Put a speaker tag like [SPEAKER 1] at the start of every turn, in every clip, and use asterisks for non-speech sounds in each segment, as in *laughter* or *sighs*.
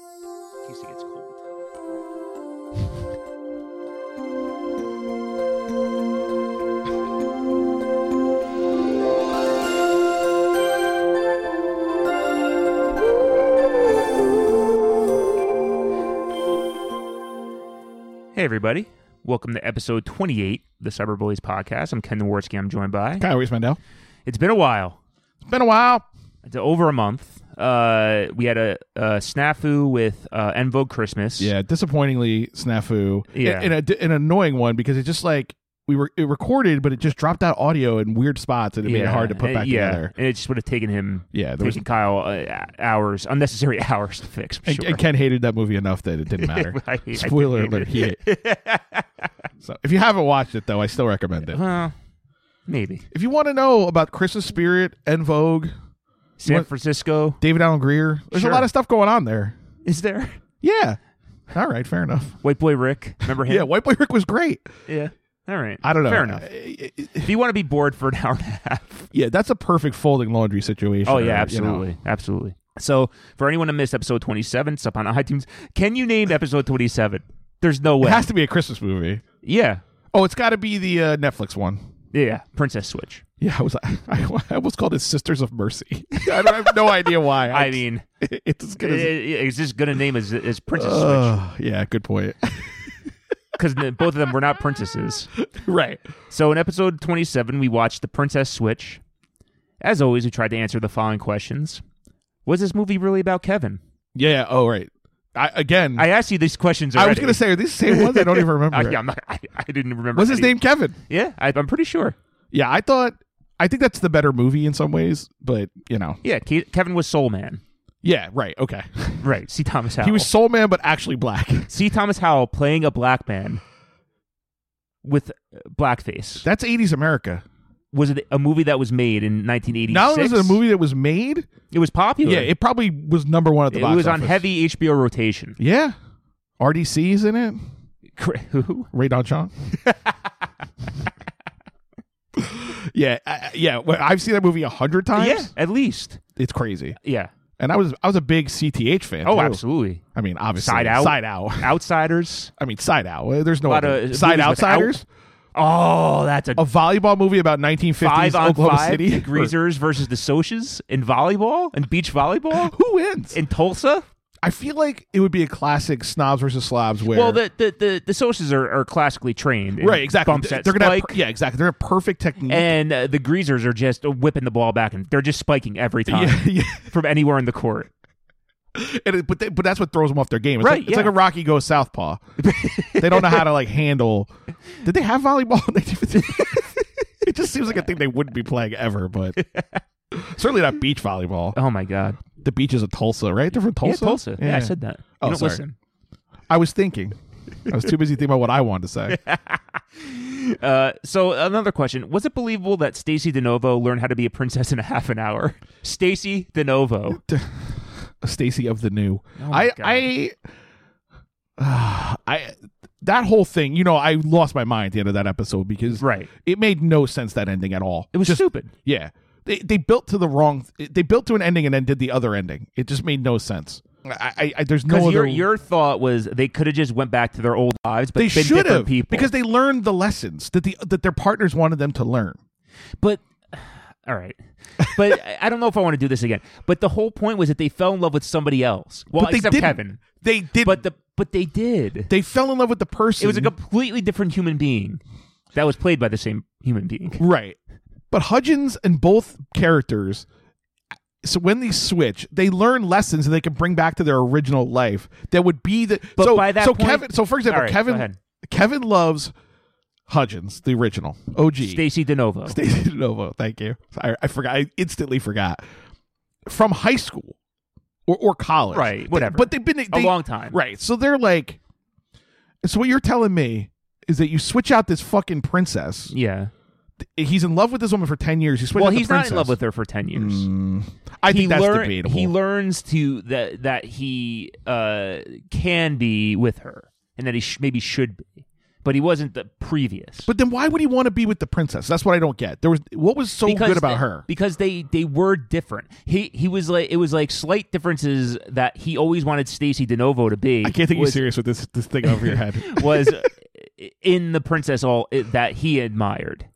[SPEAKER 1] in case it gets cold. Hey, everybody. Welcome to episode 28 of the Cyber Bullies podcast. I'm Ken Nowarski. I'm joined by.
[SPEAKER 2] Kyle Reese Mandel.
[SPEAKER 1] It's been a while.
[SPEAKER 2] It's been a while.
[SPEAKER 1] It's over a month. Uh, we had a, a snafu with uh, En Vogue Christmas.
[SPEAKER 2] Yeah, disappointingly snafu.
[SPEAKER 1] Yeah.
[SPEAKER 2] and, and a, an annoying one because it just like we were it recorded, but it just dropped out audio in weird spots, and it made it hard to put
[SPEAKER 1] Uh,
[SPEAKER 2] back
[SPEAKER 1] yeah.
[SPEAKER 2] together.
[SPEAKER 1] And it just would have taken him,
[SPEAKER 2] Yeah, there
[SPEAKER 1] taken
[SPEAKER 2] was-
[SPEAKER 1] Kyle uh, hours, unnecessary *laughs* hours to fix. I'm
[SPEAKER 2] And,
[SPEAKER 1] sure.
[SPEAKER 2] and Ken hated that movie enough that
[SPEAKER 1] *laughs*
[SPEAKER 2] it didn't matter.
[SPEAKER 1] I- I did
[SPEAKER 2] Spoiler
[SPEAKER 1] hate
[SPEAKER 2] alert:
[SPEAKER 1] it.
[SPEAKER 2] he hate. *laughs* so if you haven't watched it though, I still recommend it.
[SPEAKER 1] Well, maybe.
[SPEAKER 2] If you want to know about Christmas spirit and Vogue,
[SPEAKER 1] San
[SPEAKER 2] want-
[SPEAKER 1] Francisco
[SPEAKER 2] David Allen Greer, there's
[SPEAKER 1] Sure.
[SPEAKER 2] a lot of stuff going on there.
[SPEAKER 1] is there.
[SPEAKER 2] Yeah. All right, fair enough.
[SPEAKER 1] White Boy Rick. Remember
[SPEAKER 2] Yeah, *laughs*
[SPEAKER 1] him?
[SPEAKER 2] White Boy Rick was great.
[SPEAKER 1] yeah. All right.
[SPEAKER 2] I don't know.
[SPEAKER 1] Fair enough.
[SPEAKER 2] Uh,
[SPEAKER 1] If you want to be bored for an *laughs* hour and a half.
[SPEAKER 2] Yeah, that's a perfect folding laundry situation.
[SPEAKER 1] Oh,
[SPEAKER 2] you
[SPEAKER 1] yeah,
[SPEAKER 2] know.
[SPEAKER 1] absolutely. Absolutely. So, for anyone who missed episode 27, it's up on iTunes. Can you name episode 27? There's no way.
[SPEAKER 2] It has to be a Christmas movie.
[SPEAKER 1] yeah.
[SPEAKER 2] Oh, it's got to be the uh, Netflix one.
[SPEAKER 1] Yeah. Princess Switch.
[SPEAKER 2] Yeah, I was *laughs* I, I almost called it Sisters of Mercy. *laughs* I, don't, I have no idea
[SPEAKER 1] *laughs*
[SPEAKER 2] why.
[SPEAKER 1] I
[SPEAKER 2] *laughs*
[SPEAKER 1] mean,
[SPEAKER 2] it's as good as.
[SPEAKER 1] is this going to name as, as Princess Switch?
[SPEAKER 2] Ugh, *sighs* yeah, good point. *laughs*
[SPEAKER 1] Because both of them were not princesses.
[SPEAKER 2] right.
[SPEAKER 1] So, in episode 27, we watched The Princess Switch. As always, we tried to answer the following questions Was this movie really about Kevin?
[SPEAKER 2] Yeah. yeah, Oh, right. I, again, I,
[SPEAKER 1] I asked you these questions already.
[SPEAKER 2] was going to say, are these the same ones?
[SPEAKER 1] *laughs*
[SPEAKER 2] I don't even remember.
[SPEAKER 1] I, yeah, I'm not, I, I didn't remember.
[SPEAKER 2] was his
[SPEAKER 1] any-
[SPEAKER 2] name Kevin?
[SPEAKER 1] Yeah, I, I'm pretty sure.
[SPEAKER 2] Yeah, I thought. I think that's the better movie in some ways, but you know.
[SPEAKER 1] Yeah, Ke- Kevin was Soul Man.
[SPEAKER 2] Yeah. Right. Okay. *laughs*
[SPEAKER 1] Right, C. Thomas Howell.
[SPEAKER 2] he was Soul Man, but actually black. *laughs*
[SPEAKER 1] C. Thomas Howell playing a black man with uh, blackface.
[SPEAKER 2] That's '80s America.
[SPEAKER 1] was it a movie that was made in 1986?
[SPEAKER 2] Not only was it a movie that was made,
[SPEAKER 1] It was popular.
[SPEAKER 2] yeah, it probably was number one at the
[SPEAKER 1] It
[SPEAKER 2] box
[SPEAKER 1] was on
[SPEAKER 2] office.
[SPEAKER 1] heavy HBO rotation.
[SPEAKER 2] Yeah. RDC's in it. *laughs*
[SPEAKER 1] Cr- Who?
[SPEAKER 2] Ray
[SPEAKER 1] *laughs*
[SPEAKER 2] Don Chong. yeah, I- I, yeah. well, I've seen that movie a hundred times.
[SPEAKER 1] Yeah, at least.
[SPEAKER 2] It's crazy.
[SPEAKER 1] Yeah.
[SPEAKER 2] And I was I was a big CTH fan.
[SPEAKER 1] Oh,
[SPEAKER 2] too.
[SPEAKER 1] absolutely.
[SPEAKER 2] I mean, obviously,
[SPEAKER 1] Side Out.
[SPEAKER 2] Side out. *laughs*
[SPEAKER 1] Outsiders.
[SPEAKER 2] I mean, side out. Well, There's no
[SPEAKER 1] Lot
[SPEAKER 2] other-
[SPEAKER 1] of movies
[SPEAKER 2] side
[SPEAKER 1] without-
[SPEAKER 2] outsiders.
[SPEAKER 1] Oh, that's a
[SPEAKER 2] A volleyball movie about 1950s
[SPEAKER 1] five on
[SPEAKER 2] Oklahoma
[SPEAKER 1] five.
[SPEAKER 2] City.
[SPEAKER 1] The Greasers versus the Socias in volleyball and beach volleyball
[SPEAKER 2] *laughs* Who wins?
[SPEAKER 1] in Tulsa.
[SPEAKER 2] I feel like it would be a classic snobs versus slobs. Where
[SPEAKER 1] Well, the the the, the socias are, are classically trained, in
[SPEAKER 2] right, exactly.
[SPEAKER 1] Bump set
[SPEAKER 2] they're gonna have
[SPEAKER 1] spike,
[SPEAKER 2] per- yeah, exactly. They're a perfect technique.
[SPEAKER 1] and uh, the greasers are just whipping the ball back, and they're just spiking every time
[SPEAKER 2] *laughs* yeah, yeah.
[SPEAKER 1] from anywhere in the court.
[SPEAKER 2] And it, but they, but that's what throws them off their game. It's
[SPEAKER 1] Right,
[SPEAKER 2] Like,
[SPEAKER 1] yeah.
[SPEAKER 2] It's like a Rocky
[SPEAKER 1] *laughs*
[SPEAKER 2] goes southpaw. they don't know how to like handle. Did they have volleyball? *laughs* in 1950? it just seems like a thing they wouldn't be playing ever. But
[SPEAKER 1] *laughs*
[SPEAKER 2] certainly not beach volleyball.
[SPEAKER 1] Oh my god,
[SPEAKER 2] The beaches of Tulsa, right? They're from Tulsa.
[SPEAKER 1] yeah, Tulsa. Yeah. I said that. You
[SPEAKER 2] Oh,
[SPEAKER 1] don't
[SPEAKER 2] sorry.
[SPEAKER 1] listen.
[SPEAKER 2] I was thinking. I was too busy thinking about what I wanted to
[SPEAKER 1] *laughs*
[SPEAKER 2] say.
[SPEAKER 1] Uh, so another question: Was it believable that Stacy DeNovo learned how to be a princess in a half an hour? *laughs* Stacy DeNovo.
[SPEAKER 2] Stacy of the new.
[SPEAKER 1] Oh my
[SPEAKER 2] I
[SPEAKER 1] God.
[SPEAKER 2] I. I *sighs* that whole thing, you know, I lost my mind at the end of that episode because
[SPEAKER 1] Right.
[SPEAKER 2] it made no sense that ending at all.
[SPEAKER 1] It was
[SPEAKER 2] just
[SPEAKER 1] stupid.
[SPEAKER 2] Yeah. They they built to the wrong they built to an ending and then did the other ending. It just made no sense. I, I, I there's no
[SPEAKER 1] Because
[SPEAKER 2] other
[SPEAKER 1] your your thought was they could have just went back to their old lives, but
[SPEAKER 2] they
[SPEAKER 1] been
[SPEAKER 2] should
[SPEAKER 1] different
[SPEAKER 2] have
[SPEAKER 1] people.
[SPEAKER 2] because they learned the lessons that the that their partners wanted them to learn.
[SPEAKER 1] but *sighs* all right, but I- I don't know if I want to do this again. But the whole point was that they fell in love with somebody else. Well,
[SPEAKER 2] But they
[SPEAKER 1] except
[SPEAKER 2] didn't.
[SPEAKER 1] Kevin.
[SPEAKER 2] They did
[SPEAKER 1] But the but they did.
[SPEAKER 2] they fell in love with the person.
[SPEAKER 1] It was a completely different human being that was played by the same human being.
[SPEAKER 2] right. But Hudgens and both characters so when they switch, they learn lessons that they can bring back to their original life. That would be the
[SPEAKER 1] But
[SPEAKER 2] so,
[SPEAKER 1] by that
[SPEAKER 2] so
[SPEAKER 1] point-
[SPEAKER 2] Kevin so for example
[SPEAKER 1] All right, go
[SPEAKER 2] Kevin
[SPEAKER 1] ahead.
[SPEAKER 2] Kevin loves Hudgens, the original OG.
[SPEAKER 1] Stacy DeNovo.
[SPEAKER 2] Stacy DeNovo. Thank you. I, I forgot. I instantly forgot. From high school or, or college.
[SPEAKER 1] Right,
[SPEAKER 2] They-
[SPEAKER 1] whatever.
[SPEAKER 2] but they've been they,
[SPEAKER 1] a long time.
[SPEAKER 2] Right. So they're like. So what you're telling me is that you switch out this fucking princess.
[SPEAKER 1] Yeah.
[SPEAKER 2] He's in love with this woman for ten years. You switch
[SPEAKER 1] Well,
[SPEAKER 2] out the
[SPEAKER 1] he's not in
[SPEAKER 2] princess.
[SPEAKER 1] love with her for ten years.
[SPEAKER 2] I think that's
[SPEAKER 1] learn-
[SPEAKER 2] debatable.
[SPEAKER 1] He learns to that that he uh, can be with her, and that he sh- maybe should be. but he wasn't the previous.
[SPEAKER 2] But then why would he want to be with the princess? That's what I don't get. There was what was so good about
[SPEAKER 1] they-
[SPEAKER 2] her?
[SPEAKER 1] *laughs* because they they were different. He he was like it was like slight differences that he always wanted Stacy DeNovo to be.
[SPEAKER 2] I can't think
[SPEAKER 1] was,
[SPEAKER 2] you're serious with this this thing over your head.
[SPEAKER 1] *laughs* was uh, in the princess all uh, that he admired.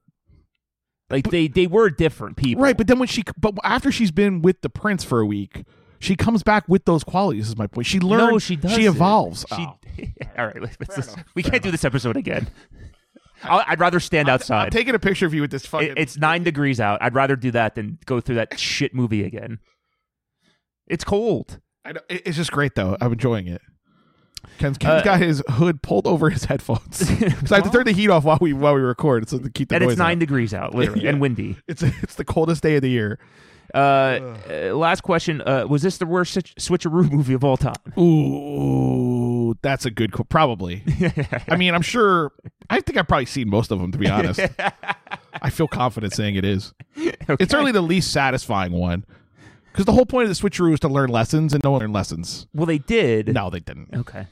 [SPEAKER 1] Like they they were different people.
[SPEAKER 2] Right, but then when she but after she's been with the prince for a week, she comes back with those qualities. Is my point. She learns.
[SPEAKER 1] no, she does.
[SPEAKER 2] She evolves.
[SPEAKER 1] She,
[SPEAKER 2] Oh.
[SPEAKER 1] *laughs* all right, let's, let's- we can't do this episode again. I'll, I'd rather stand outside.
[SPEAKER 2] I'm taking a picture of you with this fucking.
[SPEAKER 1] It- it's nine degrees out. I'd rather do that than go through that shit movie again. It's cold.
[SPEAKER 2] I don't- it- it's just great though. I'm enjoying it. Ken's, Ken's
[SPEAKER 1] Uh,
[SPEAKER 2] got his hood pulled over his
[SPEAKER 1] *laughs*
[SPEAKER 2] headphones, so I have to turn the heat off while we while we record, so to keep the
[SPEAKER 1] and
[SPEAKER 2] noise.
[SPEAKER 1] it's nine
[SPEAKER 2] out.
[SPEAKER 1] degrees out, literally,
[SPEAKER 2] *laughs*
[SPEAKER 1] and windy.
[SPEAKER 2] It's it's the coldest day of the year.
[SPEAKER 1] Uh, uh, last question: uh, Was this the worst switch- switcheroo *laughs* movie of all time?
[SPEAKER 2] Ooh, that's a good. qu- *laughs* Probably. I mean, I'm sure. I think I've probably seen most of them. To be *laughs* honest, I feel confident saying it is.
[SPEAKER 1] *laughs*
[SPEAKER 2] It's certainly the least satisfying one. Because the whole point of the switcheroo is to learn lessons, and no one learned lessons.
[SPEAKER 1] Well, they did.
[SPEAKER 2] No, they didn't.
[SPEAKER 1] Okay.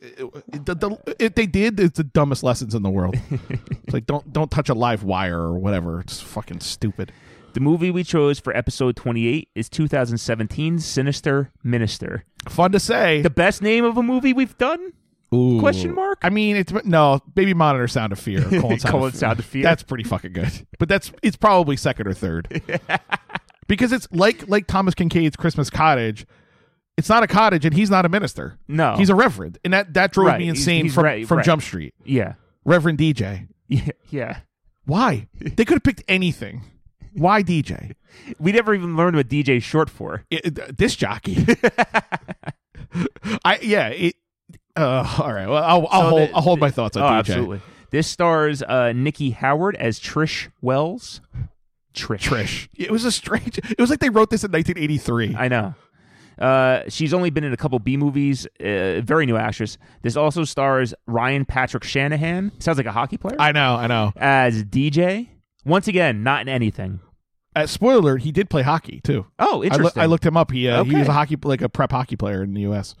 [SPEAKER 2] It- the- the- if they did, it's the dumbest lessons in the *laughs* world. it's like don't don't touch a live wire or whatever. It's fucking stupid.
[SPEAKER 1] The movie we chose for episode 28 is 2017's Sinister Minister.
[SPEAKER 2] Fun to say.
[SPEAKER 1] The best name of a movie we've done?
[SPEAKER 2] Ooh.
[SPEAKER 1] question mark?
[SPEAKER 2] I mean, it's no baby monitor sound
[SPEAKER 1] *laughs*
[SPEAKER 2] of fear. Colon sound,
[SPEAKER 1] Colon
[SPEAKER 2] of, fear.
[SPEAKER 1] sound of fear.
[SPEAKER 2] That's pretty fucking good. But that's it's probably second
[SPEAKER 1] *laughs*
[SPEAKER 2] or third because it's like like Thomas Kincaid's Christmas Cottage. It's not a cottage, and he's not a minister.
[SPEAKER 1] No.
[SPEAKER 2] he's a reverend, and that that drove
[SPEAKER 1] Oh. Right,
[SPEAKER 2] me
[SPEAKER 1] he's-
[SPEAKER 2] insane
[SPEAKER 1] he's
[SPEAKER 2] from
[SPEAKER 1] right,
[SPEAKER 2] from
[SPEAKER 1] right.
[SPEAKER 2] Jump Street.
[SPEAKER 1] Yeah.
[SPEAKER 2] Reverend DJ.
[SPEAKER 1] *laughs* Yeah. Yeah. *laughs*
[SPEAKER 2] Why they could have picked anything? Why DJ?
[SPEAKER 1] We never even learned what DJ's short for.
[SPEAKER 2] It, it,
[SPEAKER 1] *laughs*
[SPEAKER 2] disc jockey. I yeah. It, uh, all right. Well, I'll, I'll
[SPEAKER 1] So
[SPEAKER 2] hold
[SPEAKER 1] the-
[SPEAKER 2] I'll hold my thoughts on
[SPEAKER 1] oh,
[SPEAKER 2] DJ.
[SPEAKER 1] absolutely. This stars uh, Nikki Howard as Trish Wells. Trish.
[SPEAKER 2] Trish. It was a strange. It was like they wrote this in 1983.
[SPEAKER 1] I know. Uh, she's only been in a couple B movies. Uh, very new actress. This also stars Ryan Patrick Shanahan. Sounds like a hockey player.
[SPEAKER 2] I know. I know.
[SPEAKER 1] as DJ. Once again, not in anything.
[SPEAKER 2] Uh, spoiler: alert, He did play hockey too.
[SPEAKER 1] Oh,
[SPEAKER 2] I, loo-
[SPEAKER 1] interesting.
[SPEAKER 2] I looked him up. He uh, he
[SPEAKER 1] Okay.
[SPEAKER 2] was a hockey like a prep hockey player in the U.S.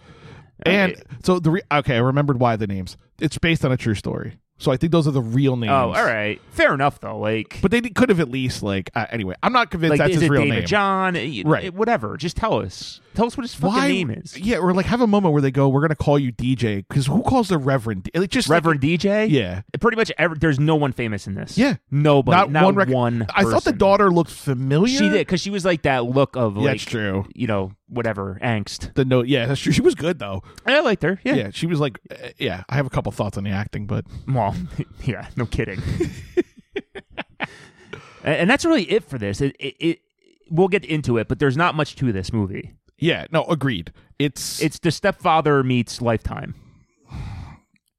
[SPEAKER 2] And
[SPEAKER 1] Okay.
[SPEAKER 2] so the re- okay, I remembered why the names. It's based on a true story, so I think those are the real names.
[SPEAKER 1] Oh, all right. Fair enough, though. Like,
[SPEAKER 2] But they d- could have at least like uh, anyway. I'm not convinced
[SPEAKER 1] like
[SPEAKER 2] that's
[SPEAKER 1] is
[SPEAKER 2] his
[SPEAKER 1] it
[SPEAKER 2] real
[SPEAKER 1] Dana
[SPEAKER 2] name.
[SPEAKER 1] John? Y-
[SPEAKER 2] Right.
[SPEAKER 1] y- Whatever. Just tell us. Tell us what his fucking
[SPEAKER 2] why
[SPEAKER 1] name is.
[SPEAKER 2] Yeah, or like have a moment where they go, "We're gonna call you DJ," because who calls the Reverend? D- Like just like-
[SPEAKER 1] Reverend DJ.
[SPEAKER 2] yeah,
[SPEAKER 1] Pretty much. Every, there's no one famous in this.
[SPEAKER 2] Yeah.
[SPEAKER 1] Nobody.
[SPEAKER 2] not, one. Rec-
[SPEAKER 1] one
[SPEAKER 2] I thought the
[SPEAKER 1] person.
[SPEAKER 2] daughter looked familiar.
[SPEAKER 1] She did because she was like that look of
[SPEAKER 2] Yeah,
[SPEAKER 1] like
[SPEAKER 2] that's true.
[SPEAKER 1] you know whatever angst.
[SPEAKER 2] the note. Yeah, that's true. She was good though.
[SPEAKER 1] I liked her. Yeah.
[SPEAKER 2] Yeah, she was like, uh, yeah. I have a couple thoughts on the acting, but
[SPEAKER 1] Well, *laughs* yeah, no
[SPEAKER 2] *laughs*
[SPEAKER 1] kidding. and, and that's really it for this. It, it, it we'll get into it, but there's not much to this movie.
[SPEAKER 2] yeah, no, agreed. It's
[SPEAKER 1] It's the stepfather meets Lifetime,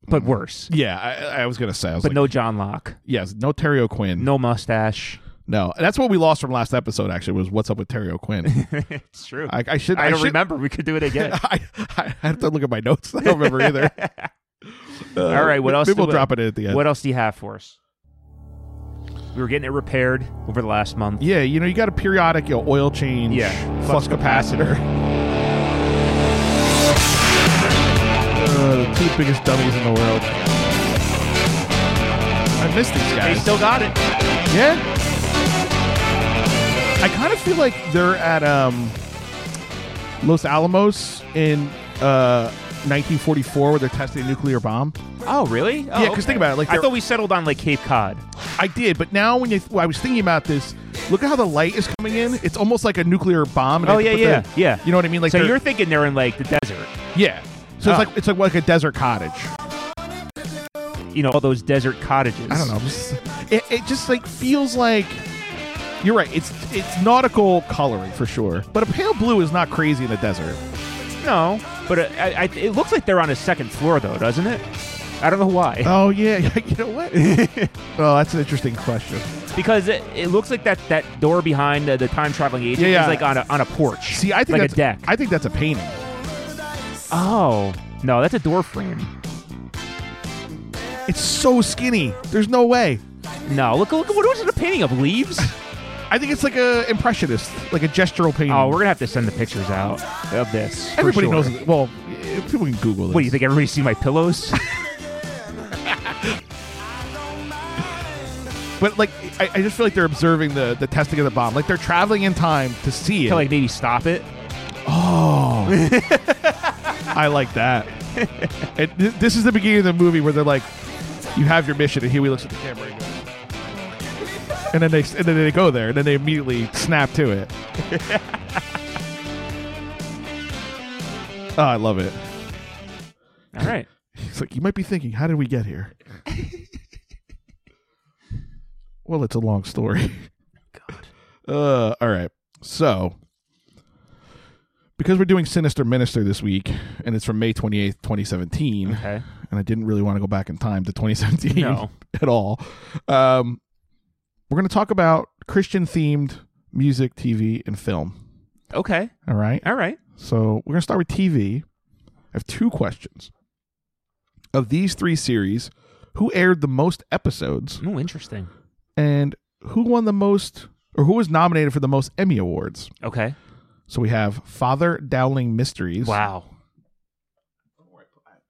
[SPEAKER 1] but worse.
[SPEAKER 2] yeah. I, I was gonna say, I was
[SPEAKER 1] But
[SPEAKER 2] like,
[SPEAKER 1] no John Locke,
[SPEAKER 2] yes, no Terry O'Quinn.
[SPEAKER 1] no mustache.
[SPEAKER 2] no, that's what we lost from last episode. Actually, was what's up with
[SPEAKER 1] *laughs*
[SPEAKER 2] Terry O'Quinn?
[SPEAKER 1] *laughs* it's true. I,
[SPEAKER 2] I, I should. I,
[SPEAKER 1] don't
[SPEAKER 2] should-
[SPEAKER 1] remember. We could do it again.
[SPEAKER 2] *laughs* I, I have to look at my notes. I don't remember either.
[SPEAKER 1] *laughs*
[SPEAKER 2] Uh,
[SPEAKER 1] All right, what else
[SPEAKER 2] Maybe
[SPEAKER 1] do
[SPEAKER 2] we'll
[SPEAKER 1] we-
[SPEAKER 2] drop it in at the end.
[SPEAKER 1] What else do you have for us? We were getting it repaired over the last month.
[SPEAKER 2] yeah, you know, you got a periodic you know, oil change.
[SPEAKER 1] Yeah,
[SPEAKER 2] flux, capacitor. Uh, the two biggest dummies in the world. I miss these
[SPEAKER 1] They
[SPEAKER 2] guys.
[SPEAKER 1] still got it.
[SPEAKER 2] Yeah. I kind of feel like they're at um, Los Alamos in uh, 1944 where they're testing a nuclear bomb.
[SPEAKER 1] Oh, really? Oh,
[SPEAKER 2] Yeah, 'cause think about it, like,
[SPEAKER 1] I
[SPEAKER 2] they're-
[SPEAKER 1] thought we settled on like Cape Cod.
[SPEAKER 2] I did, but now when you when I was thinking about this, look at how the light is coming in. It's almost like a nuclear bomb. and
[SPEAKER 1] Oh,
[SPEAKER 2] they
[SPEAKER 1] yeah,
[SPEAKER 2] put
[SPEAKER 1] yeah,
[SPEAKER 2] the-
[SPEAKER 1] yeah.
[SPEAKER 2] You know what I mean? Like
[SPEAKER 1] so
[SPEAKER 2] they're-
[SPEAKER 1] you're thinking they're in like the desert.
[SPEAKER 2] yeah. So
[SPEAKER 1] Oh.
[SPEAKER 2] it's like it's like like a desert cottage.
[SPEAKER 1] You know, all those desert cottages.
[SPEAKER 2] I don't know. *laughs* I'm just- it, it just like feels like you're right. It's it's nautical coloring for sure, but a pale blue is not crazy in the desert.
[SPEAKER 1] No, but uh, I, I, it looks like they're on a second floor, though, doesn't it? I don't know why. *laughs*
[SPEAKER 2] Oh yeah, you know what? *laughs* oh, that's an interesting question.
[SPEAKER 1] because it, it looks like that, that door behind the, the time traveling agent
[SPEAKER 2] Yeah, yeah.
[SPEAKER 1] is like on a, on a porch.
[SPEAKER 2] See, I think
[SPEAKER 1] like
[SPEAKER 2] that's
[SPEAKER 1] a deck.
[SPEAKER 2] I think that's a painting.
[SPEAKER 1] oh no, that's a door frame.
[SPEAKER 2] It's so skinny. There's no way.
[SPEAKER 1] No, look look what was it? A painting of leaves?
[SPEAKER 2] I think it's like a impressionist, like a gestural painting.
[SPEAKER 1] oh, we're gonna have to send the pictures out of this. for
[SPEAKER 2] everybody
[SPEAKER 1] sure.
[SPEAKER 2] knows. It. Well, eh, people can Google
[SPEAKER 1] *laughs*
[SPEAKER 2] this.
[SPEAKER 1] What do you think? Everybody see my pillows?
[SPEAKER 2] But like, I, I just feel like they're observing the the testing of the bomb. Like they're traveling in time to see it.
[SPEAKER 1] To like maybe stop it.
[SPEAKER 2] oh, *laughs* I like that. And th- this is the beginning of the movie where they're like, "You have your mission," and Huey looks at the camera and goes, and then they and then they go there, and then they immediately snap to it. *laughs* oh, I love it.
[SPEAKER 1] All right.
[SPEAKER 2] It's like you might be thinking, how did we get here? well, it's a long story. God. *laughs* Uh, all right. So, because we're doing Sinister Minister this week, and it's from May twenty eighth, twenty
[SPEAKER 1] *laughs*
[SPEAKER 2] seventeen,
[SPEAKER 1] Okay.
[SPEAKER 2] and I didn't really want to go back in time to twenty seventeen
[SPEAKER 1] No.
[SPEAKER 2] *laughs* at all. Um, we're going to talk about Christian themed music, TV, and film.
[SPEAKER 1] Okay.
[SPEAKER 2] All right.
[SPEAKER 1] All right.
[SPEAKER 2] So we're going to start with TV. I have two questions. Of these three series, who aired the most episodes
[SPEAKER 1] Ooh, interesting.
[SPEAKER 2] and who won the most or who was nominated for the most Emmy Awards?
[SPEAKER 1] Okay.
[SPEAKER 2] So we have Father Dowling Mysteries.
[SPEAKER 1] Wow.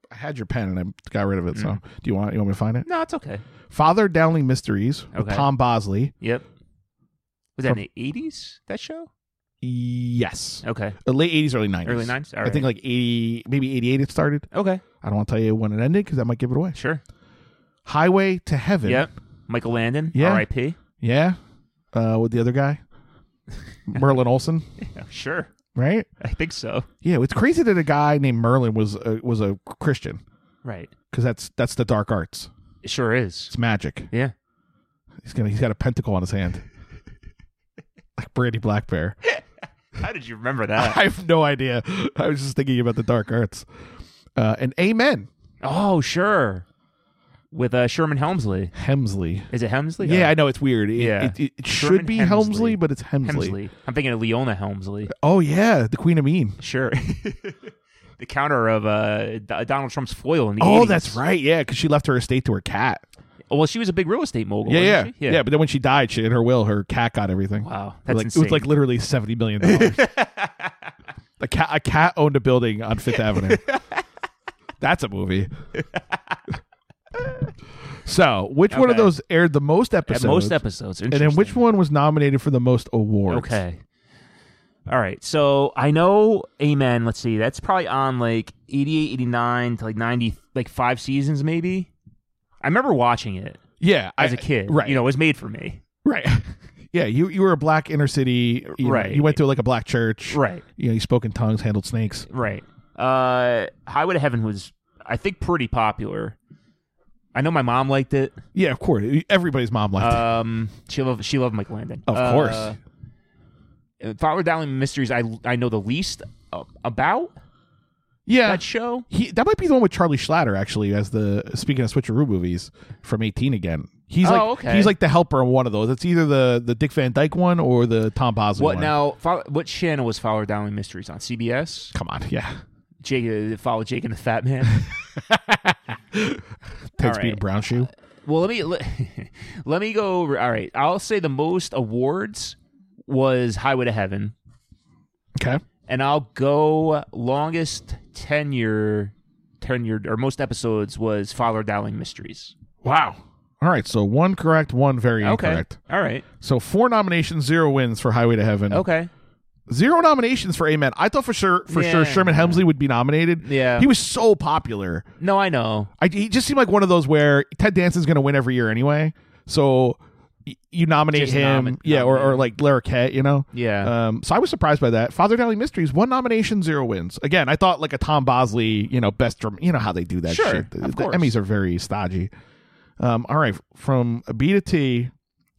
[SPEAKER 2] I had your pen and I got rid of it. So
[SPEAKER 1] Mm.
[SPEAKER 2] do you want you want me to find it?
[SPEAKER 1] No, it's okay.
[SPEAKER 2] Father Dowling Mysteries with
[SPEAKER 1] Okay.
[SPEAKER 2] Tom Bosley.
[SPEAKER 1] Yep. Was that in the eighties? That show?
[SPEAKER 2] Yes.
[SPEAKER 1] Okay.
[SPEAKER 2] Uh, late 80s, early 90s.
[SPEAKER 1] Early nineties.
[SPEAKER 2] I think like 80, maybe 88 it started.
[SPEAKER 1] okay.
[SPEAKER 2] I don't want to tell you when it ended because that might give it away.
[SPEAKER 1] Sure.
[SPEAKER 2] Highway to Heaven.
[SPEAKER 1] Yep. Michael Landon.
[SPEAKER 2] Yeah.
[SPEAKER 1] R.I.P.
[SPEAKER 2] Yeah. Uh, with the other *laughs* guy, Merlin Olsen,
[SPEAKER 1] Yeah, *laughs* sure.
[SPEAKER 2] right?
[SPEAKER 1] I think so.
[SPEAKER 2] Yeah, it's crazy that a guy named Merlin was a, was a Christian
[SPEAKER 1] Right.
[SPEAKER 2] because that's that's the dark arts.
[SPEAKER 1] It sure is.
[SPEAKER 2] It's magic.
[SPEAKER 1] Yeah.
[SPEAKER 2] He's gonna he's got a pentacle on his *laughs* hand, like Brandy Black Bear. *laughs*
[SPEAKER 1] How did you remember that?
[SPEAKER 2] I have no idea. I was just thinking about the dark arts. Uh, and Amen
[SPEAKER 1] *laughs* oh, sure. With uh, Sherman Helmsley.
[SPEAKER 2] Hemsley.
[SPEAKER 1] Is it Helmsley?
[SPEAKER 2] Yeah,
[SPEAKER 1] Uh,
[SPEAKER 2] I know it's weird. It,
[SPEAKER 1] Yeah.
[SPEAKER 2] it, it, it
[SPEAKER 1] Sherman
[SPEAKER 2] should be
[SPEAKER 1] Hemsley.
[SPEAKER 2] Helmsley, but it's Hemsley.
[SPEAKER 1] Helmsley. I'm thinking of Leona Helmsley.
[SPEAKER 2] Oh yeah, the Queen of Mean.
[SPEAKER 1] Sure. *laughs* the counter of uh, D- Donald Trump's foil in the
[SPEAKER 2] Oh,
[SPEAKER 1] 80s.
[SPEAKER 2] that's right. Yeah, because she left her estate to her cat.
[SPEAKER 1] Well, she was a big real estate mogul.
[SPEAKER 2] Yeah, yeah,
[SPEAKER 1] wasn't she?
[SPEAKER 2] yeah, But then when she died, she in her will, her cat got everything.
[SPEAKER 1] Wow,
[SPEAKER 2] It was
[SPEAKER 1] that's
[SPEAKER 2] like,
[SPEAKER 1] insane.
[SPEAKER 2] It was like literally seventy million
[SPEAKER 1] *laughs*
[SPEAKER 2] dollars. a cat, a cat owned a building on
[SPEAKER 1] *laughs*
[SPEAKER 2] Fifth Avenue. That's a movie. so, which one of
[SPEAKER 1] Okay.
[SPEAKER 2] those aired the most
[SPEAKER 1] At
[SPEAKER 2] episodes?
[SPEAKER 1] most episodes.
[SPEAKER 2] and then which
[SPEAKER 1] Interesting.
[SPEAKER 2] one was nominated for the most awards?
[SPEAKER 1] Okay. All right. So I know Amen. Let's see. That's probably on like 88, 89 to like 90, like five seasons maybe. I remember watching it
[SPEAKER 2] Yeah,
[SPEAKER 1] as
[SPEAKER 2] a
[SPEAKER 1] a kid.
[SPEAKER 2] right?
[SPEAKER 1] You know, it was made for me.
[SPEAKER 2] right? *laughs* yeah, you you were a black inner city, you know,
[SPEAKER 1] Right.
[SPEAKER 2] you went to like a black church,
[SPEAKER 1] Right.
[SPEAKER 2] You know, you spoke in tongues, handled snakes.
[SPEAKER 1] Right. Uh, Highway to Heaven was, I think, pretty popular. I know my mom liked it.
[SPEAKER 2] Yeah, of course. Everybody's mom liked it.
[SPEAKER 1] Um, she loved she loved Mike Landon.
[SPEAKER 2] Of
[SPEAKER 1] Uh,
[SPEAKER 2] course.
[SPEAKER 1] Father Dowling Mysteries. I I know the least uh, about
[SPEAKER 2] Yeah,
[SPEAKER 1] that show.
[SPEAKER 2] He that might be the one with Charlie Schlatter actually as the speaking of switcheroo movies from 18 again. He's
[SPEAKER 1] Oh,
[SPEAKER 2] like
[SPEAKER 1] okay.
[SPEAKER 2] he's like the helper on one of those. It's either the the Dick Van Dyke one or the Tom Bosley
[SPEAKER 1] What
[SPEAKER 2] one.
[SPEAKER 1] now? Follow, what channel was Father Dowling Mysteries on? CBS.
[SPEAKER 2] Come on, yeah.
[SPEAKER 1] Jake uh, follow Jake and the Fat
[SPEAKER 2] *laughs*
[SPEAKER 1] Man.
[SPEAKER 2] Ted
[SPEAKER 1] All
[SPEAKER 2] Speed
[SPEAKER 1] right.
[SPEAKER 2] and Brown Shoe.
[SPEAKER 1] well, let me let, *laughs* let me go. Over, all right, I'll say the most awards was Highway to Heaven,
[SPEAKER 2] Okay.
[SPEAKER 1] and I'll go longest tenure tenured or most episodes was Father Dowling Mysteries.
[SPEAKER 2] Wow. All right, so one correct, one very
[SPEAKER 1] Okay.
[SPEAKER 2] incorrect.
[SPEAKER 1] All right.
[SPEAKER 2] So four nominations, zero wins for Highway to Heaven.
[SPEAKER 1] Okay.
[SPEAKER 2] Zero nominations for Amen. I thought for sure for
[SPEAKER 1] Yeah.
[SPEAKER 2] sure Sherman Hemsley would be nominated.
[SPEAKER 1] Yeah.
[SPEAKER 2] He was so popular.
[SPEAKER 1] No, I know.
[SPEAKER 2] I, he just seemed like one of those where Ted Danson's going to win every year anyway. So y- you nominate
[SPEAKER 1] Just
[SPEAKER 2] him,
[SPEAKER 1] nomin-
[SPEAKER 2] yeah, or, or
[SPEAKER 1] nominate.
[SPEAKER 2] like Lara Kett, you know.
[SPEAKER 1] Yeah.
[SPEAKER 2] Um, so I was surprised by that. Father Dowling Mysteries, one nomination, zero wins. Again, I thought like a Tom Bosley, you know, best drum. You know how they do that
[SPEAKER 1] Sure,
[SPEAKER 2] shit. The,
[SPEAKER 1] of
[SPEAKER 2] the
[SPEAKER 1] course.
[SPEAKER 2] Emmys are very stodgy. Um, all right, from a B to T,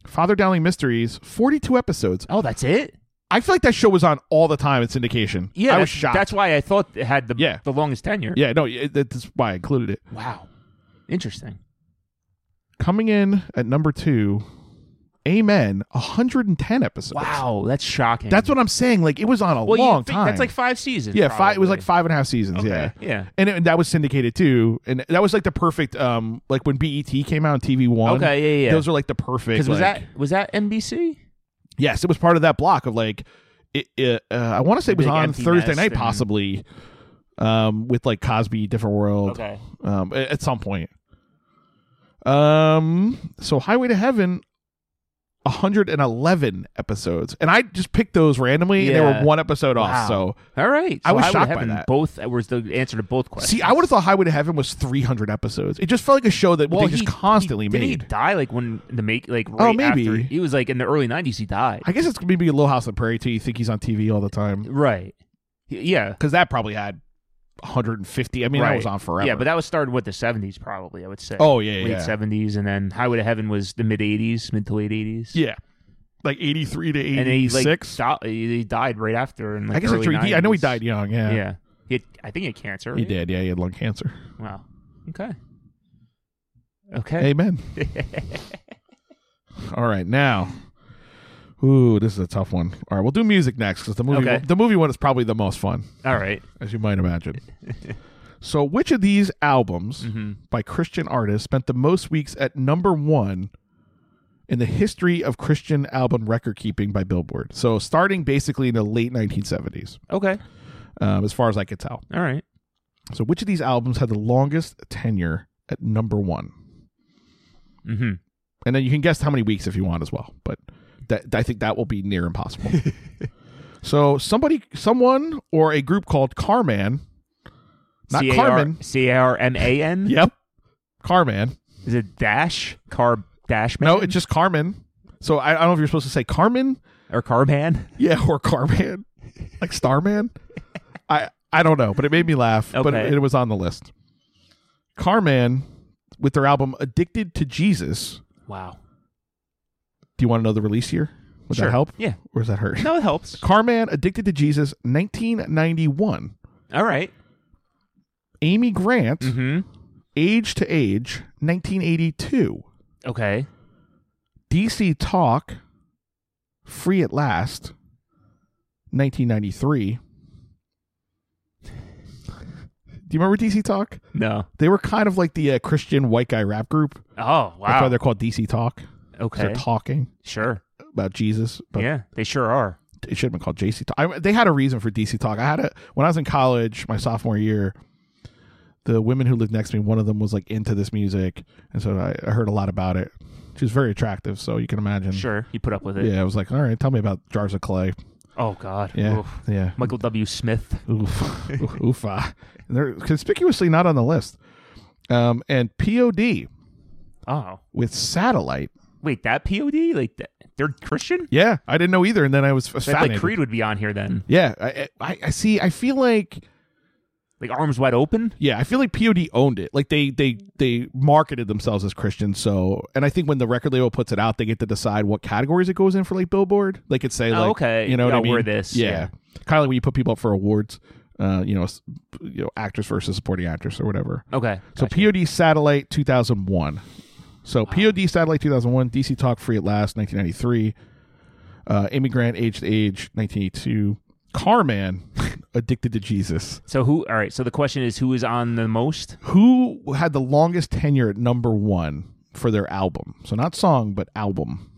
[SPEAKER 2] Father Dowling Mysteries, forty-two episodes.
[SPEAKER 1] oh, that's it.
[SPEAKER 2] I feel like that show was on all the time in syndication.
[SPEAKER 1] Yeah,
[SPEAKER 2] I was
[SPEAKER 1] that's-
[SPEAKER 2] shocked.
[SPEAKER 1] That's why I thought it had the
[SPEAKER 2] Yeah.
[SPEAKER 1] the longest tenure.
[SPEAKER 2] yeah, no, it, that's why I included it.
[SPEAKER 1] Wow. Interesting.
[SPEAKER 2] Coming in at number two, Amen, 110 episodes.
[SPEAKER 1] Wow, that's shocking.
[SPEAKER 2] That's what I'm saying. Like, it was on a
[SPEAKER 1] well, you
[SPEAKER 2] long
[SPEAKER 1] think
[SPEAKER 2] time.
[SPEAKER 1] That's like five seasons.
[SPEAKER 2] yeah, five, it was like
[SPEAKER 1] probably.
[SPEAKER 2] five and a half seasons. Yeah.
[SPEAKER 1] Okay, yeah.
[SPEAKER 2] And, it, and that was syndicated too. And that was like the perfect, um, like when BET came out on TV one.
[SPEAKER 1] Okay, yeah, yeah.
[SPEAKER 2] Those are like the perfect.
[SPEAKER 1] Because was
[SPEAKER 2] like-
[SPEAKER 1] that was that NBC?
[SPEAKER 2] Yes, it was part of that block of like, it, it, uh, I want to say it was
[SPEAKER 1] big
[SPEAKER 2] on
[SPEAKER 1] empty
[SPEAKER 2] Thursday
[SPEAKER 1] nest
[SPEAKER 2] night
[SPEAKER 1] and-
[SPEAKER 2] possibly, um, with like Cosby, Different World.
[SPEAKER 1] Okay.
[SPEAKER 2] um, a- at some point. Um, so Highway to Heaven, 111 episodes, and I just picked those randomly, and they
[SPEAKER 1] Yeah.
[SPEAKER 2] were one episode
[SPEAKER 1] Wow.
[SPEAKER 2] off. So
[SPEAKER 1] All right.
[SPEAKER 2] I
[SPEAKER 1] So
[SPEAKER 2] was
[SPEAKER 1] would
[SPEAKER 2] shocked
[SPEAKER 1] have
[SPEAKER 2] by
[SPEAKER 1] been
[SPEAKER 2] that.
[SPEAKER 1] Both that was the answer to both questions.
[SPEAKER 2] see, I would have thought Highway to Heaven was 300 episodes. It just felt like a show that
[SPEAKER 1] well,
[SPEAKER 2] they just
[SPEAKER 1] he,
[SPEAKER 2] constantly
[SPEAKER 1] he,
[SPEAKER 2] made. Oh,
[SPEAKER 1] Didn't he die like when the make like right
[SPEAKER 2] maybe.
[SPEAKER 1] after he was like in the early nineties? He died.
[SPEAKER 2] I guess it's maybe a Little House on the Prairie too. You think he's on TV all the time
[SPEAKER 1] right. Y- Yeah.
[SPEAKER 2] because that probably had 150. I mean,
[SPEAKER 1] right.
[SPEAKER 2] that was on forever.
[SPEAKER 1] Yeah, but that was started with the seventies, probably. I would say.
[SPEAKER 2] oh yeah, yeah,
[SPEAKER 1] late
[SPEAKER 2] yeah.
[SPEAKER 1] seventies, and then Highway to Heaven was the mid eighties, mid to late eighties.
[SPEAKER 2] yeah, like 83 to
[SPEAKER 1] and he
[SPEAKER 2] 86.
[SPEAKER 1] like di- he died right after. In like
[SPEAKER 2] I guess
[SPEAKER 1] early
[SPEAKER 2] after he, I know he
[SPEAKER 1] 90s.
[SPEAKER 2] died young. Yeah,
[SPEAKER 1] Yeah, He had, I think he had cancer.
[SPEAKER 2] he
[SPEAKER 1] right?
[SPEAKER 2] did. Yeah, he had lung cancer.
[SPEAKER 1] Wow. Okay. Okay.
[SPEAKER 2] Amen. All right, now. Ooh, this is a tough one. All right, we'll do music next because the movie
[SPEAKER 1] Okay.
[SPEAKER 2] the movie one is probably the most fun,
[SPEAKER 1] All right.
[SPEAKER 2] as you might imagine. so, which of these albums
[SPEAKER 1] Mhm.
[SPEAKER 2] by Christian artists spent the most weeks at number one in the history of Christian album record keeping by Billboard? So, starting basically in the late 1970s,
[SPEAKER 1] Okay.
[SPEAKER 2] um, as far as I could tell.
[SPEAKER 1] All right.
[SPEAKER 2] So, which of these albums had the longest tenure at number one?
[SPEAKER 1] Mm-hmm.
[SPEAKER 2] and then you can guess how many weeks if you want as well. But that I think that will be
[SPEAKER 1] *laughs*
[SPEAKER 2] near impossible. so somebody, someone, or a group called Carman, not
[SPEAKER 1] *laughs*
[SPEAKER 2] Carmen.
[SPEAKER 1] C A R M A N.
[SPEAKER 2] *laughs* Yep, Carman.
[SPEAKER 1] Is it dash car dash man?
[SPEAKER 2] No, it's just Carmen. So I, I don't know if you're supposed to say Carmen,
[SPEAKER 1] or car man.
[SPEAKER 2] yeah,
[SPEAKER 1] *laughs*
[SPEAKER 2] or Carman, like Starman. I I don't know, but it made me laugh. But
[SPEAKER 1] Okay.
[SPEAKER 2] it, it was on the list. Carman with their album "Addicted to Jesus."
[SPEAKER 1] Wow.
[SPEAKER 2] Do you want to know the release year? Would
[SPEAKER 1] Sure.
[SPEAKER 2] that help?
[SPEAKER 1] Yeah.
[SPEAKER 2] Or is that hurt?
[SPEAKER 1] No, it helps.
[SPEAKER 2] Carman Addicted to Jesus 1991.
[SPEAKER 1] All right.
[SPEAKER 2] Amy Grant
[SPEAKER 1] Mm-hmm.
[SPEAKER 2] Age to Age 1982.
[SPEAKER 1] Okay.
[SPEAKER 2] DC Talk Free at Last 1993. Do you remember DC Talk?
[SPEAKER 1] No.
[SPEAKER 2] They were kind of like the uh, Christian white guy rap group.
[SPEAKER 1] Oh
[SPEAKER 2] That's why
[SPEAKER 1] wow.
[SPEAKER 2] they're called DC Talk. 'cause
[SPEAKER 1] Okay.
[SPEAKER 2] They're talking
[SPEAKER 1] Sure.
[SPEAKER 2] about Jesus. But
[SPEAKER 1] yeah, they sure are.
[SPEAKER 2] it should have been called JC Talk. I, they had a reason for DC Talk. I had a when I was in college, my sophomore year. The women who lived next to me, one of them was like into this music, and so I, I heard a lot about it. She was very attractive, so you can imagine.
[SPEAKER 1] Sure. You put up with it.
[SPEAKER 2] Yeah, I was like, all right, tell me about jars of clay.
[SPEAKER 1] Oh God.
[SPEAKER 2] Yeah,
[SPEAKER 1] Oof.
[SPEAKER 2] yeah.
[SPEAKER 1] Michael W. Smith.
[SPEAKER 2] Oof,
[SPEAKER 1] *laughs*
[SPEAKER 2] *laughs* oof, ah. They're conspicuously not on the list. Um, and POD
[SPEAKER 1] Oh.
[SPEAKER 2] with satellite.
[SPEAKER 1] Wait, that POD? Like th- they're Christian?
[SPEAKER 2] Yeah, I didn't know either, and then I was
[SPEAKER 1] That like
[SPEAKER 2] fascinated.
[SPEAKER 1] Creed would be on here then.
[SPEAKER 2] yeah, I, I, I see. I feel like
[SPEAKER 1] Like arms wide open?
[SPEAKER 2] Yeah, I feel like POD owned it. Like they they they marketed themselves as Christian. So, and I think when the record label puts it out, they get to decide what categories it goes in for like Billboard. They could say
[SPEAKER 1] Oh,
[SPEAKER 2] like,
[SPEAKER 1] okay.
[SPEAKER 2] you know, what
[SPEAKER 1] Yeah,
[SPEAKER 2] I mean?
[SPEAKER 1] we're this,
[SPEAKER 2] Yeah,
[SPEAKER 1] yeah.
[SPEAKER 2] kind of like when you put people up for awards, uh, you know, s- you know, actress versus supporting actress or whatever.
[SPEAKER 1] Okay.
[SPEAKER 2] So POD Satellite 2001. So POD Satellite 2001, DC Talk Free at Last 1993, uh, Amy Grant Age to Age 1982, Carman *laughs* Addicted to Jesus.
[SPEAKER 1] So who? All right. So the question is, who is on the most?
[SPEAKER 2] who had the longest tenure at number one for their album? So not song, but album.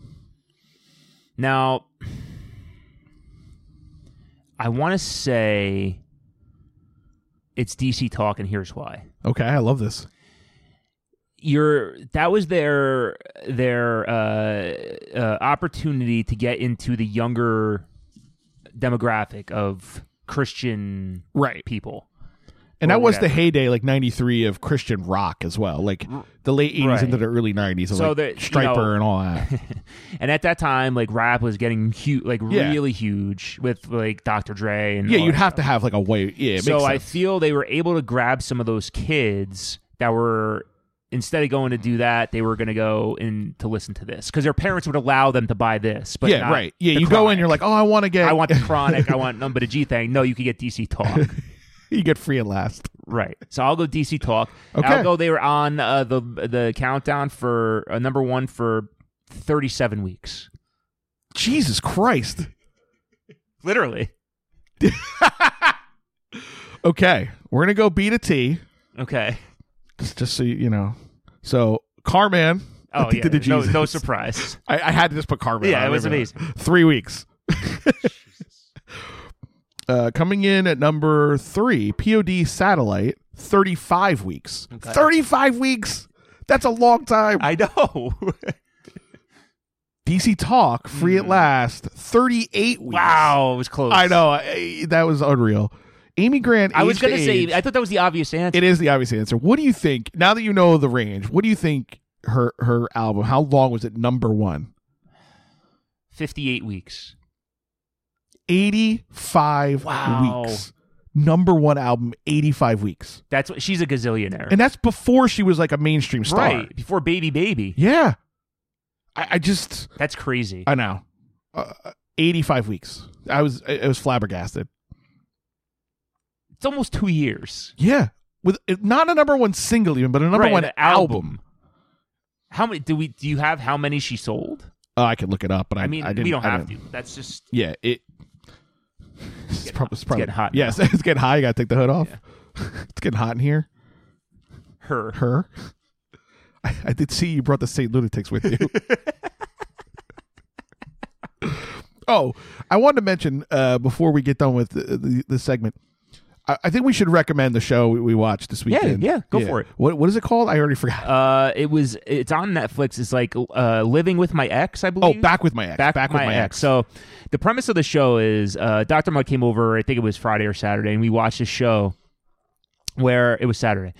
[SPEAKER 1] Now, I want to say it's DC Talk, and here's why.
[SPEAKER 2] Okay, I love this.
[SPEAKER 1] Your that was their their uh, uh, opportunity to get into the younger demographic of Christian
[SPEAKER 2] Right.
[SPEAKER 1] people.
[SPEAKER 2] And
[SPEAKER 1] Or
[SPEAKER 2] that was the
[SPEAKER 1] whatever.
[SPEAKER 2] heyday, like '93, of Christian rock as well, like the late '80s
[SPEAKER 1] Right.
[SPEAKER 2] into the early '90s, of
[SPEAKER 1] So
[SPEAKER 2] like
[SPEAKER 1] that, you
[SPEAKER 2] Striper
[SPEAKER 1] know-
[SPEAKER 2] and all
[SPEAKER 1] *laughs*
[SPEAKER 2] that.
[SPEAKER 1] And at that time, like rap was getting huge, like
[SPEAKER 2] Yeah.
[SPEAKER 1] really huge with like Dr. Dre and
[SPEAKER 2] yeah,
[SPEAKER 1] all
[SPEAKER 2] you'd
[SPEAKER 1] that
[SPEAKER 2] have to have like a way. Yeah, it
[SPEAKER 1] so
[SPEAKER 2] makes
[SPEAKER 1] I
[SPEAKER 2] sense.
[SPEAKER 1] feel they were able to grab some of those kids that were instead of going to do that, they were going to go in to listen to this because their parents would allow them to buy this. But
[SPEAKER 2] yeah,
[SPEAKER 1] not
[SPEAKER 2] right. Yeah,
[SPEAKER 1] the
[SPEAKER 2] you go in,
[SPEAKER 1] Chronic.
[SPEAKER 2] you're like, oh, I want to get,
[SPEAKER 1] I want
[SPEAKER 2] *laughs*
[SPEAKER 1] the chronic. I want number the G thing. No, you could get DC Talk.
[SPEAKER 2] you get free at last.
[SPEAKER 1] right. So I'll go DC Talk.
[SPEAKER 2] Okay.
[SPEAKER 1] I'll go. They were on uh, the the countdown for uh, number one for thirty seven weeks.
[SPEAKER 2] Jesus Christ.
[SPEAKER 1] Literally.
[SPEAKER 2] Okay, we're gonna go B to T,
[SPEAKER 1] Okay.
[SPEAKER 2] just just so you you know. So Carman, *laughs*
[SPEAKER 1] Oh yeah.
[SPEAKER 2] addicted to
[SPEAKER 1] No,
[SPEAKER 2] Jesus.
[SPEAKER 1] no surprise.
[SPEAKER 2] I, I had to just put Carmen.
[SPEAKER 1] Yeah,
[SPEAKER 2] on.
[SPEAKER 1] it was
[SPEAKER 2] Remember
[SPEAKER 1] amazing.
[SPEAKER 2] that. Three weeks. uh, coming in at number three, POD Satellite, thirty-five weeks.
[SPEAKER 1] Okay.
[SPEAKER 2] Thirty-five weeks. That's a long time.
[SPEAKER 1] I know.
[SPEAKER 2] DC Talk, free at last, 38 weeks.
[SPEAKER 1] Hmm. Wow, it was close.
[SPEAKER 2] I know. I- that was unreal. Amy Grant.
[SPEAKER 1] I was
[SPEAKER 2] going
[SPEAKER 1] gonna say. I thought that was the obvious answer.
[SPEAKER 2] it is the obvious answer. What do you think, now that you know the range, what do you think her her album, how long was it number one?
[SPEAKER 1] Fifty-eight weeks.
[SPEAKER 2] 85
[SPEAKER 1] Wow.
[SPEAKER 2] weeks. Number one album, 85 weeks.
[SPEAKER 1] That's what she's a gazillionaire.
[SPEAKER 2] And that's before she was like a mainstream star.
[SPEAKER 1] right before Baby Baby.
[SPEAKER 2] Yeah. I, I just,
[SPEAKER 1] That's crazy.
[SPEAKER 2] I know. Uh, 85 weeks. I was, I, I was flabbergasted.
[SPEAKER 1] it's almost two years.
[SPEAKER 2] Yeah. With uh, not a number one single even, but a number
[SPEAKER 1] Right,
[SPEAKER 2] one
[SPEAKER 1] an
[SPEAKER 2] album.
[SPEAKER 1] album. How many do we? Do you have how many she sold?
[SPEAKER 2] Oh, I could look it up, but I,
[SPEAKER 1] I mean,
[SPEAKER 2] I didn't,
[SPEAKER 1] we don't
[SPEAKER 2] I
[SPEAKER 1] have
[SPEAKER 2] didn't.
[SPEAKER 1] to. That's just
[SPEAKER 2] Yeah, it. *laughs* It's, prob- it's probably
[SPEAKER 1] getting hot now.
[SPEAKER 2] Yes, *laughs* it's getting hot. You gotta take the hood off. *laughs* it's getting hot in here.
[SPEAKER 1] her.
[SPEAKER 2] her. *laughs* I, I did see you brought the Saint Lunatics
[SPEAKER 1] *laughs*
[SPEAKER 2] with you. oh, I wanted to mention uh, before we get done with the, the, the segment. I, I think we should recommend the show we, we watched this
[SPEAKER 1] Yeah,
[SPEAKER 2] weekend.
[SPEAKER 1] yeah, go for it.
[SPEAKER 2] What what is it called? I already forgot.
[SPEAKER 1] Uh, it was. It's on Netflix. It's like uh, living with my ex. I
[SPEAKER 2] Oh,
[SPEAKER 1] believe.
[SPEAKER 2] back with my ex.
[SPEAKER 1] Back, with my, ex. So, the premise of the show is uh, Dr. Mug came over, I think it was Friday or Saturday, and we watched a show where it was Saturday,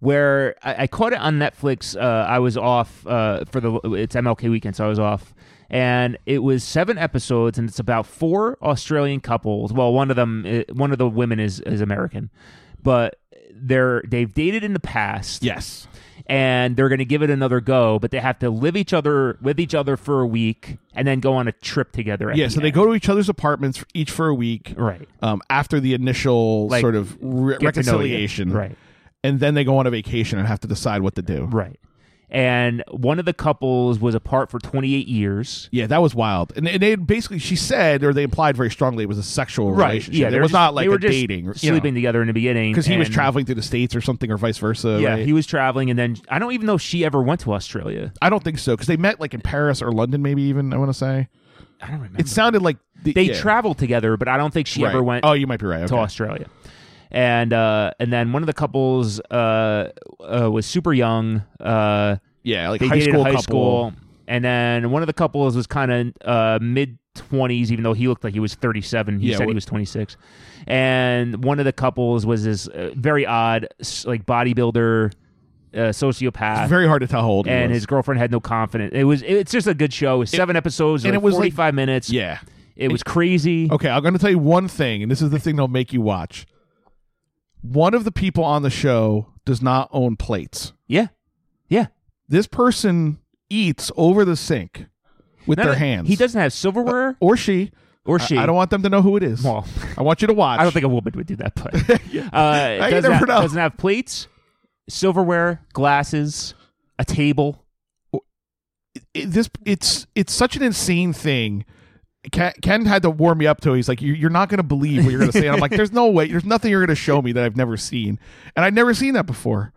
[SPEAKER 1] where I, I caught it on Netflix. Uh, I was off uh, for the, it's MLK weekend, so I was off. And it was seven episodes, and it's about four Australian couples. Well, one of them, uh, one of the women is, is American, but they're they've dated in the past
[SPEAKER 2] yes.
[SPEAKER 1] and they're going to give it another go, but they have to live each other with each other for a week and then go on a trip together. At
[SPEAKER 2] Yeah,
[SPEAKER 1] the
[SPEAKER 2] so they
[SPEAKER 1] end.
[SPEAKER 2] go to each other's apartments each for a week.
[SPEAKER 1] right
[SPEAKER 2] Um, after the initial
[SPEAKER 1] Like,
[SPEAKER 2] sort of re-
[SPEAKER 1] Get to know you.
[SPEAKER 2] reconciliation,
[SPEAKER 1] Right,
[SPEAKER 2] and then they go on a vacation and have to decide what to do.
[SPEAKER 1] right. And one of the couples was apart for 28 years.
[SPEAKER 2] Yeah, that was wild. And, and they had basically, she said, or they implied very strongly, it was a sexual relationship.
[SPEAKER 1] Yeah,
[SPEAKER 2] it
[SPEAKER 1] they were
[SPEAKER 2] was
[SPEAKER 1] just-
[SPEAKER 2] not like
[SPEAKER 1] they were
[SPEAKER 2] a
[SPEAKER 1] just
[SPEAKER 2] dating,
[SPEAKER 1] sleeping together in the beginning
[SPEAKER 2] because he was
[SPEAKER 1] and-
[SPEAKER 2] traveling to the states or something, or vice versa.
[SPEAKER 1] Yeah,
[SPEAKER 2] right?
[SPEAKER 1] he was traveling, and then I don't even know if she ever went to Australia.
[SPEAKER 2] I don't think so because they met like in Paris or London, maybe even. I want to say
[SPEAKER 1] I don't remember.
[SPEAKER 2] it sounded like the,
[SPEAKER 1] they
[SPEAKER 2] yeah,
[SPEAKER 1] traveled together, but I don't think she
[SPEAKER 2] right.
[SPEAKER 1] ever went
[SPEAKER 2] Oh, you might be right.
[SPEAKER 1] to
[SPEAKER 2] okay.
[SPEAKER 1] Australia. And uh, and then one of the couples uh, uh, was super young. Uh,
[SPEAKER 2] Yeah, like
[SPEAKER 1] they
[SPEAKER 2] high
[SPEAKER 1] dated
[SPEAKER 2] school
[SPEAKER 1] high
[SPEAKER 2] couple.
[SPEAKER 1] school, and then one of the couples was kind of uh, mid twenties, even though he looked like he was thirty seven. He
[SPEAKER 2] Yeah,
[SPEAKER 1] said
[SPEAKER 2] what-
[SPEAKER 1] he was twenty six, and one of the couples was this uh, very odd, s- like bodybuilder, uh, sociopath.
[SPEAKER 2] Very hard to tell how old he
[SPEAKER 1] and
[SPEAKER 2] was.
[SPEAKER 1] his girlfriend had no confidence. It was. It's just a good show. It was seven episodes,
[SPEAKER 2] and
[SPEAKER 1] like
[SPEAKER 2] it was, like-
[SPEAKER 1] forty five minutes.
[SPEAKER 2] yeah. Oh,
[SPEAKER 1] it was crazy.
[SPEAKER 2] Okay, I'm going to tell you one thing, and this is the thing that'll make you watch. One of the people on the show does not own plates.
[SPEAKER 1] Yeah, yeah.
[SPEAKER 2] This person eats over the sink with
[SPEAKER 1] None
[SPEAKER 2] their
[SPEAKER 1] of-
[SPEAKER 2] hands.
[SPEAKER 1] He doesn't have silverware
[SPEAKER 2] or she.
[SPEAKER 1] or
[SPEAKER 2] I-
[SPEAKER 1] she.
[SPEAKER 2] I, don't want them to know who it is.
[SPEAKER 1] Well,
[SPEAKER 2] I want you to watch.
[SPEAKER 1] I don't think a woman would do that,
[SPEAKER 2] *laughs*
[SPEAKER 1] but uh,
[SPEAKER 2] you
[SPEAKER 1] doesn't,
[SPEAKER 2] never
[SPEAKER 1] have,
[SPEAKER 2] know.
[SPEAKER 1] doesn't have plates, silverware, glasses, a table.
[SPEAKER 2] It- this it's it's such an insane thing. Ken, Ken had to warm me up to. it. He's like, "You- "You're not going to believe what you're going to say." And I'm like, "There's no way. There's nothing you're going to show me that I've never seen, and I've never seen that before."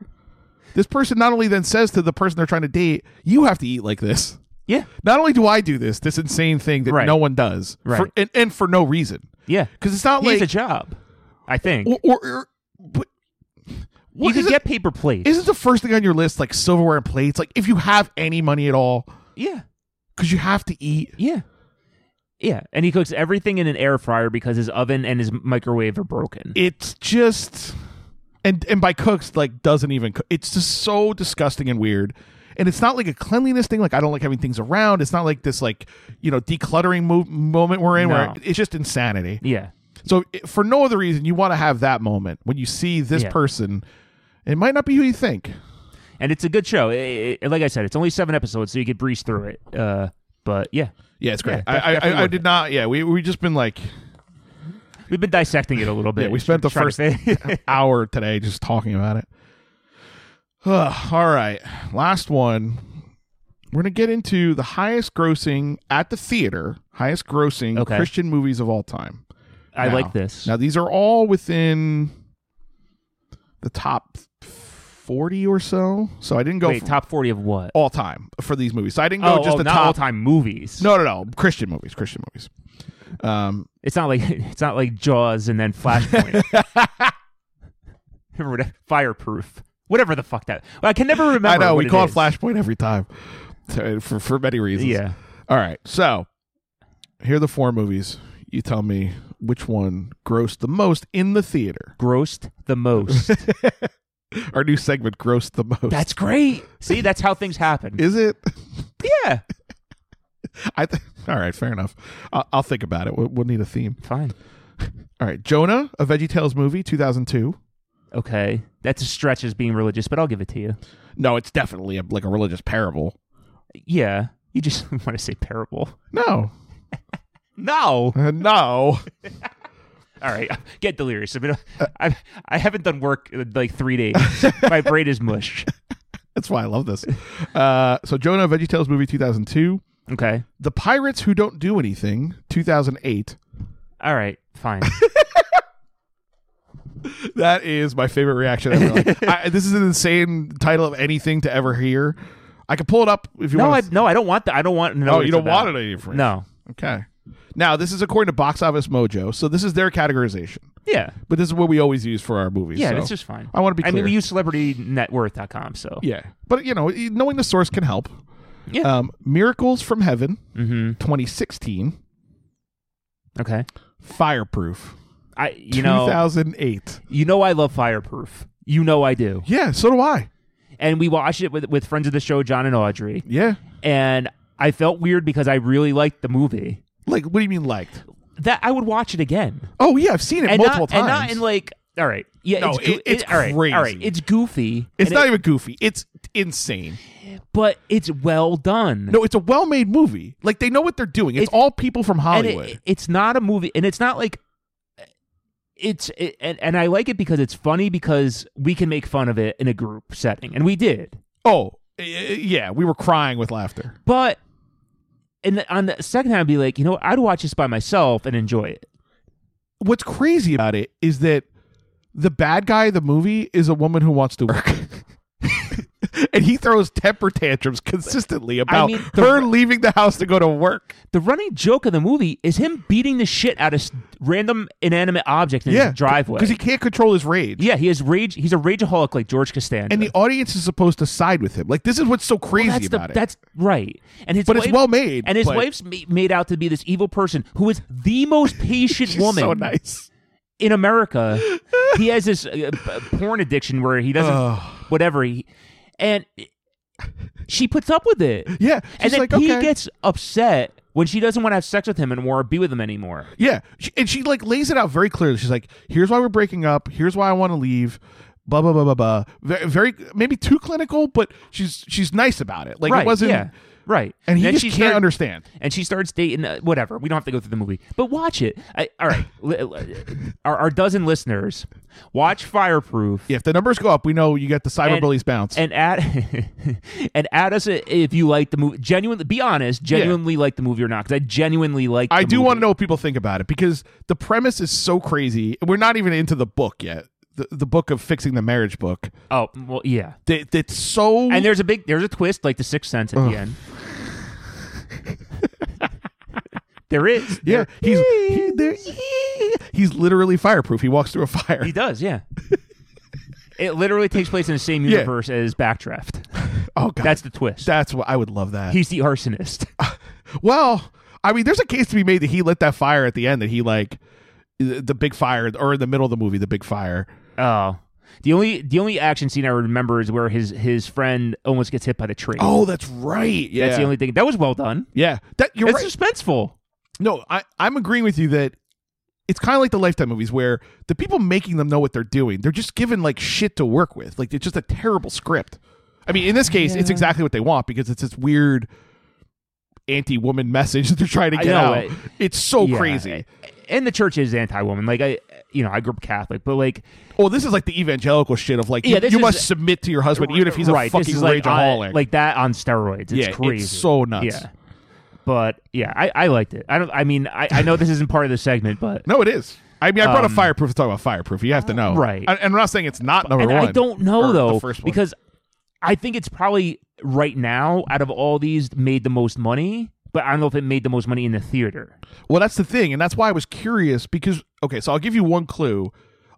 [SPEAKER 2] This person not only then says to the person they're trying to date, "You have to eat like this."
[SPEAKER 1] Yeah,
[SPEAKER 2] Not only do I do this, this insane thing that
[SPEAKER 1] Right.
[SPEAKER 2] no one does, for,
[SPEAKER 1] Right.
[SPEAKER 2] and, and for no reason,
[SPEAKER 1] yeah.
[SPEAKER 2] because it's not
[SPEAKER 1] He has a
[SPEAKER 2] like
[SPEAKER 1] job, I think.
[SPEAKER 2] or, or, or but,
[SPEAKER 1] you
[SPEAKER 2] what
[SPEAKER 1] could
[SPEAKER 2] is it-
[SPEAKER 1] get paper plates.
[SPEAKER 2] isn't the first thing on your list like silverware and plates? Like if you have any money at all,
[SPEAKER 1] yeah,
[SPEAKER 2] because you have to eat.
[SPEAKER 1] yeah, yeah. And he cooks everything in an air fryer because his oven and his microwave are broken.
[SPEAKER 2] It's just and and by cooks like doesn't even. Cook. It's just so disgusting and weird. And it's not like a cleanliness thing. Like I don't like having things around. It's not like this like you know decluttering mo- moment we're in where
[SPEAKER 1] No.
[SPEAKER 2] it's just insanity.
[SPEAKER 1] yeah,
[SPEAKER 2] So i- for no other reason, you want to have that moment when you see this
[SPEAKER 1] Yeah.
[SPEAKER 2] person. It might not be who you think.
[SPEAKER 1] and it's a good show. It- it- like I said, it's only seven episodes, so you could breeze through it. Uh, but yeah,
[SPEAKER 2] Yeah, it's
[SPEAKER 1] great.
[SPEAKER 2] I, I,
[SPEAKER 1] Definitely
[SPEAKER 2] I, I
[SPEAKER 1] worth
[SPEAKER 2] did not. Yeah, we we just been like
[SPEAKER 1] we've been dissecting it a little bit.
[SPEAKER 2] Yeah, we spent the
[SPEAKER 1] Trying to
[SPEAKER 2] first
[SPEAKER 1] fi-
[SPEAKER 2] hour today just talking about it. Ugh, all right, last one. We're gonna get into the highest grossing at the theater, highest grossing
[SPEAKER 1] Okay.
[SPEAKER 2] Christian movies of all time.
[SPEAKER 1] *laughs* I
[SPEAKER 2] Now-
[SPEAKER 1] like this.
[SPEAKER 2] Now these are all within the top forty or so. So I didn't go
[SPEAKER 1] Wait,
[SPEAKER 2] for
[SPEAKER 1] top forty of what?
[SPEAKER 2] all time for these movies. So I didn't go
[SPEAKER 1] oh,
[SPEAKER 2] just
[SPEAKER 1] oh,
[SPEAKER 2] the
[SPEAKER 1] not
[SPEAKER 2] top.
[SPEAKER 1] all time movies.
[SPEAKER 2] No, no, no, Christian movies, Christian movies. Um,
[SPEAKER 1] It's not like *laughs* it's not like Jaws and then
[SPEAKER 2] *laughs*
[SPEAKER 1] Flashpoint. *laughs* Remember that- Fireproof. Whatever the fuck that. I can never remember.
[SPEAKER 2] I know
[SPEAKER 1] what
[SPEAKER 2] we call it
[SPEAKER 1] is.
[SPEAKER 2] *laughs* Flashpoint every time So, for for many reasons.
[SPEAKER 1] Yeah.
[SPEAKER 2] All right. So here are the four movies. You tell me which one grossed the most in the theater.
[SPEAKER 1] Grossed the
[SPEAKER 2] *laughs*
[SPEAKER 1] most.
[SPEAKER 2] Our new segment grossed the most.
[SPEAKER 1] that's great. See, that's how things happen.
[SPEAKER 2] Is it?
[SPEAKER 1] *laughs* yeah.
[SPEAKER 2] *laughs* I th- all right, fair enough. I'll, I'll think about it. We'll, we'll need a theme.
[SPEAKER 1] Fine.
[SPEAKER 2] All right, Jonah, a VeggieTales movie, two thousand two.
[SPEAKER 1] Okay. That's a stretch as being religious, but I'll give it to you.
[SPEAKER 2] No, it's definitely a, like a religious parable.
[SPEAKER 1] Yeah. You just *laughs* want to say parable.
[SPEAKER 2] No,
[SPEAKER 1] No.
[SPEAKER 2] Uh, no. *laughs*
[SPEAKER 1] All right. *laughs* Get delirious. I mean,
[SPEAKER 2] Uh,
[SPEAKER 1] I, I haven't done work in like three days. My brain is
[SPEAKER 2] *laughs*
[SPEAKER 1] mush.
[SPEAKER 2] That's why I love this. Uh, so Jonah, a VeggieTales movie, two thousand two.
[SPEAKER 1] Okay.
[SPEAKER 2] The Pirates Who Don't Do Anything, two thousand eight.
[SPEAKER 1] All right. Fine.
[SPEAKER 2] That is my favorite reaction ever.
[SPEAKER 1] *laughs*
[SPEAKER 2] Like, I, this is an insane title of anything to ever hear. I can pull it up if you
[SPEAKER 1] No, I,
[SPEAKER 2] want.
[SPEAKER 1] no, I don't want that. I don't want. No,
[SPEAKER 2] oh, you don't want it any information.
[SPEAKER 1] No.
[SPEAKER 2] Okay. Now this is according to Box Office Mojo, so this is their categorization.
[SPEAKER 1] Yeah.
[SPEAKER 2] But this is what we always use for our movies.
[SPEAKER 1] Yeah.
[SPEAKER 2] so.
[SPEAKER 1] It's just fine.
[SPEAKER 2] I want to be
[SPEAKER 1] I
[SPEAKER 2] clear.
[SPEAKER 1] mean, we use celebritynetworth.com. So
[SPEAKER 2] yeah, but you know, knowing the source can help.
[SPEAKER 1] Yeah.
[SPEAKER 2] Um, Miracles from Heaven,
[SPEAKER 1] hmm
[SPEAKER 2] 2016.
[SPEAKER 1] Okay.
[SPEAKER 2] Fireproof,
[SPEAKER 1] I. You know.
[SPEAKER 2] 2008.
[SPEAKER 1] You know. I love fireproof. You know I do.
[SPEAKER 2] Yeah, so do I.
[SPEAKER 1] And we watched it with with friends of the show, John and Audrey.
[SPEAKER 2] Yeah.
[SPEAKER 1] And I felt weird because I really liked the movie.
[SPEAKER 2] Like, what do you mean liked?
[SPEAKER 1] That I would watch it again.
[SPEAKER 2] Oh yeah, I've seen it
[SPEAKER 1] and
[SPEAKER 2] multiple
[SPEAKER 1] not,
[SPEAKER 2] times.
[SPEAKER 1] And not in like, all right, yeah,
[SPEAKER 2] No,
[SPEAKER 1] it's, goo-
[SPEAKER 2] it- it's
[SPEAKER 1] all right, All right,
[SPEAKER 2] crazy.
[SPEAKER 1] it's goofy.
[SPEAKER 2] it's
[SPEAKER 1] and
[SPEAKER 2] not
[SPEAKER 1] it-
[SPEAKER 2] even goofy. It's insane.
[SPEAKER 1] but it's well done.
[SPEAKER 2] No, it's a well-made movie. Like they know what they're doing. It's
[SPEAKER 1] It-
[SPEAKER 2] all people from
[SPEAKER 1] and
[SPEAKER 2] Hollywood.
[SPEAKER 1] it, it's not a movie, and it's not like it's it, and, and I like it because it's funny because we can make fun of it in a group setting, and we did.
[SPEAKER 2] oh, y- y- yeah, we were crying with laughter.
[SPEAKER 1] But and the- on the second time, I'd be like, you know, what? I'd watch this by myself and enjoy it.
[SPEAKER 2] what's crazy about it is that the bad guy of the movie is a woman who wants to work. *laughs* and he throws temper tantrums consistently about
[SPEAKER 1] mean, the-
[SPEAKER 2] her leaving the house to go to work.
[SPEAKER 1] The running joke of the movie is him beating the shit out of s- random inanimate objects in his driveway.
[SPEAKER 2] Because he can't control his rage.
[SPEAKER 1] yeah, he is rage. He's a rageaholic like George Costanza.
[SPEAKER 2] And the audience is supposed to side with him. Like, this is what's so crazy
[SPEAKER 1] that's
[SPEAKER 2] about it.
[SPEAKER 1] That's right. And his
[SPEAKER 2] But it's
[SPEAKER 1] wife,
[SPEAKER 2] well made,
[SPEAKER 1] And his
[SPEAKER 2] but-
[SPEAKER 1] wife's ma- made out to be this evil person who is the
[SPEAKER 2] *laughs*
[SPEAKER 1] most patient
[SPEAKER 2] She's
[SPEAKER 1] woman
[SPEAKER 2] so nice.
[SPEAKER 1] in America. he has this uh, p- porn addiction where he doesn't whatever he and she puts up with it.
[SPEAKER 2] Yeah.
[SPEAKER 1] and
[SPEAKER 2] She's
[SPEAKER 1] then
[SPEAKER 2] like,
[SPEAKER 1] he
[SPEAKER 2] okay.
[SPEAKER 1] gets upset when she doesn't want to have sex with him anymore or be with him anymore.
[SPEAKER 2] Yeah, she, and she like lays it out very clearly. She's like, "Here's why we're breaking up. Here's why I want to leave." Blah blah blah blah blah. Very, very maybe too clinical, but she's she's nice about it. Like
[SPEAKER 1] right.
[SPEAKER 2] it wasn't.
[SPEAKER 1] yeah. Right.
[SPEAKER 2] And he
[SPEAKER 1] then
[SPEAKER 2] just
[SPEAKER 1] she
[SPEAKER 2] can't
[SPEAKER 1] started-
[SPEAKER 2] understand.
[SPEAKER 1] and she starts dating uh, whatever we don't have to go through the movie but watch it I, all right li- li- our, our dozen listeners watch fireproof
[SPEAKER 2] Yeah, if the numbers go up, we know you get the cyberbullies bounce.
[SPEAKER 1] and add *laughs* and add us i- if you like the movie genuinely be honest genuinely like the movie or not because i genuinely like
[SPEAKER 2] I
[SPEAKER 1] the
[SPEAKER 2] do
[SPEAKER 1] movie.
[SPEAKER 2] want to know what people think about it because the premise is so crazy. We're not even into the book yet. The, the book of fixing the marriage book.
[SPEAKER 1] oh well yeah
[SPEAKER 2] That, that's so.
[SPEAKER 1] and there's a big there's a twist like the sixth sense at the end *laughs* there is
[SPEAKER 2] yeah,
[SPEAKER 1] There-
[SPEAKER 2] he's he, there, he's literally fireproof. He walks through a fire.
[SPEAKER 1] he does yeah it literally takes place in the same universe as backdraft
[SPEAKER 2] *laughs* oh god,
[SPEAKER 1] that's the twist
[SPEAKER 2] that's what I would love that.
[SPEAKER 1] he's the arsonist
[SPEAKER 2] Well, I mean, there's a case to be made that he lit that fire at the end that he like the the big fire or in the middle of the movie the big fire.
[SPEAKER 1] Oh. The only the only action scene I remember is where his his friend almost gets hit by the tree.
[SPEAKER 2] Oh, that's right. Yeah,
[SPEAKER 1] That's the only thing. That was well done.
[SPEAKER 2] yeah. That you're
[SPEAKER 1] It's
[SPEAKER 2] right.
[SPEAKER 1] suspenseful.
[SPEAKER 2] No, I I'm agreeing with you that it's kind of like the Lifetime movies where the people making them know what they're doing. They're just given like shit to work with. Like it's just a terrible script. I mean, in this case, it's exactly what they want because it's this weird anti-woman message *laughs* that they're trying to
[SPEAKER 1] I
[SPEAKER 2] get
[SPEAKER 1] know,
[SPEAKER 2] out.
[SPEAKER 1] it-
[SPEAKER 2] it's so
[SPEAKER 1] Yeah.
[SPEAKER 2] Oh, crazy.
[SPEAKER 1] And the church is anti woman. Like I you know, I grew up Catholic, but like
[SPEAKER 2] Well, this is like the evangelical shit of like
[SPEAKER 1] Yeah,
[SPEAKER 2] you,
[SPEAKER 1] this
[SPEAKER 2] you
[SPEAKER 1] is-
[SPEAKER 2] must submit to your husband even if he's a
[SPEAKER 1] right, this
[SPEAKER 2] fucking
[SPEAKER 1] is like, on-
[SPEAKER 2] rageaholic.
[SPEAKER 1] like that on steroids. It's
[SPEAKER 2] yeah,
[SPEAKER 1] crazy.
[SPEAKER 2] it's so nuts.
[SPEAKER 1] Yeah. But yeah, I, I liked it. I don't I mean I, I know this isn't part of the segment, but
[SPEAKER 2] *laughs* No, it is. I mean, I brought up fireproof to talk about fireproof. You have to know,
[SPEAKER 1] Um, Right.
[SPEAKER 2] And, and we're not saying it's not number
[SPEAKER 1] and
[SPEAKER 2] one.
[SPEAKER 1] I don't know
[SPEAKER 2] or the
[SPEAKER 1] though
[SPEAKER 2] first one.
[SPEAKER 1] because I think it's probably right now out of all these made the most money, but I don't know if it made the most money in the theater.
[SPEAKER 2] Well, that's the thing, and that's why I was curious because okay, so I'll give you one clue.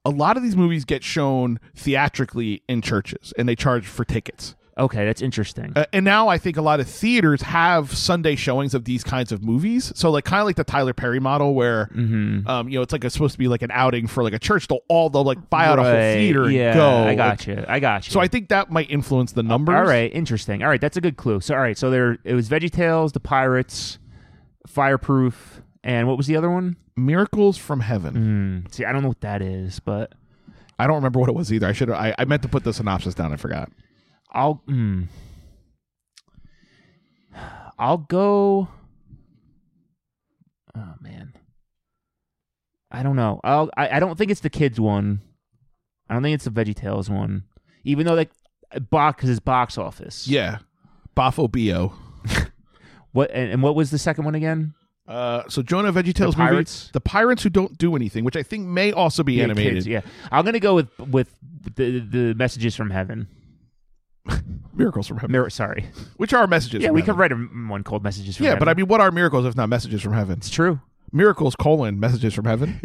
[SPEAKER 2] A lot of these movies get shown theatrically in churches, and they charge for tickets.
[SPEAKER 1] Okay, that's interesting.
[SPEAKER 2] Uh, and now I think a lot of theaters have Sunday showings of these kinds of movies. So like kind of like the Tyler Perry model, where um, you know it's like it's supposed to be like an outing for like a church. They'll all they'll like buy out a whole
[SPEAKER 1] Right,
[SPEAKER 2] theater
[SPEAKER 1] yeah,
[SPEAKER 2] and go.
[SPEAKER 1] I got
[SPEAKER 2] Like,
[SPEAKER 1] you. I got you.
[SPEAKER 2] So I think that might influence the numbers.
[SPEAKER 1] All right, interesting. All right, that's a good clue. So all right, so there it was Veggie Tales, the Pirates, Fireproof, and what was the other one?
[SPEAKER 2] Miracles from Heaven.
[SPEAKER 1] Hmm, see, I don't know what that is, but
[SPEAKER 2] I don't remember what it was either. I should I, I meant to put the synopsis down. I forgot.
[SPEAKER 1] I'll hmm. I'll go. Oh man, I don't know. I'll, I I don't think it's the kids one. I don't think it's the Veggie Tales one, even though like box because it's box office.
[SPEAKER 2] Yeah, Bafo Bio.
[SPEAKER 1] What and, and what was the second one again?
[SPEAKER 2] Uh, so Jonah VeggieTales movie,
[SPEAKER 1] Pirates?
[SPEAKER 2] the pirates who don't do anything, which I think may also be
[SPEAKER 1] Yeah,
[SPEAKER 2] animated.
[SPEAKER 1] kids, yeah, I'm gonna go with with the the messages from heaven.
[SPEAKER 2] Miracles from Heaven,
[SPEAKER 1] Mir- sorry.
[SPEAKER 2] which are messages.
[SPEAKER 1] Yeah,
[SPEAKER 2] from
[SPEAKER 1] we
[SPEAKER 2] heaven.
[SPEAKER 1] could write a, one called messages from
[SPEAKER 2] Yeah,
[SPEAKER 1] heaven.
[SPEAKER 2] but I mean, what are miracles if not messages from heaven?
[SPEAKER 1] it's true.
[SPEAKER 2] Miracles colon messages
[SPEAKER 1] *laughs*
[SPEAKER 2] from heaven.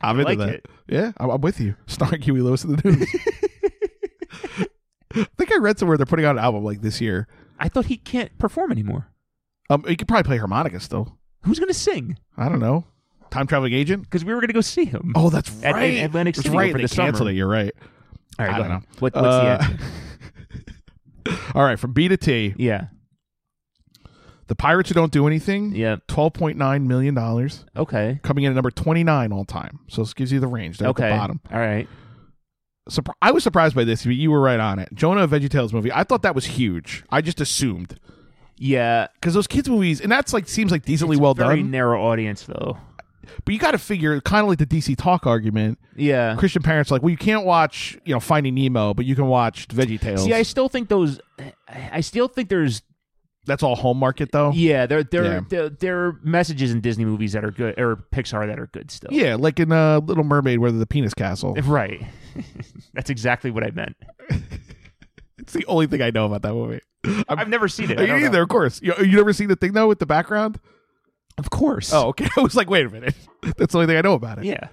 [SPEAKER 2] I'm into
[SPEAKER 1] like
[SPEAKER 2] that.
[SPEAKER 1] it.
[SPEAKER 2] Yeah, I'm, I'm with you. Starring Huey Lewis in
[SPEAKER 1] *laughs*
[SPEAKER 2] the news. I think I read somewhere they're putting out an album like this year.
[SPEAKER 1] I thought he can't perform anymore.
[SPEAKER 2] Um, you could probably play harmonica still.
[SPEAKER 1] Who's gonna sing?
[SPEAKER 2] I don't know. Time traveling agent.
[SPEAKER 1] Because we were gonna go see him.
[SPEAKER 2] Oh, that's
[SPEAKER 1] At-
[SPEAKER 2] right.
[SPEAKER 1] at Atlantic
[SPEAKER 2] that's
[SPEAKER 1] Studio
[SPEAKER 2] right.
[SPEAKER 1] for
[SPEAKER 2] they
[SPEAKER 1] the summer.
[SPEAKER 2] canceled it. You're right.
[SPEAKER 1] All right,
[SPEAKER 2] I
[SPEAKER 1] go
[SPEAKER 2] don't
[SPEAKER 1] ahead.
[SPEAKER 2] know.
[SPEAKER 1] What, what's
[SPEAKER 2] Uh,
[SPEAKER 1] the answer?
[SPEAKER 2] *laughs* All right, from B to T,
[SPEAKER 1] Yeah,
[SPEAKER 2] the pirates who don't do anything.
[SPEAKER 1] yeah.
[SPEAKER 2] Twelve point nine million dollars,
[SPEAKER 1] Okay,
[SPEAKER 2] coming in at number twenty nine all time. So this gives you the range. They're
[SPEAKER 1] okay.
[SPEAKER 2] at the bottom.
[SPEAKER 1] All right.
[SPEAKER 2] Surpri- I was surprised by this, but you were right on it. Jonah VeggieTales movie. I thought that was huge. I just assumed
[SPEAKER 1] Yeah,
[SPEAKER 2] because those kids movies, and that's like seems like decently well
[SPEAKER 1] very
[SPEAKER 2] done.
[SPEAKER 1] narrow audience though.
[SPEAKER 2] But you got to figure, kind of like the DC Talk argument.
[SPEAKER 1] Yeah.
[SPEAKER 2] Christian parents are like, well, you can't watch, you know, Finding Nemo, but you can watch VeggieTales.
[SPEAKER 1] See, I still think those. I still think there's
[SPEAKER 2] that's all home market though.
[SPEAKER 1] yeah there there
[SPEAKER 2] Oh. Yeah.
[SPEAKER 1] There, there are messages in Disney movies that are good or Pixar that are good still.
[SPEAKER 2] Yeah, like in uh, Little Mermaid, where they're the penis castle.
[SPEAKER 1] *laughs* Right. That's exactly what I meant.
[SPEAKER 2] It's the only thing I know about that movie. I'm,
[SPEAKER 1] I've never seen it. I
[SPEAKER 2] you
[SPEAKER 1] don't know.
[SPEAKER 2] either, of course. You, you never seen the thing though with the background?
[SPEAKER 1] Of course.
[SPEAKER 2] Oh, okay. *laughs* I was like, wait a minute. That's the only thing I know about it.
[SPEAKER 1] yeah.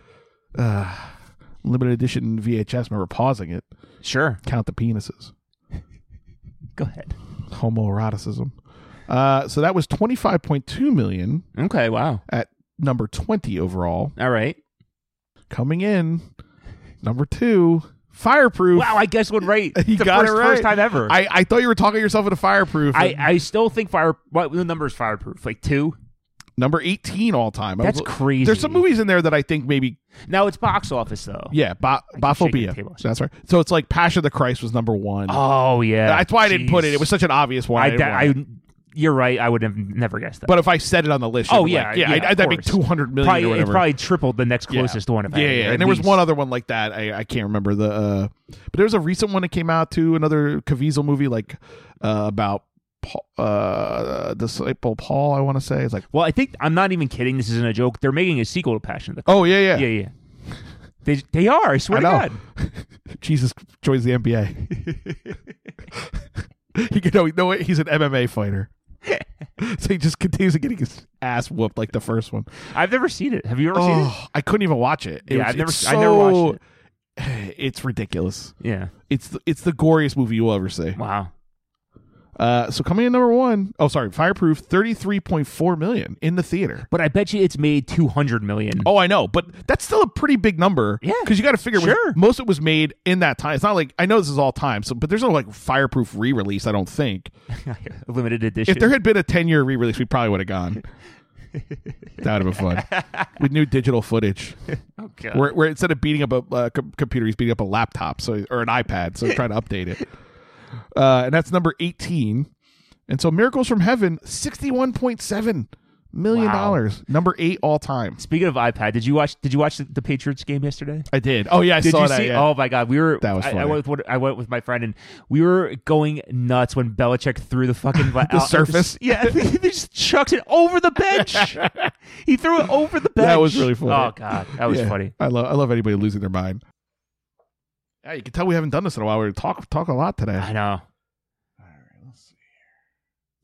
[SPEAKER 2] Limited edition VHS. Remember pausing it.
[SPEAKER 1] Sure.
[SPEAKER 2] Count the penises.
[SPEAKER 1] Go ahead.
[SPEAKER 2] Homoeroticism. Uh, so that was twenty five point two million
[SPEAKER 1] Okay. Wow.
[SPEAKER 2] at number twenty overall.
[SPEAKER 1] All right.
[SPEAKER 2] Coming in number two, fireproof.
[SPEAKER 1] Wow. I guess one right.
[SPEAKER 2] *laughs* You
[SPEAKER 1] the
[SPEAKER 2] got
[SPEAKER 1] first,
[SPEAKER 2] it right.
[SPEAKER 1] first time ever.
[SPEAKER 2] I, I thought you were talking yourself into fireproof.
[SPEAKER 1] I, I still think fire. What the number is fireproof? Like two.
[SPEAKER 2] number eighteen all time. I
[SPEAKER 1] That's
[SPEAKER 2] was-
[SPEAKER 1] crazy.
[SPEAKER 2] There's some movies in there that I think maybe
[SPEAKER 1] Now it's box office though.
[SPEAKER 2] yeah, ba-
[SPEAKER 1] shaking the
[SPEAKER 2] Baphobia.
[SPEAKER 1] table.
[SPEAKER 2] That's right. So it's like Passion of the Christ was number one.
[SPEAKER 1] Oh yeah.
[SPEAKER 2] That's why I didn't put it. It was such an obvious one. I
[SPEAKER 1] I,
[SPEAKER 2] didn't
[SPEAKER 1] that,
[SPEAKER 2] want it.
[SPEAKER 1] I. You're right. I would have never guessed that.
[SPEAKER 2] but if I said it on the list,
[SPEAKER 1] Oh,
[SPEAKER 2] you'd be
[SPEAKER 1] yeah,
[SPEAKER 2] like,
[SPEAKER 1] yeah,
[SPEAKER 2] yeah, I- I,
[SPEAKER 1] of
[SPEAKER 2] that'd be
[SPEAKER 1] course.
[SPEAKER 2] two hundred million
[SPEAKER 1] probably,
[SPEAKER 2] or
[SPEAKER 1] it
[SPEAKER 2] whatever.
[SPEAKER 1] probably tripled the next
[SPEAKER 2] Yeah.
[SPEAKER 1] closest one. If
[SPEAKER 2] yeah, yeah,
[SPEAKER 1] any, or at
[SPEAKER 2] and there was
[SPEAKER 1] least.
[SPEAKER 2] one other one like that. I, I can't remember the, uh, but there was a recent one that came out too. Another Caviezel movie like uh, about Paul, uh, disciple Paul. I want to say it's like,
[SPEAKER 1] Well, I think I'm not even kidding. This isn't a joke. They're making a sequel to Passion of the.
[SPEAKER 2] oh yeah, yeah,
[SPEAKER 1] Yeah, yeah. They they are. I swear
[SPEAKER 2] I
[SPEAKER 1] to
[SPEAKER 2] know.
[SPEAKER 1] God.
[SPEAKER 2] Jesus joins the NBA. *laughs* he can, no, you know what? He's an MMA fighter. *laughs* so he just continues getting his ass whooped like the first one.
[SPEAKER 1] I've never seen it. Have you ever seen it?
[SPEAKER 2] Oh, I couldn't even watch it.
[SPEAKER 1] Yeah,
[SPEAKER 2] It was-
[SPEAKER 1] I've never-
[SPEAKER 2] it's
[SPEAKER 1] I never watched
[SPEAKER 2] so- *sighs* It's ridiculous.
[SPEAKER 1] Yeah.
[SPEAKER 2] It's the, it's the goriest movie you'll ever see.
[SPEAKER 1] Wow.
[SPEAKER 2] Uh, so coming in number one, oh sorry, Fireproof, thirty three point four million in the theater.
[SPEAKER 1] But I bet you it's made 200 million.
[SPEAKER 2] Oh, I know, but that's still a pretty big number.
[SPEAKER 1] Yeah.
[SPEAKER 2] because you got to figure it was-
[SPEAKER 1] Sure.
[SPEAKER 2] most of it was made in that time. It's not like I know this is all time, so but there's no like Fireproof re release. I don't think.
[SPEAKER 1] *laughs* Limited edition.
[SPEAKER 2] Oh. If there had been a 10 year re release, we probably would have
[SPEAKER 1] *laughs*
[SPEAKER 2] gone. that would have been fun. With new digital footage,
[SPEAKER 1] oh, God.
[SPEAKER 2] where, where instead of beating up a uh, com- computer, he's beating up a laptop so or an iPad. So he's trying to
[SPEAKER 1] *laughs*
[SPEAKER 2] update it. Uh, and that's number 18. And so Miracles from Heaven, $61.7 million.
[SPEAKER 1] Wow.
[SPEAKER 2] Number eight all time.
[SPEAKER 1] Speaking of iPad, did you watch? Did you watch the, the Patriots game yesterday?
[SPEAKER 2] I did. Oh, yeah, I
[SPEAKER 1] Did
[SPEAKER 2] saw
[SPEAKER 1] you
[SPEAKER 2] that.
[SPEAKER 1] see?
[SPEAKER 2] yeah.
[SPEAKER 1] Oh my God, we were.
[SPEAKER 2] That was
[SPEAKER 1] I- I,
[SPEAKER 2] funny.
[SPEAKER 1] went with one- I went with my friend, and we were going nuts when Belichick threw the
[SPEAKER 2] *laughs*
[SPEAKER 1] fucking the
[SPEAKER 2] surface?
[SPEAKER 1] *laughs* yeah, he just chucks it over the
[SPEAKER 2] *laughs*
[SPEAKER 1] bench. he threw it over the bench.
[SPEAKER 2] That was really funny.
[SPEAKER 1] Oh God, that was
[SPEAKER 2] Yeah.
[SPEAKER 1] funny.
[SPEAKER 2] I love I love anybody losing their mind. Yeah, you can tell we haven't done this in a while. We talk talk a lot today.
[SPEAKER 1] I know.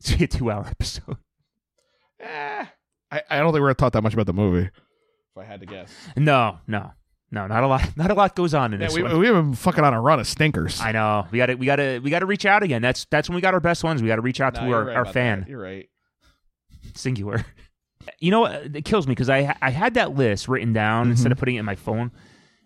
[SPEAKER 1] It's gonna be a two-hour episode.
[SPEAKER 2] Eh, I, I don't think we're gonna talk that much about the movie. If I had to guess,
[SPEAKER 1] No, no, No, not a lot. *laughs* Not a lot goes on in
[SPEAKER 2] Yeah,
[SPEAKER 1] this
[SPEAKER 2] we,
[SPEAKER 1] one.
[SPEAKER 2] we have been fucking on a run of stinkers.
[SPEAKER 1] I know. We got to we got to we got to reach out again. That's that's when we got our best ones. We got to reach out
[SPEAKER 2] Nah,
[SPEAKER 1] to
[SPEAKER 2] you're
[SPEAKER 1] our,
[SPEAKER 2] right
[SPEAKER 1] our
[SPEAKER 2] about
[SPEAKER 1] fan.
[SPEAKER 2] that. You're right.
[SPEAKER 1] *laughs* singular. You know, what? it kills me because I I had that list written
[SPEAKER 2] Mm-hmm.
[SPEAKER 1] down instead of putting it in my phone.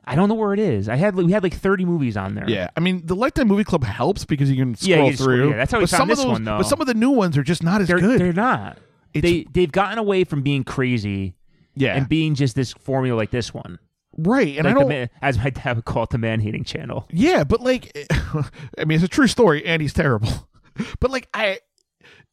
[SPEAKER 1] I don't know where it is. I had we had like thirty movies on there.
[SPEAKER 2] Yeah, I mean the Lifetime Movie Club helps because you can
[SPEAKER 1] Yeah,
[SPEAKER 2] scroll
[SPEAKER 1] you just-
[SPEAKER 2] through.
[SPEAKER 1] yeah, that's how we
[SPEAKER 2] but
[SPEAKER 1] found
[SPEAKER 2] some
[SPEAKER 1] this
[SPEAKER 2] of those,
[SPEAKER 1] one, though.
[SPEAKER 2] But some of the new ones are just not as
[SPEAKER 1] they're
[SPEAKER 2] good.
[SPEAKER 1] they're not.
[SPEAKER 2] It's-
[SPEAKER 1] they they've gotten away from being crazy
[SPEAKER 2] yeah,
[SPEAKER 1] and being just this formula like this one,
[SPEAKER 2] right. And
[SPEAKER 1] like
[SPEAKER 2] I
[SPEAKER 1] the
[SPEAKER 2] don't.
[SPEAKER 1] man, as my dad would call it, the man hating channel.
[SPEAKER 2] Yeah, but like, *laughs* I mean, it's a true story, and he's terrible. *laughs* But like, I,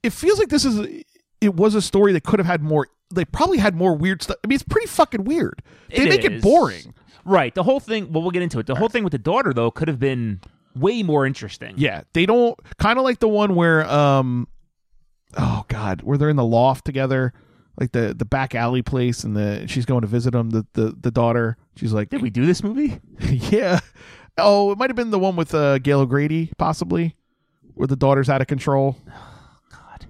[SPEAKER 2] it feels like this is. It was a story that could have had more. They probably had more weird stuff. I mean, it's pretty fucking weird. They
[SPEAKER 1] It
[SPEAKER 2] make it
[SPEAKER 1] is.
[SPEAKER 2] boring.
[SPEAKER 1] right? The whole thing. Well, we'll get into it. The whole thing with the daughter though could have been way more interesting.
[SPEAKER 2] Yeah, they don't. Kind of like the one where, um, oh god, where they're in the loft together, like the the back alley place, and the she's going to visit him. The the the daughter. She's like,
[SPEAKER 1] Did we do this movie?
[SPEAKER 2] *laughs* yeah. Oh, it might have been the one with uh, Gail O'Grady, possibly, where the daughter's out of control.
[SPEAKER 1] God.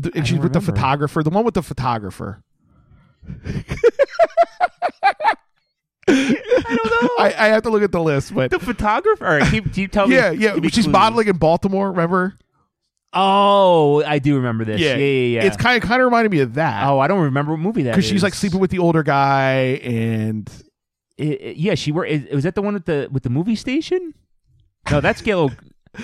[SPEAKER 2] Th- and she's with
[SPEAKER 1] remember.
[SPEAKER 2] the photographer, the one with the photographer.
[SPEAKER 1] I don't know.
[SPEAKER 2] *laughs* I, I have to look at the list, but
[SPEAKER 1] the photographer. All right, keep, keep telling
[SPEAKER 2] *laughs* yeah,
[SPEAKER 1] me.
[SPEAKER 2] yeah,
[SPEAKER 1] give me
[SPEAKER 2] she's
[SPEAKER 1] clues.
[SPEAKER 2] modeling in Baltimore. Remember?
[SPEAKER 1] Oh, I do remember this. Yeah, yeah, yeah.
[SPEAKER 2] It's kind of kind of reminded me of that
[SPEAKER 1] oh, I don't remember what movie that.
[SPEAKER 2] because she's like
[SPEAKER 1] is.
[SPEAKER 2] sleeping with the older guy, and
[SPEAKER 1] It- it- yeah, she were. Is, was that the one with the with the movie station? No, that's Gail.
[SPEAKER 2] *laughs*
[SPEAKER 1] O-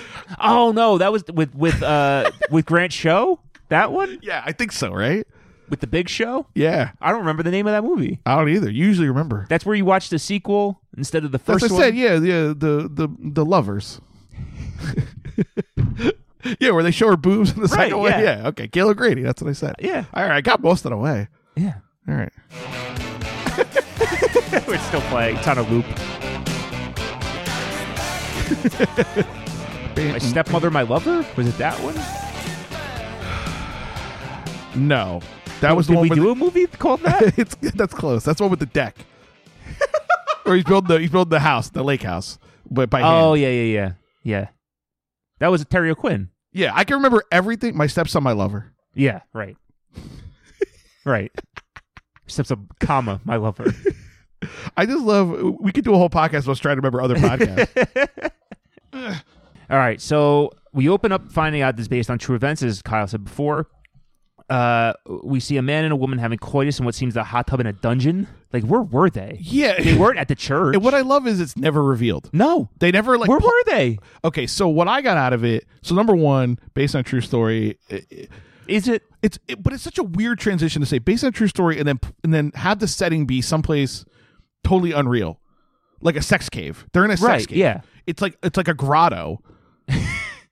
[SPEAKER 1] oh no, that was with with uh with Grant Show. That one
[SPEAKER 2] yeah, I think so, right?
[SPEAKER 1] with the Big Show.
[SPEAKER 2] Yeah,
[SPEAKER 1] I don't remember the name of that movie.
[SPEAKER 2] I don't either. Usually remember.
[SPEAKER 1] That's where you watch the sequel instead of the
[SPEAKER 2] That's
[SPEAKER 1] first
[SPEAKER 2] what I
[SPEAKER 1] one.
[SPEAKER 2] said. Yeah, yeah, the the the lovers. *laughs* yeah, where they show her boobs in the
[SPEAKER 1] Right,
[SPEAKER 2] second one.
[SPEAKER 1] yeah.
[SPEAKER 2] Yeah, okay, Gail O'Grady. That's what I said.
[SPEAKER 1] Yeah.
[SPEAKER 2] all right, I got most of the way.
[SPEAKER 1] yeah.
[SPEAKER 2] All right.
[SPEAKER 1] We're still playing. It's on a loop. My stepmother, my lover. Was it that one?
[SPEAKER 2] No, that was the
[SPEAKER 1] Did
[SPEAKER 2] one
[SPEAKER 1] we
[SPEAKER 2] with
[SPEAKER 1] do a movie called
[SPEAKER 2] *laughs*
[SPEAKER 1] that?
[SPEAKER 2] it's that's close. That's the one with the deck. *laughs* or he's building the he's building the house, the lake house, but by
[SPEAKER 1] oh
[SPEAKER 2] hand.
[SPEAKER 1] yeah, yeah, yeah, yeah. That was Terry O'Quinn.
[SPEAKER 2] Yeah, I can remember everything. My stepson, my lover.
[SPEAKER 1] Yeah, right. *laughs* right. Steps up, comma, my lover.
[SPEAKER 2] I just love. We could do a whole podcast of us trying to remember other podcasts.
[SPEAKER 1] *laughs* *laughs* All right, so we open up finding out this is based on true events, as Kyle said before. Uh, we see a man and a woman having coitus in what seems a hot tub in a dungeon. Like, where were they? They
[SPEAKER 2] yeah,
[SPEAKER 1] weren't at the church.
[SPEAKER 2] and what I love is it's never revealed.
[SPEAKER 1] no,
[SPEAKER 2] They never like.
[SPEAKER 1] where were they?
[SPEAKER 2] okay, so what I got out of it. So number one, based on a true story, i- i-
[SPEAKER 1] Is it?
[SPEAKER 2] it's it, but it's such a weird transition to say based on a true story, and then and then have the setting be someplace totally unreal, like a sex cave. They're in a sex
[SPEAKER 1] Right,
[SPEAKER 2] cave.
[SPEAKER 1] yeah.
[SPEAKER 2] it's like it's like
[SPEAKER 1] *laughs*
[SPEAKER 2] a grotto,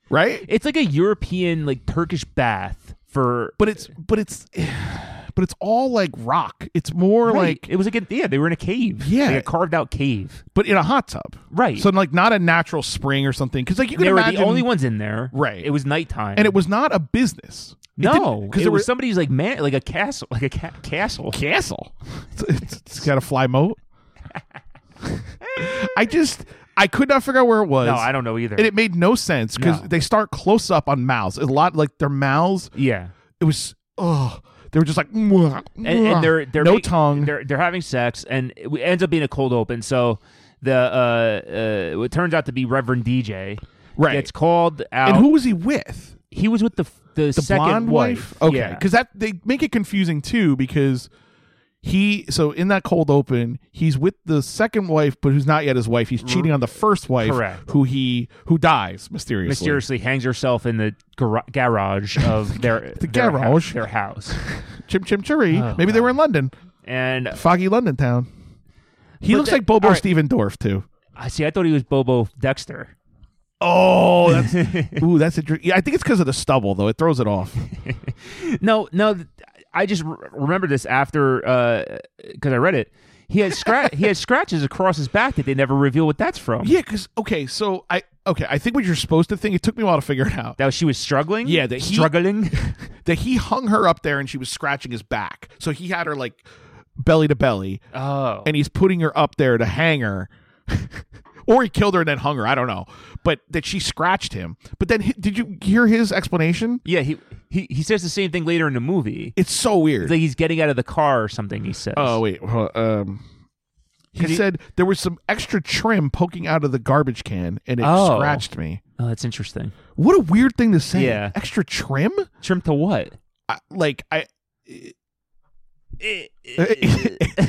[SPEAKER 2] right?
[SPEAKER 1] It's like a European, like Turkish bath for.
[SPEAKER 2] But it's but it's *sighs* but it's all like rock. It's more like
[SPEAKER 1] it was like a, yeah, they were in a cave.
[SPEAKER 2] Yeah.
[SPEAKER 1] like a carved out cave.
[SPEAKER 2] but in a hot tub,
[SPEAKER 1] Right.
[SPEAKER 2] So like not a natural spring or something, because like you can
[SPEAKER 1] they
[SPEAKER 2] imagine,
[SPEAKER 1] were the only ones in there.
[SPEAKER 2] Right.
[SPEAKER 1] It was nighttime.
[SPEAKER 2] and it was not a business.
[SPEAKER 1] no,
[SPEAKER 2] because
[SPEAKER 1] because
[SPEAKER 2] there
[SPEAKER 1] it was
[SPEAKER 2] was
[SPEAKER 1] somebody's like man, like a castle, like a ca- castle.
[SPEAKER 2] castle. It's, it's- it's got a
[SPEAKER 1] *laughs*
[SPEAKER 2] fly moat. I just I could not figure out where it was.
[SPEAKER 1] No, I don't know either.
[SPEAKER 2] and it made no sense because
[SPEAKER 1] No.
[SPEAKER 2] they start close up on mouths. A lot like their mouths.
[SPEAKER 1] yeah,
[SPEAKER 2] It was oh, they were just like mwah,
[SPEAKER 1] and,
[SPEAKER 2] mwah.
[SPEAKER 1] and they're they're
[SPEAKER 2] no
[SPEAKER 1] make-
[SPEAKER 2] tongue.
[SPEAKER 1] They're they're having sex, and it w- ends up being a cold open. So the uh, uh it turns out to be Reverend DJ.
[SPEAKER 2] Right.
[SPEAKER 1] Gets called out.
[SPEAKER 2] And who was he with?
[SPEAKER 1] he was with the f- the,
[SPEAKER 2] The
[SPEAKER 1] second
[SPEAKER 2] blonde
[SPEAKER 1] wife.
[SPEAKER 2] Okay,
[SPEAKER 1] Yeah.
[SPEAKER 2] because that they make it confusing too because. He so in that cold open, he's with the second wife, but who's not yet his wife. He's cheating on the first wife,
[SPEAKER 1] Mm-hmm. Correct.
[SPEAKER 2] who he who dies mysteriously.
[SPEAKER 1] mysteriously hangs herself in the gar- garage
[SPEAKER 2] *laughs*
[SPEAKER 1] of their the
[SPEAKER 2] garage.
[SPEAKER 1] their house,
[SPEAKER 2] Chim Chim Cherry.
[SPEAKER 1] Oh,
[SPEAKER 2] Maybe they were in London,
[SPEAKER 1] and
[SPEAKER 2] foggy London town. He
[SPEAKER 1] But
[SPEAKER 2] looks
[SPEAKER 1] that-
[SPEAKER 2] like Bobo
[SPEAKER 1] all right.
[SPEAKER 2] Steven Dorff too.
[SPEAKER 1] I uh, see. I thought he was Bobo Dexter.
[SPEAKER 2] Oh, that's *laughs* ooh, that's interesting. Yeah, I think it's because of the stubble though; it throws it off.
[SPEAKER 1] No, no. th- I just re- remember this after because I read it. He has scratch. he has scratches across his back that they never reveal what that's from.
[SPEAKER 2] *laughs* yeah, because okay, so I okay, I think what you're supposed to think. It took me a while to figure it out
[SPEAKER 1] That was- she was struggling.
[SPEAKER 2] Yeah, that he- *laughs*
[SPEAKER 1] struggling.
[SPEAKER 2] that he hung her up there and she was scratching his back, so he had her like belly to belly,
[SPEAKER 1] oh,
[SPEAKER 2] and he's putting her up there to hang her. *laughs* Or he killed her and then hung her. I don't know, but that she scratched him. But then, hi- did you hear his explanation?
[SPEAKER 1] yeah. He, he he says the same thing later in the movie.
[SPEAKER 2] It's so weird.
[SPEAKER 1] It's like he's getting out of the car or something. He says,
[SPEAKER 2] Oh wait, well, Oh, um, He
[SPEAKER 1] he-
[SPEAKER 2] said there was some extra trim poking out of the garbage can, and it
[SPEAKER 1] Oh.
[SPEAKER 2] scratched me.
[SPEAKER 1] Oh, that's interesting.
[SPEAKER 2] What a weird thing to say.
[SPEAKER 1] Yeah.
[SPEAKER 2] Extra trim?
[SPEAKER 1] Trim to
[SPEAKER 2] *laughs*
[SPEAKER 1] what?
[SPEAKER 2] I, like I. *laughs*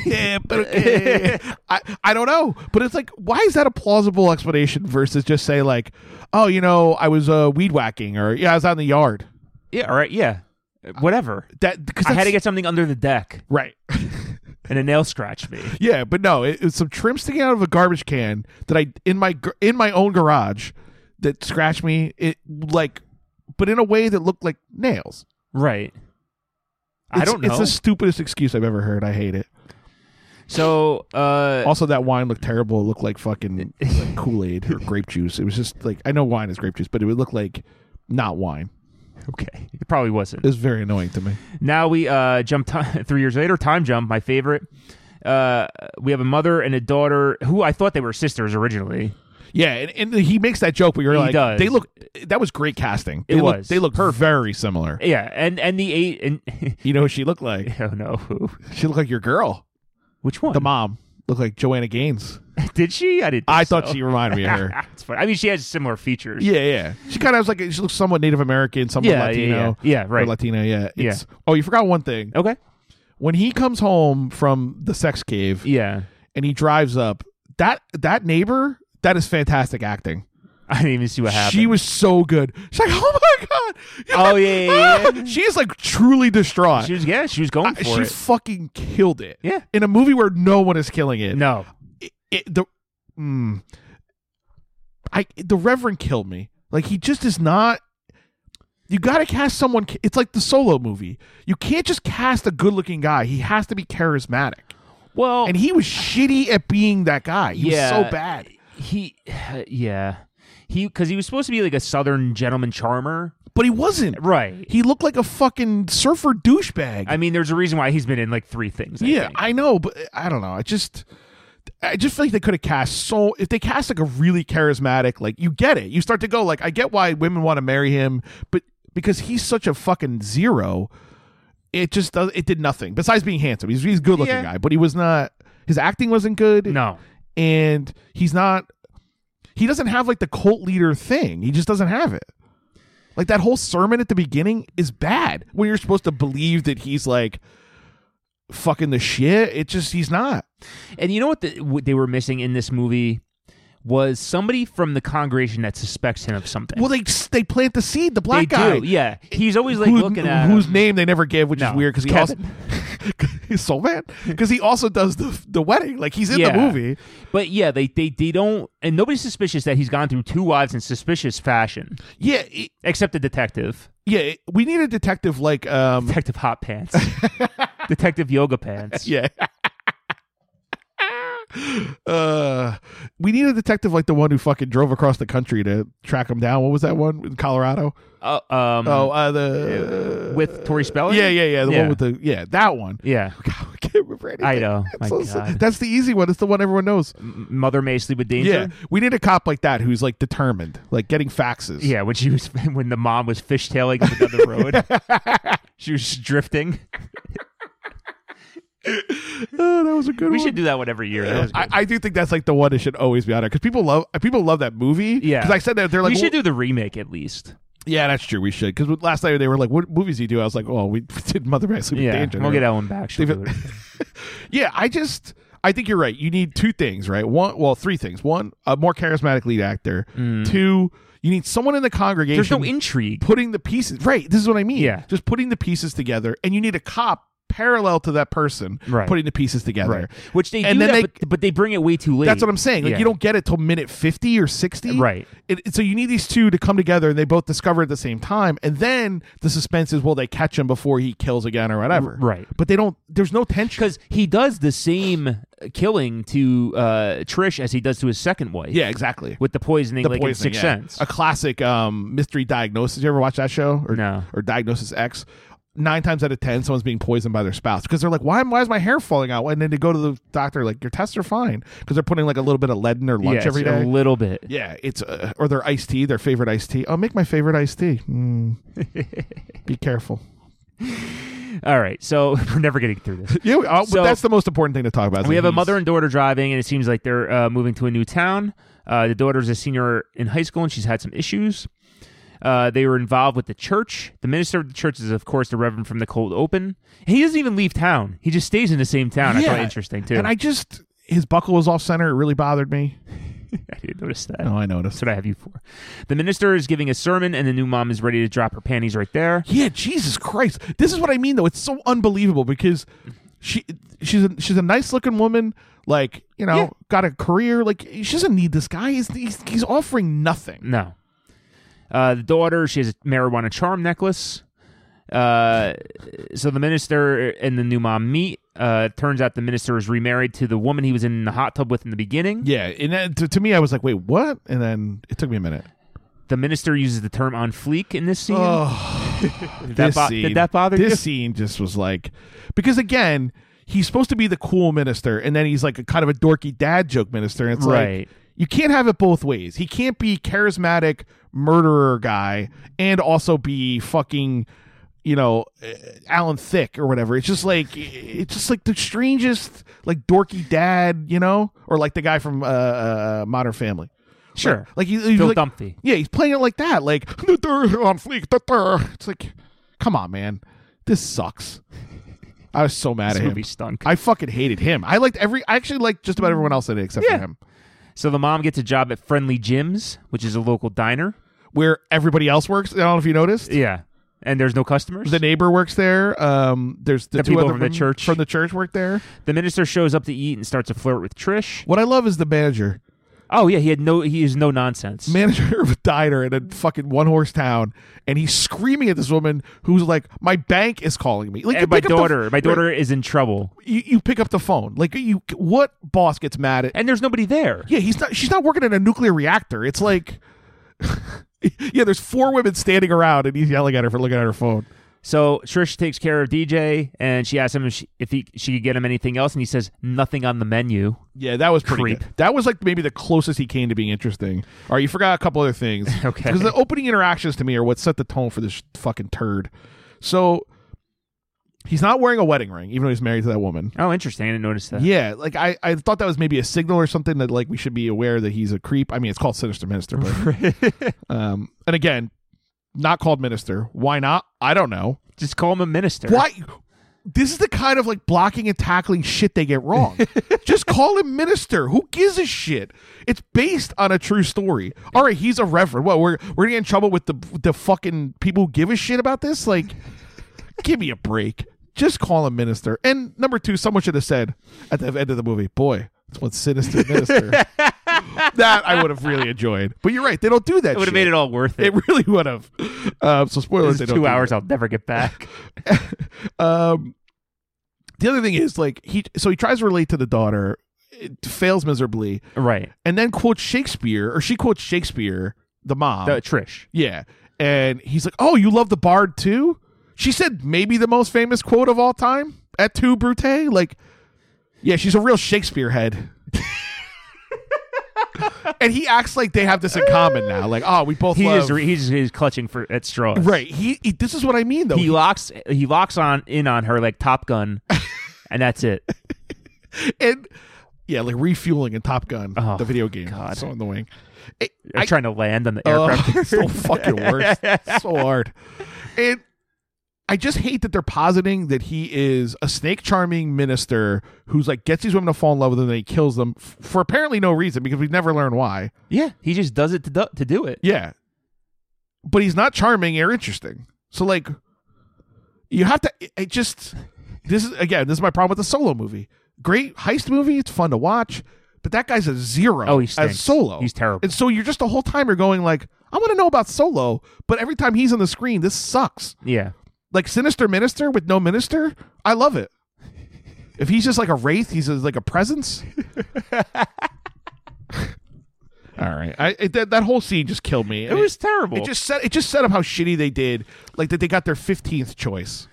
[SPEAKER 2] Yeah, but
[SPEAKER 1] *laughs*
[SPEAKER 2] okay.
[SPEAKER 1] yeah,
[SPEAKER 2] I, I don't know, but it's like, why is that a plausible explanation versus just say like, oh, you know, I was uh, weed whacking or yeah, I was out in the yard.
[SPEAKER 1] all right, yeah. Whatever.
[SPEAKER 2] That because
[SPEAKER 1] I had to get something under the deck,
[SPEAKER 2] right. *laughs*
[SPEAKER 1] and a nail scratched me.
[SPEAKER 2] yeah, but no, it, it's some trim sticking out of a garbage can that I in my gar- in my own garage that scratched me. It like, but in a way that looked like nails.
[SPEAKER 1] Right. I
[SPEAKER 2] It's-
[SPEAKER 1] don't know.
[SPEAKER 2] It's the stupidest excuse I've ever heard. I hate it.
[SPEAKER 1] so,
[SPEAKER 2] *laughs*
[SPEAKER 1] uh,
[SPEAKER 2] Also, that wine looked terrible. It looked
[SPEAKER 1] *laughs*
[SPEAKER 2] like fucking like Kool Aid or grape juice. It was just like I know wine is grape juice, but it would look like not wine.
[SPEAKER 1] okay, it probably wasn't.
[SPEAKER 2] It was very annoying to me.
[SPEAKER 1] Now we uh, jump ti *laughs* three years later. Time jump, my favorite. Uh, we have a mother and a daughter who I thought they were sisters originally.
[SPEAKER 2] Yeah, and, and he makes that joke, but you're
[SPEAKER 1] He
[SPEAKER 2] like,
[SPEAKER 1] does.
[SPEAKER 2] they look. That was great casting. They
[SPEAKER 1] It
[SPEAKER 2] look,
[SPEAKER 1] was.
[SPEAKER 2] They look very similar.
[SPEAKER 1] Yeah, and and the eight and *laughs*
[SPEAKER 2] You know who she looked like?
[SPEAKER 1] oh no, *laughs*
[SPEAKER 2] She looked like your girl.
[SPEAKER 1] which one?
[SPEAKER 2] The mom looked like Joanna Gaines.
[SPEAKER 1] *laughs* Did she? I didn't. Think
[SPEAKER 2] I thought
[SPEAKER 1] so.
[SPEAKER 2] she reminded me of
[SPEAKER 1] *laughs*
[SPEAKER 2] her.
[SPEAKER 1] It's funny. I mean, she has similar features.
[SPEAKER 2] yeah, yeah. She kind of was like she looks somewhat Native American, somewhat
[SPEAKER 1] yeah, yeah,
[SPEAKER 2] Latino.
[SPEAKER 1] yeah, yeah,
[SPEAKER 2] or
[SPEAKER 1] right.
[SPEAKER 2] Latina, yeah. It's, Oh, you forgot one thing.
[SPEAKER 1] okay.
[SPEAKER 2] When he comes home from the sex cave,
[SPEAKER 1] Yeah,
[SPEAKER 2] and he drives up. That that neighbor, that is fantastic acting.
[SPEAKER 1] I didn't even see what happened.
[SPEAKER 2] She was so good. She's like, oh my god.
[SPEAKER 1] *laughs* Oh, yeah, yeah, yeah.
[SPEAKER 2] *laughs* she is like truly distraught.
[SPEAKER 1] she was yeah, she was going for
[SPEAKER 2] She
[SPEAKER 1] it.
[SPEAKER 2] fucking killed it.
[SPEAKER 1] Yeah.
[SPEAKER 2] In a movie where no one is killing it.
[SPEAKER 1] no,
[SPEAKER 2] It, it- the mm, I the Reverend killed me. Like he just is not you got to cast someone ca- it's like the solo movie. You can't just cast a good-looking guy. He has to be charismatic.
[SPEAKER 1] well,
[SPEAKER 2] And he was shitty at being that guy. He
[SPEAKER 1] Oh. yeah,
[SPEAKER 2] was so bad.
[SPEAKER 1] He, *sighs* yeah, he because he was supposed to be like a southern gentleman charmer,
[SPEAKER 2] But he wasn't.
[SPEAKER 1] right?
[SPEAKER 2] He looked like a fucking surfer douchebag.
[SPEAKER 1] I mean, there's a reason why he's been in like three things. I
[SPEAKER 2] yeah,
[SPEAKER 1] think.
[SPEAKER 2] I know, but uh, I don't know. I just, I just feel like they could have cast so. If they cast like a really charismatic, like you get it, you start to go like, I get why women want to marry him, but because he's such a fucking zero, it just does. It did nothing besides being handsome. He's he's a good looking
[SPEAKER 1] Yeah.
[SPEAKER 2] guy, but he was not. His acting wasn't good.
[SPEAKER 1] no,
[SPEAKER 2] and he's not. He doesn't have like the cult leader thing. He just doesn't have it. Like that whole sermon at the beginning is bad. When you're supposed to believe that he's like fucking the shit, it just he's not.
[SPEAKER 1] and you know what, the, what they were missing in this movie was somebody from the congregation that suspects him of something.
[SPEAKER 2] Well, they they plant the seed. The
[SPEAKER 1] they
[SPEAKER 2] black guy,
[SPEAKER 1] do, yeah. He's always like
[SPEAKER 2] who-
[SPEAKER 1] looking at
[SPEAKER 2] whose
[SPEAKER 1] him.
[SPEAKER 2] name they never give, which
[SPEAKER 1] No,
[SPEAKER 2] is weird because he
[SPEAKER 1] Kevin.
[SPEAKER 2] *laughs* also he's so mad because he also does the the wedding. Like he's in
[SPEAKER 1] Yeah.
[SPEAKER 2] the movie.
[SPEAKER 1] But yeah, they, they they don't, and nobody's suspicious that he's gone through two wives in suspicious fashion,
[SPEAKER 2] Yeah, it-
[SPEAKER 1] except the detective,
[SPEAKER 2] yeah. it- we need a detective like um
[SPEAKER 1] detective hot pants,
[SPEAKER 2] *laughs*
[SPEAKER 1] detective yoga pants.
[SPEAKER 2] Yeah. uh, we need a detective like the one who fucking drove across the country to track him down. What was that one in Colorado?
[SPEAKER 1] Uh, um,
[SPEAKER 2] oh, uh, the
[SPEAKER 1] with Tori Spelling.
[SPEAKER 2] yeah, yeah, yeah, the
[SPEAKER 1] Yeah.
[SPEAKER 2] one with the yeah, that one. *laughs*
[SPEAKER 1] yeah.
[SPEAKER 2] God, I can't remember anything.
[SPEAKER 1] I know.
[SPEAKER 2] It's
[SPEAKER 1] My
[SPEAKER 2] so sad.
[SPEAKER 1] God.
[SPEAKER 2] That's the easy one. It's the one everyone knows.
[SPEAKER 1] M- Mother may sleep with danger.
[SPEAKER 2] Yeah, we need a cop like that who's like determined, like getting faxes. *laughs*
[SPEAKER 1] Yeah, when she was *laughs* when the mom was fishtailing up another road,
[SPEAKER 2] *laughs*
[SPEAKER 1] she was just drifting.
[SPEAKER 2] oh, that was a good
[SPEAKER 1] We
[SPEAKER 2] one.
[SPEAKER 1] should do that one every year. That was good.
[SPEAKER 2] I, I do think that's like the one that should always be on there because people love people love that movie.
[SPEAKER 1] Yeah.
[SPEAKER 2] because I said that they're like
[SPEAKER 1] we
[SPEAKER 2] "Well,
[SPEAKER 1] should do the remake at least.
[SPEAKER 2] Yeah, that's true. We should because last night they were like, "What movies do you do?" I was like, "Oh, we *laughs* did Mother May Sleep with
[SPEAKER 1] Yeah,
[SPEAKER 2] Danger."
[SPEAKER 1] we'll get that one back. She'll
[SPEAKER 2] Leave
[SPEAKER 1] do it.
[SPEAKER 2] Yeah, I just I think you're right. You need two things, right? One, well, three things. One, a more charismatic lead actor. Two, you need someone in the congregation
[SPEAKER 1] Mm. There's no intrigue.
[SPEAKER 2] putting the pieces. Right, this is what I mean.
[SPEAKER 1] Yeah.
[SPEAKER 2] just putting the pieces together, and you need a cop parallel to that person
[SPEAKER 1] Right.
[SPEAKER 2] putting the pieces together.
[SPEAKER 1] Right. Which they do
[SPEAKER 2] And
[SPEAKER 1] that,
[SPEAKER 2] then they-
[SPEAKER 1] but, but they bring it way too late.
[SPEAKER 2] That's what I'm saying. Like
[SPEAKER 1] Yeah.
[SPEAKER 2] you don't get it till minute 50 or 60.
[SPEAKER 1] Right.
[SPEAKER 2] It, it- so you need these two to come together and they both discover at the same time and then the suspense is will they catch him before he kills again or whatever.
[SPEAKER 1] Right.
[SPEAKER 2] But they don't there's no tension.
[SPEAKER 1] because he does the same killing to uh, Trish as he does to his second wife.
[SPEAKER 2] Yeah, exactly.
[SPEAKER 1] with the poisoning, like in
[SPEAKER 2] poisoning,
[SPEAKER 1] Sixth
[SPEAKER 2] yeah.
[SPEAKER 1] Sense.
[SPEAKER 2] A classic um, mystery diagnosis. You ever watch that show? Or,
[SPEAKER 1] No.
[SPEAKER 2] Or Diagnosis X. Nine times out of ten, someone's being poisoned by their spouse because they're like, "Why? Why is my hair falling out?" And then they go to the doctor, like, "Your tests are fine," because they're putting like a little bit of lead in their lunch
[SPEAKER 1] yeah,
[SPEAKER 2] every
[SPEAKER 1] it's
[SPEAKER 2] day.
[SPEAKER 1] a little bit.
[SPEAKER 2] Yeah, it's uh, or their iced tea, their Hmm. *laughs* favorite iced tea. Oh, make my favorite iced tea. Mm. Be careful.
[SPEAKER 1] All right, so *laughs* we're never getting through this.
[SPEAKER 2] Yeah, we- uh, but
[SPEAKER 1] So-
[SPEAKER 2] that's the most important thing to talk about. is
[SPEAKER 1] We have
[SPEAKER 2] that
[SPEAKER 1] a
[SPEAKER 2] he's-
[SPEAKER 1] mother and daughter driving, and it seems like they're uh, moving to a new town. Uh, the daughter's a senior in high school, and she's had some issues. Uh, they were involved with the church. The minister of the church is, of course, the Reverend from the Cold Open. And he doesn't even leave town. He just stays in the same town. I
[SPEAKER 2] Yeah.
[SPEAKER 1] thought interesting too.
[SPEAKER 2] and I just his buckle was off center. It really bothered me.
[SPEAKER 1] *laughs* I didn't notice that.
[SPEAKER 2] No, Oh, I noticed.
[SPEAKER 1] That's what I have you for. The minister is giving a sermon, and the new mom is ready to drop her panties right there.
[SPEAKER 2] Yeah, Jesus Christ. This is what I mean though. It's so unbelievable because she she's a, she's a nice looking woman. Like you know,
[SPEAKER 1] Yeah.
[SPEAKER 2] got a career. Like she doesn't need this guy. He's he's, he's offering nothing.
[SPEAKER 1] No. Uh, the daughter, she has a marijuana charm necklace. Uh, so the minister and the new mom meet. Uh, turns out the minister is remarried to the woman he was in the hot tub with in the beginning.
[SPEAKER 2] Yeah, and then, to, to me, I was like, wait, what? And then it took me a minute.
[SPEAKER 1] The minister uses the term on fleek in this scene. did, that
[SPEAKER 2] Oh, this
[SPEAKER 1] bo-
[SPEAKER 2] scene,
[SPEAKER 1] did that bother
[SPEAKER 2] this
[SPEAKER 1] you?
[SPEAKER 2] scene just was like because again he's supposed to be the cool minister and then he's like a kind of a dorky dad joke minister and it's
[SPEAKER 1] Right.
[SPEAKER 2] like you can't have it both ways he can't be charismatic murderer guy and also be fucking you know uh, alan Thicke or whatever it's just like it's just like the strangest like dorky dad you know or like the guy from uh, uh modern family
[SPEAKER 1] *laughs* Sure.
[SPEAKER 2] *laughs* like he, he's
[SPEAKER 1] Phil
[SPEAKER 2] like,
[SPEAKER 1] Dunphy.
[SPEAKER 2] yeah, he's playing it like that, like on fleek. da-da." It's like, come on, man, this sucks. I was so mad
[SPEAKER 1] This
[SPEAKER 2] at him.
[SPEAKER 1] movie stunk.
[SPEAKER 2] I fucking hated him. I liked every. I actually liked just about everyone else in it except
[SPEAKER 1] Yeah.
[SPEAKER 2] for him.
[SPEAKER 1] So the mom gets a job at Friendly Jim's, which is a local diner.
[SPEAKER 2] Where everybody else works. I don't know if you noticed.
[SPEAKER 1] Yeah. And there's no customers.
[SPEAKER 2] The neighbor works there. Um, there's the,
[SPEAKER 1] The
[SPEAKER 2] two
[SPEAKER 1] people
[SPEAKER 2] other
[SPEAKER 1] from the
[SPEAKER 2] women
[SPEAKER 1] church.
[SPEAKER 2] from the church work there.
[SPEAKER 1] the minister shows up to eat and starts to flirt with Trish.
[SPEAKER 2] What I love is the manager.
[SPEAKER 1] Oh yeah, he had no. He is no nonsense.
[SPEAKER 2] manager of a diner in a fucking one horse town, and he's screaming at this woman who's like, "My bank is calling me." Like you
[SPEAKER 1] and my
[SPEAKER 2] pick up the-
[SPEAKER 1] daughter, my daughter is in trouble,
[SPEAKER 2] You, you pick up the phone. Like you, what boss gets mad at?
[SPEAKER 1] and there's nobody there.
[SPEAKER 2] Yeah, he's not. She's not working in a nuclear reactor. It's like, *laughs* yeah, there's four women standing around, and he's yelling at her for looking at her phone.
[SPEAKER 1] So Trish takes care of DJ, and she asks him if, she, if he she could get him anything else, and he says nothing on the menu.
[SPEAKER 2] Yeah, that was pretty
[SPEAKER 1] Creep.
[SPEAKER 2] good. That was like maybe the closest he came to being interesting. All right, you forgot a couple other *laughs* things.
[SPEAKER 1] Okay.
[SPEAKER 2] Because the opening interactions to me are what set the tone for this sh- fucking turd. So he's not wearing a wedding ring, even though he's married to that woman.
[SPEAKER 1] Oh, interesting. I didn't notice that.
[SPEAKER 2] Yeah, like I, I thought that was maybe a signal or something that like we should be aware that he's a creep. I mean, it's called Sinister Minister, but um, and again, not called Minister. Why not? I don't know.
[SPEAKER 1] Just call him a minister.
[SPEAKER 2] Why? This is the kind of like blocking and tackling shit they
[SPEAKER 1] *laughs*
[SPEAKER 2] get wrong. Just call him minister. Who gives a shit? It's based on a true story. All right, he's a reverend. What we're we're gonna get in trouble with the the fucking people who give a shit about this? Like, *laughs* give me a break. Just call him minister. And number two, someone should have said at the end of the movie, "Boy, that's one sinister
[SPEAKER 1] *laughs*
[SPEAKER 2] minister." that I would have really enjoyed. But you're right; they don't do that.
[SPEAKER 1] It would have made it all worth it.
[SPEAKER 2] It really would have. Um, so spoilers.
[SPEAKER 1] This
[SPEAKER 2] They
[SPEAKER 1] is
[SPEAKER 2] don't do
[SPEAKER 1] two
[SPEAKER 2] that
[SPEAKER 1] hours. I'll never get *laughs* back.
[SPEAKER 2] um the other thing is like he so he tries to relate to the daughter it fails miserably
[SPEAKER 1] right.
[SPEAKER 2] and then quotes shakespeare or she quotes shakespeare the mom
[SPEAKER 1] The- Trish.
[SPEAKER 2] yeah and he's like oh you love the bard too she said maybe the most famous quote of all time at two brute like yeah she's a real shakespeare head *laughs* and he acts like they have this in common now like oh we both
[SPEAKER 1] He
[SPEAKER 2] love
[SPEAKER 1] is. Re- he's, he's clutching for at straws.
[SPEAKER 2] right he, he this is what i mean though
[SPEAKER 1] He locks. He locks on in on her like Top *laughs* Gun, and that's it.
[SPEAKER 2] and yeah, like refueling in Top Gun,
[SPEAKER 1] Oh,
[SPEAKER 2] the video game.
[SPEAKER 1] God.
[SPEAKER 2] So annoying. It,
[SPEAKER 1] They're trying to land on Oh, the aircraft. *laughs*
[SPEAKER 2] uh, *laughs* so fucking worse. so hard. And I just hate that they're positing that he is a snake charming minister who's like gets these women to fall in love with him and then he kills them f- for apparently no reason because we never learn why.
[SPEAKER 1] yeah, he just does it to do, to do it.
[SPEAKER 2] Yeah. But he's not charming or interesting. So like you have to it- it just this is again, this is my problem with the solo movie. Great heist movie, it's fun to watch, but that guy's a zero
[SPEAKER 1] Oh, he
[SPEAKER 2] as
[SPEAKER 1] stinks.
[SPEAKER 2] solo.
[SPEAKER 1] He's terrible.
[SPEAKER 2] And so you're just the whole time you're going like, I want to know about solo, but every time he's on the screen, this sucks.
[SPEAKER 1] Yeah.
[SPEAKER 2] Like Sinister Minister with no minister, I love it. If he's just like a wraith, he's just like
[SPEAKER 1] *laughs*
[SPEAKER 2] a presence. All right, I it, that, that whole scene just killed me.
[SPEAKER 1] It was terrible.
[SPEAKER 2] It just set it just set up how shitty they did, like that they got their fifteenth choice.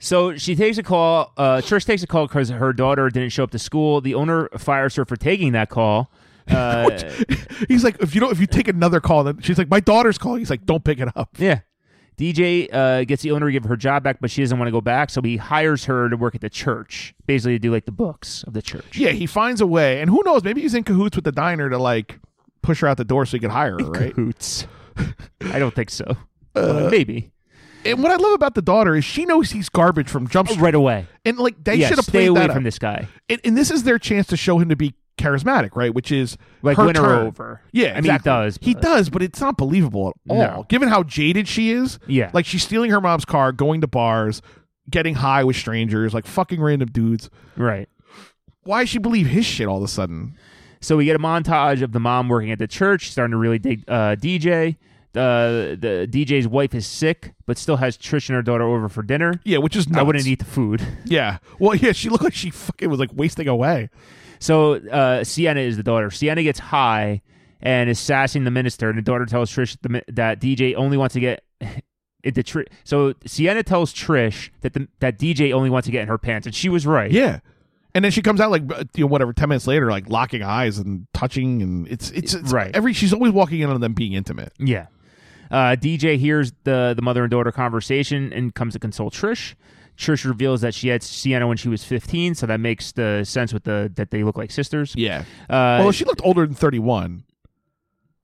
[SPEAKER 1] So she takes a call. Uh, Trish takes a call because her daughter didn't show up to school. The owner fires her for taking that call. Uh,
[SPEAKER 2] He's like, if you don't, if you take another call, then she's like, my daughter's calling. He's like, don't pick it up.
[SPEAKER 1] yeah. DJ uh, gets the owner to give her job back, but she doesn't want to go back, so he hires her to work at the church, basically to do like the books of the church.
[SPEAKER 2] Yeah, he finds a way, and who knows? Maybe he's in cahoots with the diner to like push her out the door so he could hire her, right?
[SPEAKER 1] Cahoots. *laughs* I don't think
[SPEAKER 2] Uh,
[SPEAKER 1] so. But maybe
[SPEAKER 2] And what I love about the daughter is she knows he's garbage from Jump Street,
[SPEAKER 1] Oh, right away.
[SPEAKER 2] and like they
[SPEAKER 1] yeah,
[SPEAKER 2] should have
[SPEAKER 1] stay
[SPEAKER 2] played
[SPEAKER 1] away
[SPEAKER 2] that.
[SPEAKER 1] from
[SPEAKER 2] up.
[SPEAKER 1] this guy.
[SPEAKER 2] And, and this is their chance to show him to be charismatic, right? Which is
[SPEAKER 1] Like
[SPEAKER 2] her
[SPEAKER 1] win her
[SPEAKER 2] turn.
[SPEAKER 1] over.
[SPEAKER 2] Yeah,
[SPEAKER 1] I mean, he
[SPEAKER 2] exactly.
[SPEAKER 1] does,
[SPEAKER 2] He
[SPEAKER 1] but-
[SPEAKER 2] does, but it's not believable at all.
[SPEAKER 1] No.
[SPEAKER 2] Given how jaded she is,
[SPEAKER 1] Yeah.
[SPEAKER 2] like she's stealing her mom's car, going to bars, getting high with strangers, like fucking random dudes.
[SPEAKER 1] Right.
[SPEAKER 2] Why does she believe his shit all of a sudden?
[SPEAKER 1] So we get a montage of the mom working at the church, starting to really dig uh, DJ. Uh, the DJ's wife is sick, but still has Trish and her daughter over for dinner.
[SPEAKER 2] Yeah, which is nuts.
[SPEAKER 1] I wouldn't e- eat the food.
[SPEAKER 2] Yeah, well, yeah, she looked like she fucking was like wasting away.
[SPEAKER 1] So uh, Sienna is the daughter. Sienna gets high and is sassing the minister, and the daughter tells Trish the, mi- that DJ only wants to get *laughs* into Trish. So Sienna tells Trish that the, that DJ only wants to get in her pants, and she was right.
[SPEAKER 2] Yeah. And then she comes out like uh, you know whatever ten minutes later like locking eyes and touching and it's it's, it's
[SPEAKER 1] Right.
[SPEAKER 2] every she's always walking in on them being intimate.
[SPEAKER 1] Yeah. Uh, DJ hears the the mother and daughter conversation and comes to console Trish. Trish reveals that she had Sienna when she was 15, so that makes the sense with the that they look like sisters.
[SPEAKER 2] Yeah.
[SPEAKER 1] Uh,
[SPEAKER 2] well, she looked older than thirty one.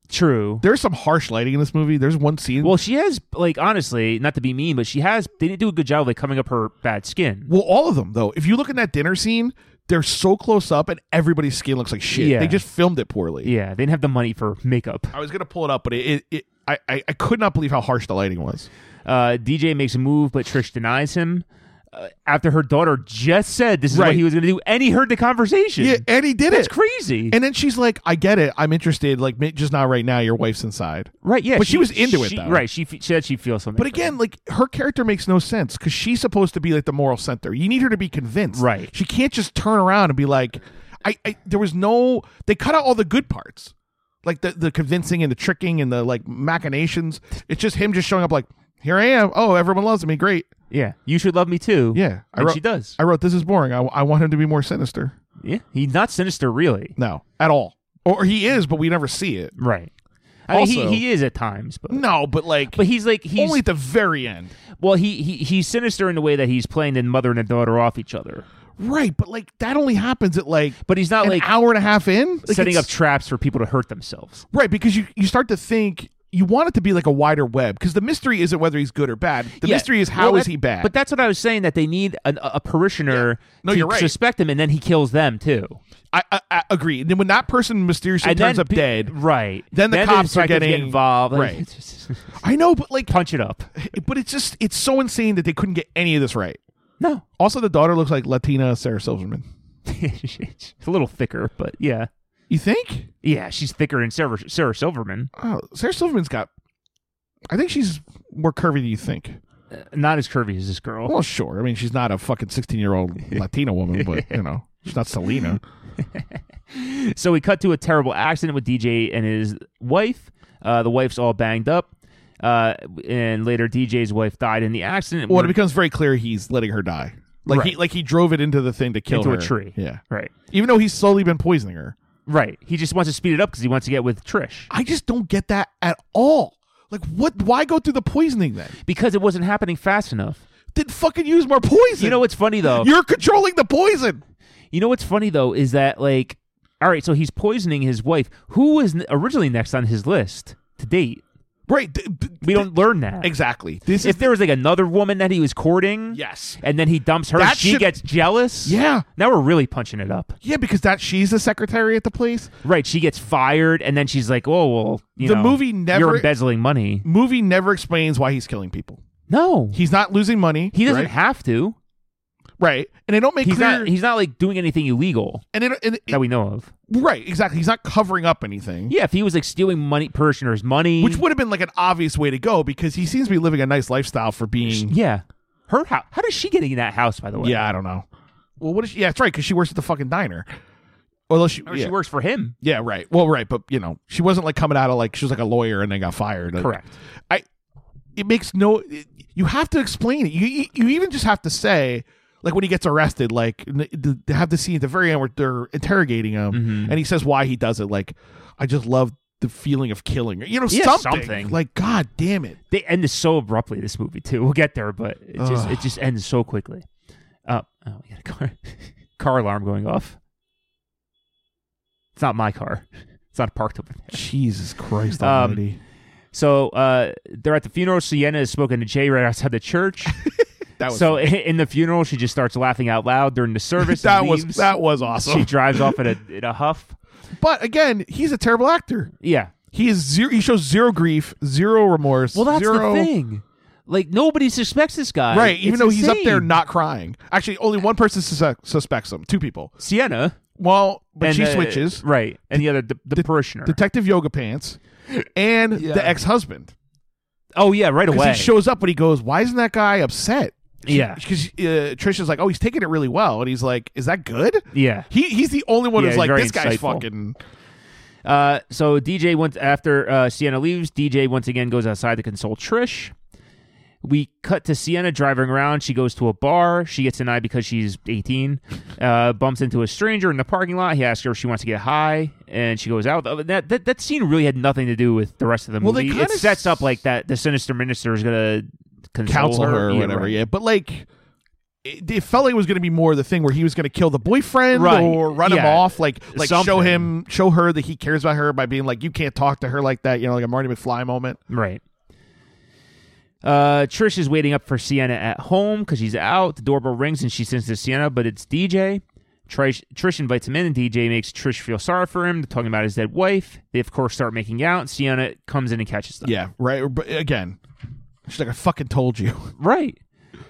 [SPEAKER 1] true.
[SPEAKER 2] There's some harsh lighting in this movie. There's one scene.
[SPEAKER 1] Well, she has like honestly, not to be mean, but she has they didn't do a good job of like coming up her bad skin.
[SPEAKER 2] Well, all of them though. If you look in that dinner scene, they're so close up and everybody's skin looks like shit.
[SPEAKER 1] Yeah.
[SPEAKER 2] They just filmed it poorly.
[SPEAKER 1] Yeah, they didn't have the money for makeup.
[SPEAKER 2] I was gonna pull it up, but it, it, it I, I I could not believe how harsh the lighting was.
[SPEAKER 1] Uh, DJ makes a move, but Trish denies him. Uh, after her daughter just said this is what
[SPEAKER 2] Right.
[SPEAKER 1] he was going to do, and he heard the conversation.
[SPEAKER 2] Yeah, and he did
[SPEAKER 1] That's
[SPEAKER 2] it.
[SPEAKER 1] crazy.
[SPEAKER 2] And then she's like, "I get it. I'm interested. Like, ma- just not right now. Your wife's inside."
[SPEAKER 1] right? Yeah,
[SPEAKER 2] But she was into it,
[SPEAKER 1] she-
[SPEAKER 2] though.
[SPEAKER 1] Right? She, f- she said she feels something.
[SPEAKER 2] But
[SPEAKER 1] for
[SPEAKER 2] again, like her character makes no sense because she's supposed to be like the moral center. You need her to be convinced,
[SPEAKER 1] Right.
[SPEAKER 2] She can't just turn around and be like, "I." I there was no. They cut out all the good parts, like the the convincing and the tricking and the like machinations. It's just him just showing up, like, "Here I am. Oh, everyone loves me. Great.
[SPEAKER 1] Yeah, you should love me too.
[SPEAKER 2] Yeah." I
[SPEAKER 1] and
[SPEAKER 2] wrote.
[SPEAKER 1] she does.
[SPEAKER 2] I wrote. This is boring. I, I want him to be more sinister.
[SPEAKER 1] yeah, he's not sinister really.
[SPEAKER 2] No, at all. Or he is, but we never see it.
[SPEAKER 1] Right. I mean,
[SPEAKER 2] Also-
[SPEAKER 1] he, he is at times, but
[SPEAKER 2] No, but like.
[SPEAKER 1] but he's like he's
[SPEAKER 2] only at the very end.
[SPEAKER 1] well he, he he's sinister in the way that he's playing the mother and the daughter off each other,
[SPEAKER 2] Right, but like that only happens at like
[SPEAKER 1] but he's not
[SPEAKER 2] an
[SPEAKER 1] like
[SPEAKER 2] hour and a half in. Like,
[SPEAKER 1] setting
[SPEAKER 2] it's-
[SPEAKER 1] up traps for people to hurt themselves.
[SPEAKER 2] Right, because you, you start to think you want it to be like a wider web because the mystery isn't whether he's good or bad. The
[SPEAKER 1] Yeah.
[SPEAKER 2] mystery is how is
[SPEAKER 1] Well, that-
[SPEAKER 2] he bad.
[SPEAKER 1] But that's what I was saying that they need an, a a parishioner
[SPEAKER 2] No,
[SPEAKER 1] to
[SPEAKER 2] you're right.
[SPEAKER 1] suspect him, and then he kills them too.
[SPEAKER 2] I, I, I agree. And then when that person mysteriously
[SPEAKER 1] And
[SPEAKER 2] turns
[SPEAKER 1] then
[SPEAKER 2] up
[SPEAKER 1] pe-
[SPEAKER 2] dead,
[SPEAKER 1] right?
[SPEAKER 2] Then the cops are
[SPEAKER 1] detectives get
[SPEAKER 2] getting-
[SPEAKER 1] involved. *laughs* Like,
[SPEAKER 2] right. I know, but like,
[SPEAKER 1] punch it up.
[SPEAKER 2] but it's just it's so insane that they couldn't get any of this right.
[SPEAKER 1] No,
[SPEAKER 2] Also, the daughter looks like Latina Sarah Silverman.
[SPEAKER 1] *laughs* it's a little thicker, but yeah,
[SPEAKER 2] You think?
[SPEAKER 1] yeah, she's thicker than Sarah, Sarah Silverman.
[SPEAKER 2] Oh, Sarah Silverman's got. I think she's more curvy than you think.
[SPEAKER 1] Uh, Not as curvy as this girl.
[SPEAKER 2] Well, sure. I mean, she's not a
[SPEAKER 1] *laughs*
[SPEAKER 2] fucking sixteen-year-old Latina woman, but you know, she's not Selena.
[SPEAKER 1] So we cut to a terrible accident with DJ and his wife. Uh, the wife's all banged up. Uh, and later, DJ's wife died in the accident.
[SPEAKER 2] Well, it
[SPEAKER 1] We're-
[SPEAKER 2] becomes very clear he's letting her die. Like he
[SPEAKER 1] Right.
[SPEAKER 2] like he drove it into the thing to kill
[SPEAKER 1] Into a
[SPEAKER 2] her.
[SPEAKER 1] tree.
[SPEAKER 2] Yeah.
[SPEAKER 1] right,
[SPEAKER 2] Even though he's slowly been poisoning her.
[SPEAKER 1] right. He just wants to speed it up because he wants to get with Trish
[SPEAKER 2] I just don't get that at all. Like what why go through the poisoning then?
[SPEAKER 1] because it wasn't happening fast enough.
[SPEAKER 2] Then fucking use more poison.
[SPEAKER 1] You know what's funny though?
[SPEAKER 2] You're controlling the poison.
[SPEAKER 1] You know what's funny though is that like, all right, so he's poisoning his wife, who was n- originally next on his list to date.
[SPEAKER 2] Right. th- th-
[SPEAKER 1] We don't learn that.
[SPEAKER 2] exactly. This
[SPEAKER 1] If
[SPEAKER 2] is
[SPEAKER 1] there was like another woman that he was courting,
[SPEAKER 2] Yes.
[SPEAKER 1] and then he dumps her,
[SPEAKER 2] That
[SPEAKER 1] she
[SPEAKER 2] should-
[SPEAKER 1] gets jealous.
[SPEAKER 2] Yeah.
[SPEAKER 1] now we're really punching it up.
[SPEAKER 2] Yeah, because that she's the secretary at the place.
[SPEAKER 1] Right, she gets fired, and then she's like, "Oh well, you
[SPEAKER 2] The
[SPEAKER 1] know,
[SPEAKER 2] movie never-
[SPEAKER 1] you're embezzling money."
[SPEAKER 2] Movie never explains why he's killing people.
[SPEAKER 1] No, he,
[SPEAKER 2] He's not losing money.
[SPEAKER 1] doesn't
[SPEAKER 2] right?
[SPEAKER 1] have to.
[SPEAKER 2] right. And they don't make
[SPEAKER 1] He's
[SPEAKER 2] clear
[SPEAKER 1] not. He's not like doing anything illegal
[SPEAKER 2] and, they don't- and
[SPEAKER 1] that we know of.
[SPEAKER 2] right, exactly. He's not covering up anything.
[SPEAKER 1] Yeah, if he was like stealing money, parishioners' money,
[SPEAKER 2] which would have been like an obvious way to go because he seems to be living a nice lifestyle for being.
[SPEAKER 1] yeah, her house. How does she get in that house? By the way,
[SPEAKER 2] Yeah, I don't know. Well, what is she? Yeah, that's right because she works at the fucking diner. Although she,
[SPEAKER 1] Or
[SPEAKER 2] yeah.
[SPEAKER 1] she works for him.
[SPEAKER 2] yeah, right. Well, right, but you know, she wasn't like coming out of like she was like a lawyer and then got fired. Like,
[SPEAKER 1] Correct.
[SPEAKER 2] I. It makes no. it- you have to explain it. You you even just have to say. Like when he gets arrested, like n- th- um,
[SPEAKER 1] Mm-hmm.
[SPEAKER 2] they have the scene at the very end where they're interrogating him, and he says why he does it. Like, I just love the feeling of killing, you know,
[SPEAKER 1] Yeah,
[SPEAKER 2] something.
[SPEAKER 1] something.
[SPEAKER 2] Like, god damn it.
[SPEAKER 1] They end this so abruptly. This movie too. We'll get there, but it just
[SPEAKER 2] Ugh.
[SPEAKER 1] it just ends so quickly. Uh, oh, we got a car *laughs* car alarm going off. It's not my car. *laughs* It's not parked over there.
[SPEAKER 2] Jesus Christ
[SPEAKER 1] Um,
[SPEAKER 2] Almighty!
[SPEAKER 1] So uh, they're at the funeral. Sienna is smoking a J right outside the church.
[SPEAKER 2] *laughs* that was
[SPEAKER 1] so in, *laughs* in the funeral, she just starts laughing out loud during the service.
[SPEAKER 2] *laughs* that
[SPEAKER 1] and
[SPEAKER 2] was
[SPEAKER 1] leaves.
[SPEAKER 2] that was
[SPEAKER 1] She
[SPEAKER 2] *laughs* awesome.
[SPEAKER 1] drives off in a in a huff.
[SPEAKER 2] But again, he's a terrible actor.
[SPEAKER 1] Yeah.
[SPEAKER 2] He is zero. He shows zero grief, zero remorse.
[SPEAKER 1] Well, that's
[SPEAKER 2] zero,
[SPEAKER 1] the thing. Like nobody suspects this guy,
[SPEAKER 2] right? Even
[SPEAKER 1] It's
[SPEAKER 2] though he's up there
[SPEAKER 1] insane.
[SPEAKER 2] not crying. Actually, only one person sus- suspects him. Two people.
[SPEAKER 1] Sienna,
[SPEAKER 2] Well, but
[SPEAKER 1] and,
[SPEAKER 2] she
[SPEAKER 1] uh,
[SPEAKER 2] switches.
[SPEAKER 1] right, and the other the, the, parishioner.
[SPEAKER 2] Detective Yoga Pants and
[SPEAKER 1] Yeah.
[SPEAKER 2] the ex-husband.
[SPEAKER 1] oh yeah, right away.
[SPEAKER 2] Because he shows up and he goes, "Why isn't that guy upset?"
[SPEAKER 1] Yeah.
[SPEAKER 2] because uh, Trisha's like, "Oh, he's taking it really well," and he's like, "Is that good?"
[SPEAKER 1] yeah.
[SPEAKER 2] He he's the only one
[SPEAKER 1] Yeah,
[SPEAKER 2] who's
[SPEAKER 1] he's
[SPEAKER 2] like,
[SPEAKER 1] very
[SPEAKER 2] "This guy's
[SPEAKER 1] insightful.
[SPEAKER 2] fucking."
[SPEAKER 1] Uh, so DJ once after uh, Sienna leaves, DJ once again goes outside to console Trish. We cut to Sienna driving around. She goes to a bar. She gets denied because she's 18. Uh, bumps into a stranger in the parking lot. He asks her if she wants to get high, and she goes out. Uh, That that, that scene really had nothing to do with the rest of the
[SPEAKER 2] Well, they
[SPEAKER 1] movie. It
[SPEAKER 2] kinda
[SPEAKER 1] sets up
[SPEAKER 2] s-
[SPEAKER 1] like that. The sinister minister is gonna console
[SPEAKER 2] counsel her, or
[SPEAKER 1] Yeah,
[SPEAKER 2] whatever.
[SPEAKER 1] right.
[SPEAKER 2] Yeah, but like. It, it felt like it was going to be more the thing where he was going to kill the boyfriend
[SPEAKER 1] Right.
[SPEAKER 2] or run him
[SPEAKER 1] Yeah.
[SPEAKER 2] off, like like show
[SPEAKER 1] Something.
[SPEAKER 2] him, show her that he cares about her by being like, "You can't talk to her like that," you know, like a Marty McFly moment.
[SPEAKER 1] Right. Uh, Trish is waiting up for Sienna at home because she's out. The doorbell rings and she sends to Sienna, but it's DJ. Trish, Trish invites him in, and DJ makes Trish feel sorry for him. They're talking about his dead wife. They, of course, start making out. Sienna comes in and catches them.
[SPEAKER 2] Yeah, right. But again, she's like, "I fucking told you." *laughs*
[SPEAKER 1] Right.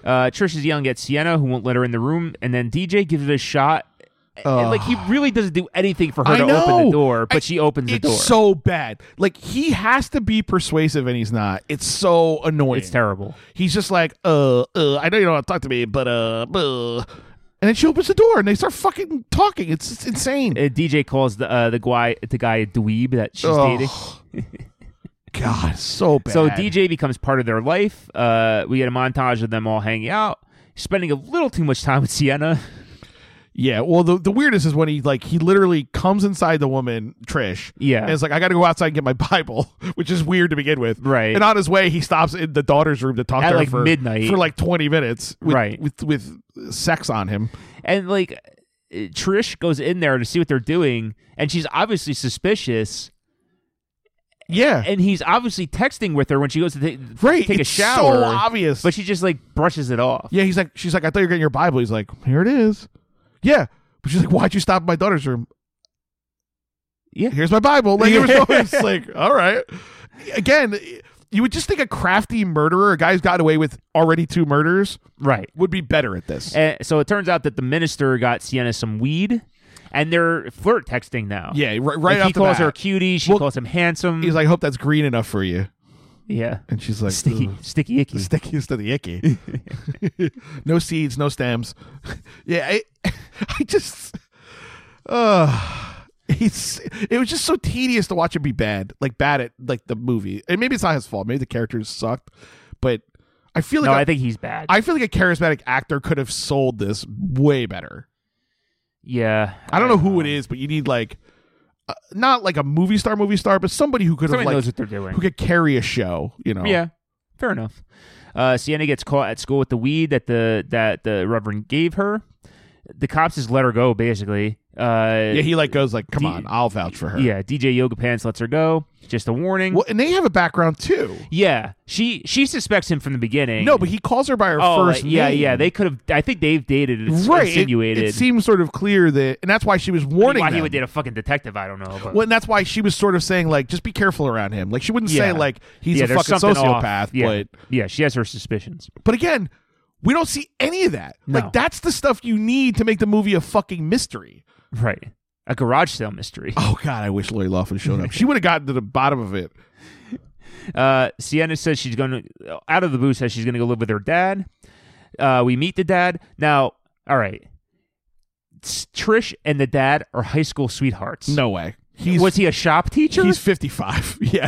[SPEAKER 1] Uh, Trish is yelling at Sienna, who won't let her in the room, and then DJ gives it a shot. And, like, he really doesn't do anything for her
[SPEAKER 2] I
[SPEAKER 1] to open
[SPEAKER 2] know.
[SPEAKER 1] the door, but
[SPEAKER 2] I-
[SPEAKER 1] she opens the
[SPEAKER 2] it's
[SPEAKER 1] door.
[SPEAKER 2] so bad. Like he has to be persuasive, and he's not. It's so annoying.
[SPEAKER 1] it's terrible.
[SPEAKER 2] He's just like, uh, uh, I know you don't want to talk to me, but uh, uh. and then she opens the door and they start fucking talking. It's, it's insane.
[SPEAKER 1] Uh, DJ calls the uh, the guy the guy a dweeb that she's
[SPEAKER 2] Oh.
[SPEAKER 1] dating.
[SPEAKER 2] *laughs* God, so bad.
[SPEAKER 1] So DJ becomes part of their life. Uh, we get a montage of them all hanging out, spending a little too much time with Sienna.
[SPEAKER 2] yeah. Well, the, the weirdest is when he like he literally comes inside the woman Trish.
[SPEAKER 1] Yeah.
[SPEAKER 2] and it's like I got to go outside and get my *laughs* Bible, which is weird to begin with.
[SPEAKER 1] Right.
[SPEAKER 2] And on his way, he stops in the daughter's room to talk
[SPEAKER 1] At,
[SPEAKER 2] to her
[SPEAKER 1] like,
[SPEAKER 2] for
[SPEAKER 1] midnight.
[SPEAKER 2] for like twenty minutes. With,
[SPEAKER 1] Right.
[SPEAKER 2] With with sex on him.
[SPEAKER 1] And like uh, Trish goes in there to see what they're doing, and she's obviously suspicious.
[SPEAKER 2] Yeah.
[SPEAKER 1] And he's obviously texting with her when she goes to ta-
[SPEAKER 2] right.
[SPEAKER 1] take
[SPEAKER 2] it's
[SPEAKER 1] a shower.
[SPEAKER 2] So obvious.
[SPEAKER 1] But she just like brushes it off.
[SPEAKER 2] Yeah, he's like, she's like, I thought you were getting your Bible. He's like, here it is. Yeah. But she's like, why'd you stop in my daughter's room?
[SPEAKER 1] Yeah.
[SPEAKER 2] Here's my Bible. Like, it was
[SPEAKER 1] *laughs*
[SPEAKER 2] always like, all right. Again, you would just think a crafty murderer, a guy who's gotten away with already two murders,
[SPEAKER 1] Right.
[SPEAKER 2] would be better at this.
[SPEAKER 1] And so it turns out that the minister got Sienna some weed, and they're flirt texting now.
[SPEAKER 2] yeah, right,
[SPEAKER 1] Like,
[SPEAKER 2] right off
[SPEAKER 1] he
[SPEAKER 2] the
[SPEAKER 1] calls
[SPEAKER 2] bat.
[SPEAKER 1] her cutie. She
[SPEAKER 2] Well,
[SPEAKER 1] calls him handsome.
[SPEAKER 2] He's like, I hope that's green enough for you.
[SPEAKER 1] yeah.
[SPEAKER 2] And she's like,
[SPEAKER 1] Sticky,
[SPEAKER 2] "Ugh,
[SPEAKER 1] *laughs* sticky, icky.
[SPEAKER 2] the stickiest of the icky. *laughs* no seeds, no stems. *laughs* yeah, I, *laughs* I just, uh, he's. It was just so tedious to watch him be bad, like bad at like the movie. And maybe it's not his fault. Maybe the characters sucked, but I feel like
[SPEAKER 1] no,
[SPEAKER 2] a-
[SPEAKER 1] I think he's bad.
[SPEAKER 2] I feel like a charismatic actor could have sold this way better.
[SPEAKER 1] Yeah.
[SPEAKER 2] I don't know who it is, but you need like, uh, not like a movie star, movie star, but somebody who could
[SPEAKER 1] Somebody
[SPEAKER 2] have
[SPEAKER 1] knows
[SPEAKER 2] like
[SPEAKER 1] what they're doing.
[SPEAKER 2] who could carry a show. You know?
[SPEAKER 1] Yeah. Fair enough. Uh, Sienna gets caught at school with the weed that the that the Reverend gave her. The cops just let her go, basically. Uh,
[SPEAKER 2] Yeah, he like goes like, "Come
[SPEAKER 1] D-
[SPEAKER 2] on, I'll vouch for her."
[SPEAKER 1] yeah, DJ Yoga Pants lets her go. Just a warning.
[SPEAKER 2] Well, and they have a background too.
[SPEAKER 1] Yeah, she she suspects him from the beginning.
[SPEAKER 2] No, but he calls her by her
[SPEAKER 1] oh,
[SPEAKER 2] first
[SPEAKER 1] yeah,
[SPEAKER 2] name.
[SPEAKER 1] yeah. They could have. I think they've dated. It's
[SPEAKER 2] right. it-
[SPEAKER 1] insinuated.
[SPEAKER 2] It, seems sort of clear that, and that's why she was
[SPEAKER 1] I mean,
[SPEAKER 2] warning.
[SPEAKER 1] why he
[SPEAKER 2] them.
[SPEAKER 1] would date a fucking detective. I don't know. But.
[SPEAKER 2] Well, and that's why she was sort of saying like, just be careful around him. Like she wouldn't say
[SPEAKER 1] Yeah.
[SPEAKER 2] like he's
[SPEAKER 1] yeah,
[SPEAKER 2] a
[SPEAKER 1] there's
[SPEAKER 2] fucking
[SPEAKER 1] something off.
[SPEAKER 2] sociopath.
[SPEAKER 1] Yeah.
[SPEAKER 2] But
[SPEAKER 1] yeah, she has her suspicions.
[SPEAKER 2] but again, we don't see any of that.
[SPEAKER 1] No.
[SPEAKER 2] Like that's the stuff you need to make the movie a fucking mystery.
[SPEAKER 1] Right, a garage sale mystery.
[SPEAKER 2] Oh God, I wish Lori Loughlin showed *laughs* up. She would have gotten to the bottom of it.
[SPEAKER 1] Uh, Sienna says she's going to, out of the blue, says she's going to go live with her dad. Uh, we meet the dad. Now, all right. S- Trish and the dad are high school sweethearts.
[SPEAKER 2] No way. He's
[SPEAKER 1] Was he a shop teacher?
[SPEAKER 2] he's fifty five. *laughs* Yeah,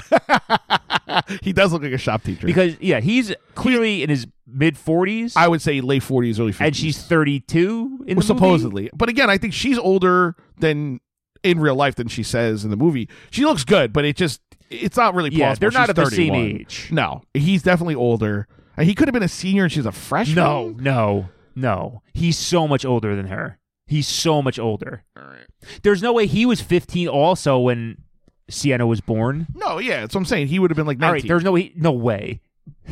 [SPEAKER 2] he does look like a shop teacher.
[SPEAKER 1] because, yeah, he's clearly in his mid 40s,
[SPEAKER 2] I would say late forties, early fifties.
[SPEAKER 1] and she's 32 in the movie.
[SPEAKER 2] supposedly. But again, I think she's older than in real life than she says in the movie. She looks good, but it just it's not really
[SPEAKER 1] Yeah,
[SPEAKER 2] possible.
[SPEAKER 1] they're not
[SPEAKER 2] She's
[SPEAKER 1] at the same
[SPEAKER 2] 31.
[SPEAKER 1] age.
[SPEAKER 2] No, he's definitely older. And He could have been a senior and she's a freshman.
[SPEAKER 1] No, no, no. He's so much older than her. He's so much older. There's no way he was 15 also when Sienna was born.
[SPEAKER 2] no, yeah, that's what I'm saying. He would have been like
[SPEAKER 1] All right,
[SPEAKER 2] 19.
[SPEAKER 1] there's no way. No way.
[SPEAKER 2] I'm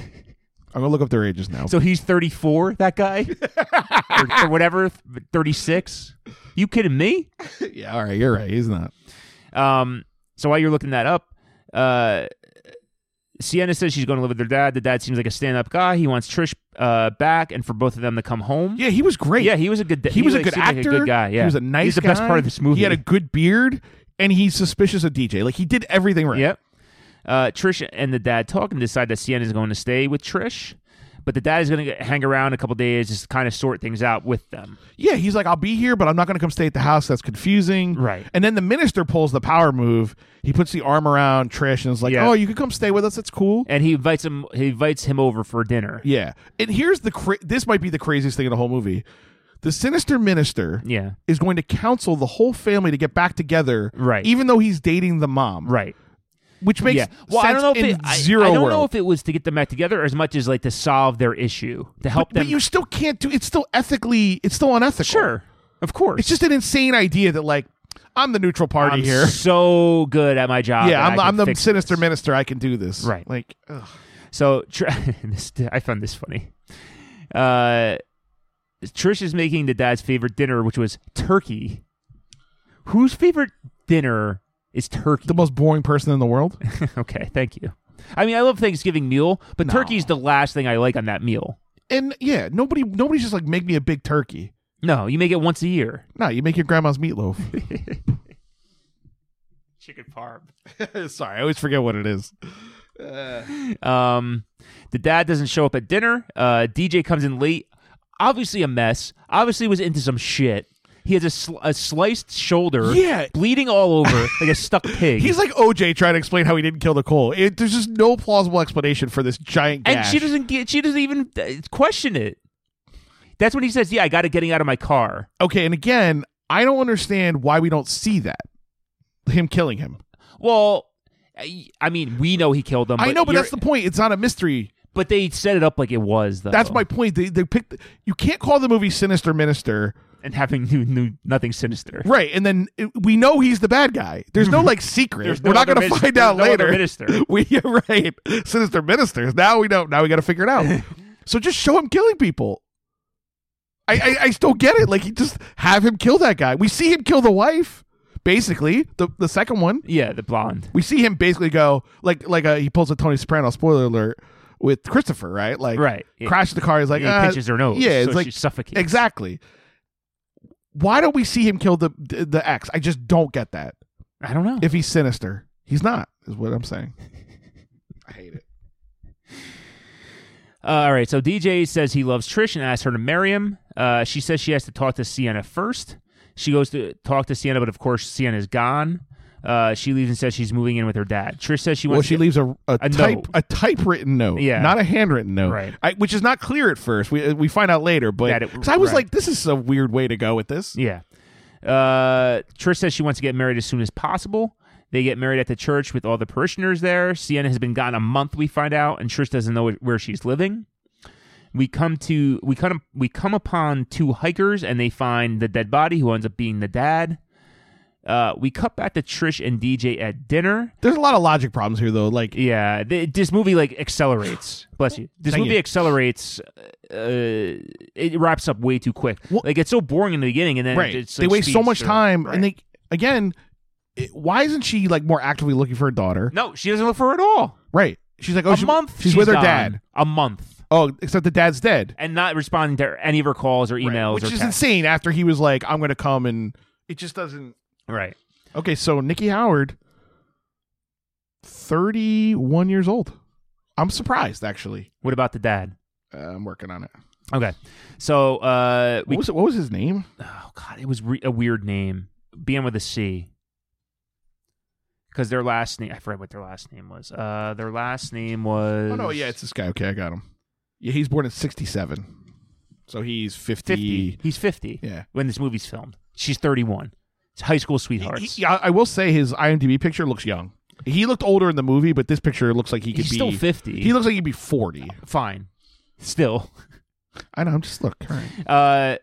[SPEAKER 2] gonna look up their ages now.
[SPEAKER 1] So he's 34, that
[SPEAKER 2] *laughs*
[SPEAKER 1] guy? or, or whatever, 36? You kidding me?
[SPEAKER 2] yeah, all right, you're right. He's not.
[SPEAKER 1] Um, so while you're looking that up, uh, Sienna says she's going to live with her dad. The dad seems like a stand up guy. He wants Trish uh, back and for both of them to come home.
[SPEAKER 2] Yeah, he was great.
[SPEAKER 1] Yeah, he was a good.
[SPEAKER 2] he, was
[SPEAKER 1] like,
[SPEAKER 2] a good
[SPEAKER 1] seemed like
[SPEAKER 2] actor.
[SPEAKER 1] a good guy. Yeah,
[SPEAKER 2] he was a nice.
[SPEAKER 1] He's the best
[SPEAKER 2] guy.
[SPEAKER 1] part of this movie.
[SPEAKER 2] He had a good beard, and he's suspicious of DJ. Like he did everything right.
[SPEAKER 1] Yep. Uh, Trish and the dad talk and decide that Sienna is going to stay with Trish, but the dad is going to hang around a couple days just kind of sort things out with them.
[SPEAKER 2] Yeah, he's like, I'll be here, but I'm not going to come stay at the house. That's confusing.
[SPEAKER 1] Right.
[SPEAKER 2] And then the minister pulls the power move. He puts the arm around Trish and is like,
[SPEAKER 1] Yeah.
[SPEAKER 2] Oh, you could come stay with us. It's cool.
[SPEAKER 1] And he invites him. He invites him over for dinner.
[SPEAKER 2] yeah. And here's the cra- this might be the craziest thing in the whole movie. The sinister minister
[SPEAKER 1] Yeah.
[SPEAKER 2] is going to counsel the whole family to get back together,
[SPEAKER 1] Right.
[SPEAKER 2] Even though he's dating the mom,
[SPEAKER 1] Right.
[SPEAKER 2] Which makes
[SPEAKER 1] yeah. Well, I
[SPEAKER 2] sense
[SPEAKER 1] don't know if
[SPEAKER 2] in
[SPEAKER 1] it, I-
[SPEAKER 2] zero
[SPEAKER 1] I, don't
[SPEAKER 2] world.
[SPEAKER 1] know if it was to get them back together as much as like to solve their issue to help
[SPEAKER 2] but
[SPEAKER 1] them.
[SPEAKER 2] you still can't do. It's still ethically. It's still unethical.
[SPEAKER 1] sure, of course.
[SPEAKER 2] It's just an insane idea that like I'm the neutral party
[SPEAKER 1] I'm
[SPEAKER 2] here.
[SPEAKER 1] so good at my job.
[SPEAKER 2] yeah,
[SPEAKER 1] that
[SPEAKER 2] I'm,
[SPEAKER 1] I can
[SPEAKER 2] I'm the
[SPEAKER 1] fix
[SPEAKER 2] sinister
[SPEAKER 1] this.
[SPEAKER 2] minister. I can do this.
[SPEAKER 1] Right.
[SPEAKER 2] Like, ugh.
[SPEAKER 1] So Tr- *laughs* this, I found this funny. Uh, Trish is making the dad's favorite dinner, which was turkey. Whose favorite dinner is turkey?
[SPEAKER 2] the most boring person in the world.
[SPEAKER 1] okay, thank you. I mean, I love Thanksgiving meal, but
[SPEAKER 2] No.
[SPEAKER 1] turkey's the last thing I like on that meal.
[SPEAKER 2] *laughs* and yeah, nobody, nobody's just like make me a big turkey.
[SPEAKER 1] No, you make it once a year.
[SPEAKER 2] No, you make your grandma's meatloaf.
[SPEAKER 1] *laughs*
[SPEAKER 2] *laughs*
[SPEAKER 1] Chicken parm.
[SPEAKER 2] Sorry, I always forget what it is.
[SPEAKER 1] Um, the dad doesn't show up at dinner. Uh, DJ comes in late. Obviously a mess. Obviously was into some shit. He has a, sl- a sliced shoulder.
[SPEAKER 2] Yeah.
[SPEAKER 1] bleeding all
[SPEAKER 2] *laughs*
[SPEAKER 1] over like a stuck pig.
[SPEAKER 2] He's like OJ trying to explain how he didn't kill Nicole. It, there's just no plausible explanation for this giant
[SPEAKER 1] and
[SPEAKER 2] gash.
[SPEAKER 1] she doesn't get. She doesn't even uh, question it. That's when he says, "Yeah, I got it getting out of my car."
[SPEAKER 2] okay, and again, I don't understand why we don't see that him killing him.
[SPEAKER 1] Well, I I mean, we know he killed them.
[SPEAKER 2] I know, but
[SPEAKER 1] you're-
[SPEAKER 2] that's the point. It's not a mystery.
[SPEAKER 1] But they set it up like it was though.
[SPEAKER 2] That's my point. They they picked. You can't call the movie Sinister Minister,
[SPEAKER 1] and having new, new nothing sinister.
[SPEAKER 2] right? And then it- we know he's the bad guy.
[SPEAKER 1] *laughs*
[SPEAKER 2] There's no like secret.
[SPEAKER 1] There's no
[SPEAKER 2] We're not
[SPEAKER 1] other
[SPEAKER 2] going to
[SPEAKER 1] minis-
[SPEAKER 2] find
[SPEAKER 1] there's
[SPEAKER 2] out
[SPEAKER 1] no other
[SPEAKER 2] later.
[SPEAKER 1] minister.
[SPEAKER 2] *laughs* We you're right. Sinister ministers. Now we know. Now we got to figure
[SPEAKER 1] *laughs*
[SPEAKER 2] it out. so just show him killing people. I, I I still get it. Like you just have him kill that guy. We see him kill the wife. Basically, the the second one.
[SPEAKER 1] Yeah, the blonde.
[SPEAKER 2] we see him basically go like like uh, he pulls a Tony Soprano spoiler alert with Christopher, right? Like
[SPEAKER 1] Right. Yeah.
[SPEAKER 2] crashes the car. He's like
[SPEAKER 1] He
[SPEAKER 2] "Ah."
[SPEAKER 1] pinches her nose.
[SPEAKER 2] Yeah,
[SPEAKER 1] so
[SPEAKER 2] it's like
[SPEAKER 1] she suffocates.
[SPEAKER 2] exactly. Why don't we see him kill the the the ex? I just don't get that.
[SPEAKER 1] I don't know.
[SPEAKER 2] If he's sinister, he's not. Is what
[SPEAKER 1] *laughs*
[SPEAKER 2] I'm saying. I hate it.
[SPEAKER 1] Uh, all right, so DJ says he loves Trish and asks her to marry him. Uh, she says she has to talk to Sienna first. She goes to talk to Sienna, but of course Sienna's gone. Uh, she leaves and says she's moving in with her dad. Trish says she
[SPEAKER 2] Well,
[SPEAKER 1] wants.
[SPEAKER 2] she leaves a a, type
[SPEAKER 1] note.
[SPEAKER 2] a typewritten note,
[SPEAKER 1] Yeah.
[SPEAKER 2] not a handwritten note,
[SPEAKER 1] Right.
[SPEAKER 2] I, which is not clear at first. We we find out later, but
[SPEAKER 1] That it-
[SPEAKER 2] 'cause I was
[SPEAKER 1] right.
[SPEAKER 2] like, this is a weird way to go with this.
[SPEAKER 1] yeah. Uh, Trish says she wants to get married as soon as possible. They get married at the church with all the parishioners there. Sienna has been gone a month. We find out, and Trish doesn't know where she's living. We come to we come we come upon two hikers, and they find the dead body, who ends up being the dad. Uh, we cut back to Trish and DJ at dinner.
[SPEAKER 2] There's a lot of logic problems here, though. Like
[SPEAKER 1] Yeah, th- this movie like
[SPEAKER 2] *sighs*
[SPEAKER 1] accelerates. Bless you. This
[SPEAKER 2] Thank
[SPEAKER 1] movie
[SPEAKER 2] you.
[SPEAKER 1] accelerates. Uh, it wraps up way too quick.
[SPEAKER 2] Well-
[SPEAKER 1] like it's so boring in the beginning, and then
[SPEAKER 2] right.
[SPEAKER 1] it's,
[SPEAKER 2] they
[SPEAKER 1] like,
[SPEAKER 2] waste so
[SPEAKER 1] speeds
[SPEAKER 2] much
[SPEAKER 1] through.
[SPEAKER 2] time,
[SPEAKER 1] Right.
[SPEAKER 2] and they again, it, why isn't she like more actively looking for her daughter?
[SPEAKER 1] no, she doesn't look for her at all.
[SPEAKER 2] Right. She's like, oh,
[SPEAKER 1] a
[SPEAKER 2] she-
[SPEAKER 1] month.
[SPEAKER 2] She's, with her
[SPEAKER 1] gone.
[SPEAKER 2] dad.
[SPEAKER 1] A month,
[SPEAKER 2] Oh, except the dad's dead,
[SPEAKER 1] and not responding to any of her calls or emails
[SPEAKER 2] which
[SPEAKER 1] or
[SPEAKER 2] is
[SPEAKER 1] texts.
[SPEAKER 2] insane. After he was like, I'm going to come, and it just doesn't.
[SPEAKER 1] Right.
[SPEAKER 2] Okay, so Nikki Howard, thirty-one years old. I'm surprised, actually.
[SPEAKER 1] What about the dad?
[SPEAKER 2] Uh, I'm working on it.
[SPEAKER 1] Okay. So uh, we.
[SPEAKER 2] What was, it, what was his name?
[SPEAKER 1] Oh God, it was re- a weird name. Began with a C. Because their last name, I forget what their last name was. Uh, their last name was.
[SPEAKER 2] Oh no, yeah, it's this guy. Okay, I got him. Yeah, he's born in '67, so he's 50.
[SPEAKER 1] 50. He's 50
[SPEAKER 2] Yeah.
[SPEAKER 1] when this movie's filmed. She's 31. It's high school sweethearts.
[SPEAKER 2] Yeah, I will say his IMDb picture looks young. He looked older in the movie, but this picture looks like he could
[SPEAKER 1] He's
[SPEAKER 2] be
[SPEAKER 1] still 50.
[SPEAKER 2] He looks like he'd be forty.
[SPEAKER 1] Fine. Still.
[SPEAKER 2] I know. I'm just look. all right.
[SPEAKER 1] Uh,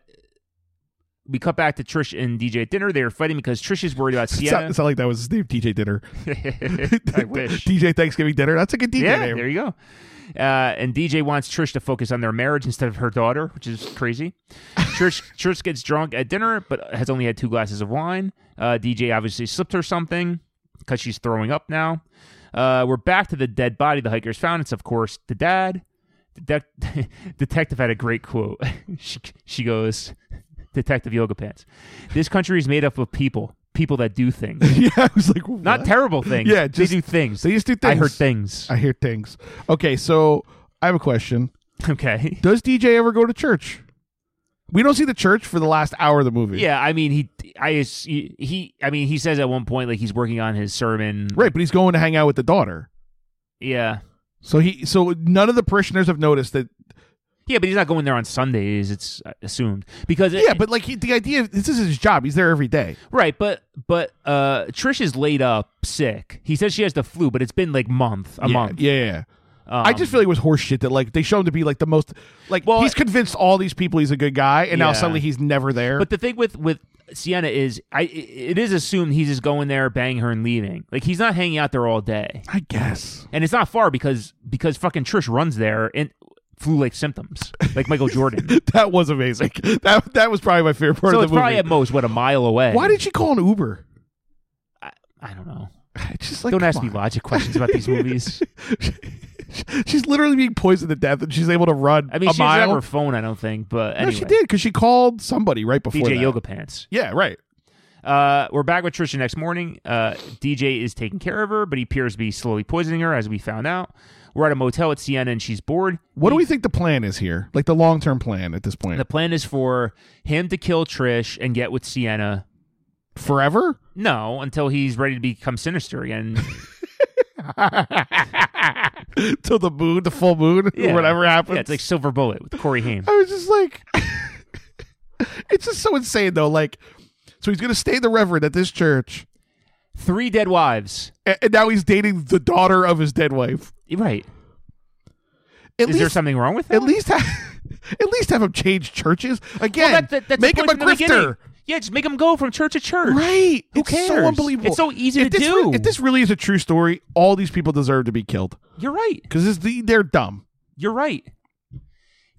[SPEAKER 1] we cut back to Trish and DJ at dinner. They are fighting because Trish is worried about
[SPEAKER 2] *laughs* It's not,
[SPEAKER 1] Sienna.
[SPEAKER 2] it's not like that was his name. DJ dinner. *laughs*
[SPEAKER 1] *laughs* I wish.
[SPEAKER 2] DJ Thanksgiving dinner. That's a good DJ
[SPEAKER 1] yeah,
[SPEAKER 2] name.
[SPEAKER 1] there you go. Uh, and DJ wants Trish to focus on their marriage instead of her daughter, which is
[SPEAKER 2] *laughs*
[SPEAKER 1] crazy. Trish, Trish gets drunk at dinner, but has only had two glasses of wine. Uh, DJ obviously slipped her something because she's throwing up now. Uh, we're back to the dead body the hikers found. It's, of course, the dad. The de- *laughs* detective had a great quote. *laughs* she, she goes, Detective Yoga Pants, this country is made up of people, people that do things.
[SPEAKER 2] *laughs* *laughs* yeah, I was like, what?
[SPEAKER 1] Not terrible things.
[SPEAKER 2] Yeah, just-
[SPEAKER 1] they do things.
[SPEAKER 2] They just do things.
[SPEAKER 1] I heard things.
[SPEAKER 2] I hear things. Okay, so I have a question.
[SPEAKER 1] *laughs* okay.
[SPEAKER 2] Does DJ ever go to church? We don't see the church for the last hour of the movie.
[SPEAKER 1] Yeah, I mean he, I is- he, he, I mean he says at one point like he's working on his sermon.
[SPEAKER 2] Right, but he's going to hang out with the daughter.
[SPEAKER 1] Yeah.
[SPEAKER 2] So he so none of the parishioners have noticed that
[SPEAKER 1] Yeah, but he's not going there on Sundays. It's uh, assumed because
[SPEAKER 2] Yeah, but like he, the idea this is his job. He's there every day.
[SPEAKER 1] right, but but uh, Trish is laid up sick. He says she has the flu, but it's been like month, a
[SPEAKER 2] yeah,
[SPEAKER 1] month.
[SPEAKER 2] Yeah, yeah.
[SPEAKER 1] Um,
[SPEAKER 2] I just feel like it was horseshit that like they show him to be like the most like
[SPEAKER 1] Well,
[SPEAKER 2] he's convinced all these people he's a good guy and now
[SPEAKER 1] Yeah.
[SPEAKER 2] suddenly he's never there.
[SPEAKER 1] But the thing with with Sienna is, I it is assumed he's just going there, banging her, and leaving. Like he's not hanging out there all day,
[SPEAKER 2] I guess. *laughs*
[SPEAKER 1] and it's not far because because fucking Trish runs there and flu-like symptoms, like Michael Jordan.
[SPEAKER 2] *laughs* That was amazing. That that was probably my favorite part
[SPEAKER 1] so
[SPEAKER 2] of the
[SPEAKER 1] it's probably
[SPEAKER 2] movie.
[SPEAKER 1] at most what a mile away.
[SPEAKER 2] Why did she call an Uber? *laughs*
[SPEAKER 1] I don't know.
[SPEAKER 2] It's Just like
[SPEAKER 1] Don't
[SPEAKER 2] come
[SPEAKER 1] ask
[SPEAKER 2] on.
[SPEAKER 1] me logic questions about these
[SPEAKER 2] *laughs*
[SPEAKER 1] movies.
[SPEAKER 2] She's literally being poisoned to death, and she's able to run.
[SPEAKER 1] I mean,
[SPEAKER 2] a
[SPEAKER 1] she doesn't
[SPEAKER 2] mile.
[SPEAKER 1] have her phone, I don't think. But
[SPEAKER 2] no,
[SPEAKER 1] anyway,
[SPEAKER 2] she did because she called somebody right before
[SPEAKER 1] DJ
[SPEAKER 2] that.
[SPEAKER 1] Yoga Pants.
[SPEAKER 2] Yeah, right.
[SPEAKER 1] Uh, we're back with Trisha next morning. Uh, DJ is taking care of her, but he appears to be slowly poisoning her, as we found out. We're at a motel at Sienna, and she's bored.
[SPEAKER 2] What do we think the plan is here? Like the long term plan at this point?
[SPEAKER 1] The plan is for him to kill Trish and get with Sienna.
[SPEAKER 2] Forever? *laughs*
[SPEAKER 1] No, until he's ready to become sinister again.
[SPEAKER 2] Till the moon, the full moon,
[SPEAKER 1] Yeah.
[SPEAKER 2] whatever happens.
[SPEAKER 1] yeah, it's like Silver Bullet with Corey Haim.
[SPEAKER 2] I was just like, *laughs* it's just so insane though. Like, so he's gonna stay the reverend at this church,
[SPEAKER 1] Three dead wives.
[SPEAKER 2] a- and, now he's dating the daughter of his dead wife.
[SPEAKER 1] Right.
[SPEAKER 2] At
[SPEAKER 1] Is
[SPEAKER 2] least,
[SPEAKER 1] there something wrong with that?
[SPEAKER 2] at least, ha- *laughs* at least have him change churches again.
[SPEAKER 1] Well, that- that- that's the
[SPEAKER 2] make him
[SPEAKER 1] point
[SPEAKER 2] a
[SPEAKER 1] from the beginning.
[SPEAKER 2] grifter.
[SPEAKER 1] Yeah, just make him go from church to church.
[SPEAKER 2] Right.
[SPEAKER 1] Who
[SPEAKER 2] it's
[SPEAKER 1] cares?
[SPEAKER 2] so unbelievable.
[SPEAKER 1] It's so easy
[SPEAKER 2] if
[SPEAKER 1] to
[SPEAKER 2] this
[SPEAKER 1] do.
[SPEAKER 2] re- if this really is a true story, all these people deserve to be killed
[SPEAKER 1] You're right.
[SPEAKER 2] because the, they're dumb.
[SPEAKER 1] You're right.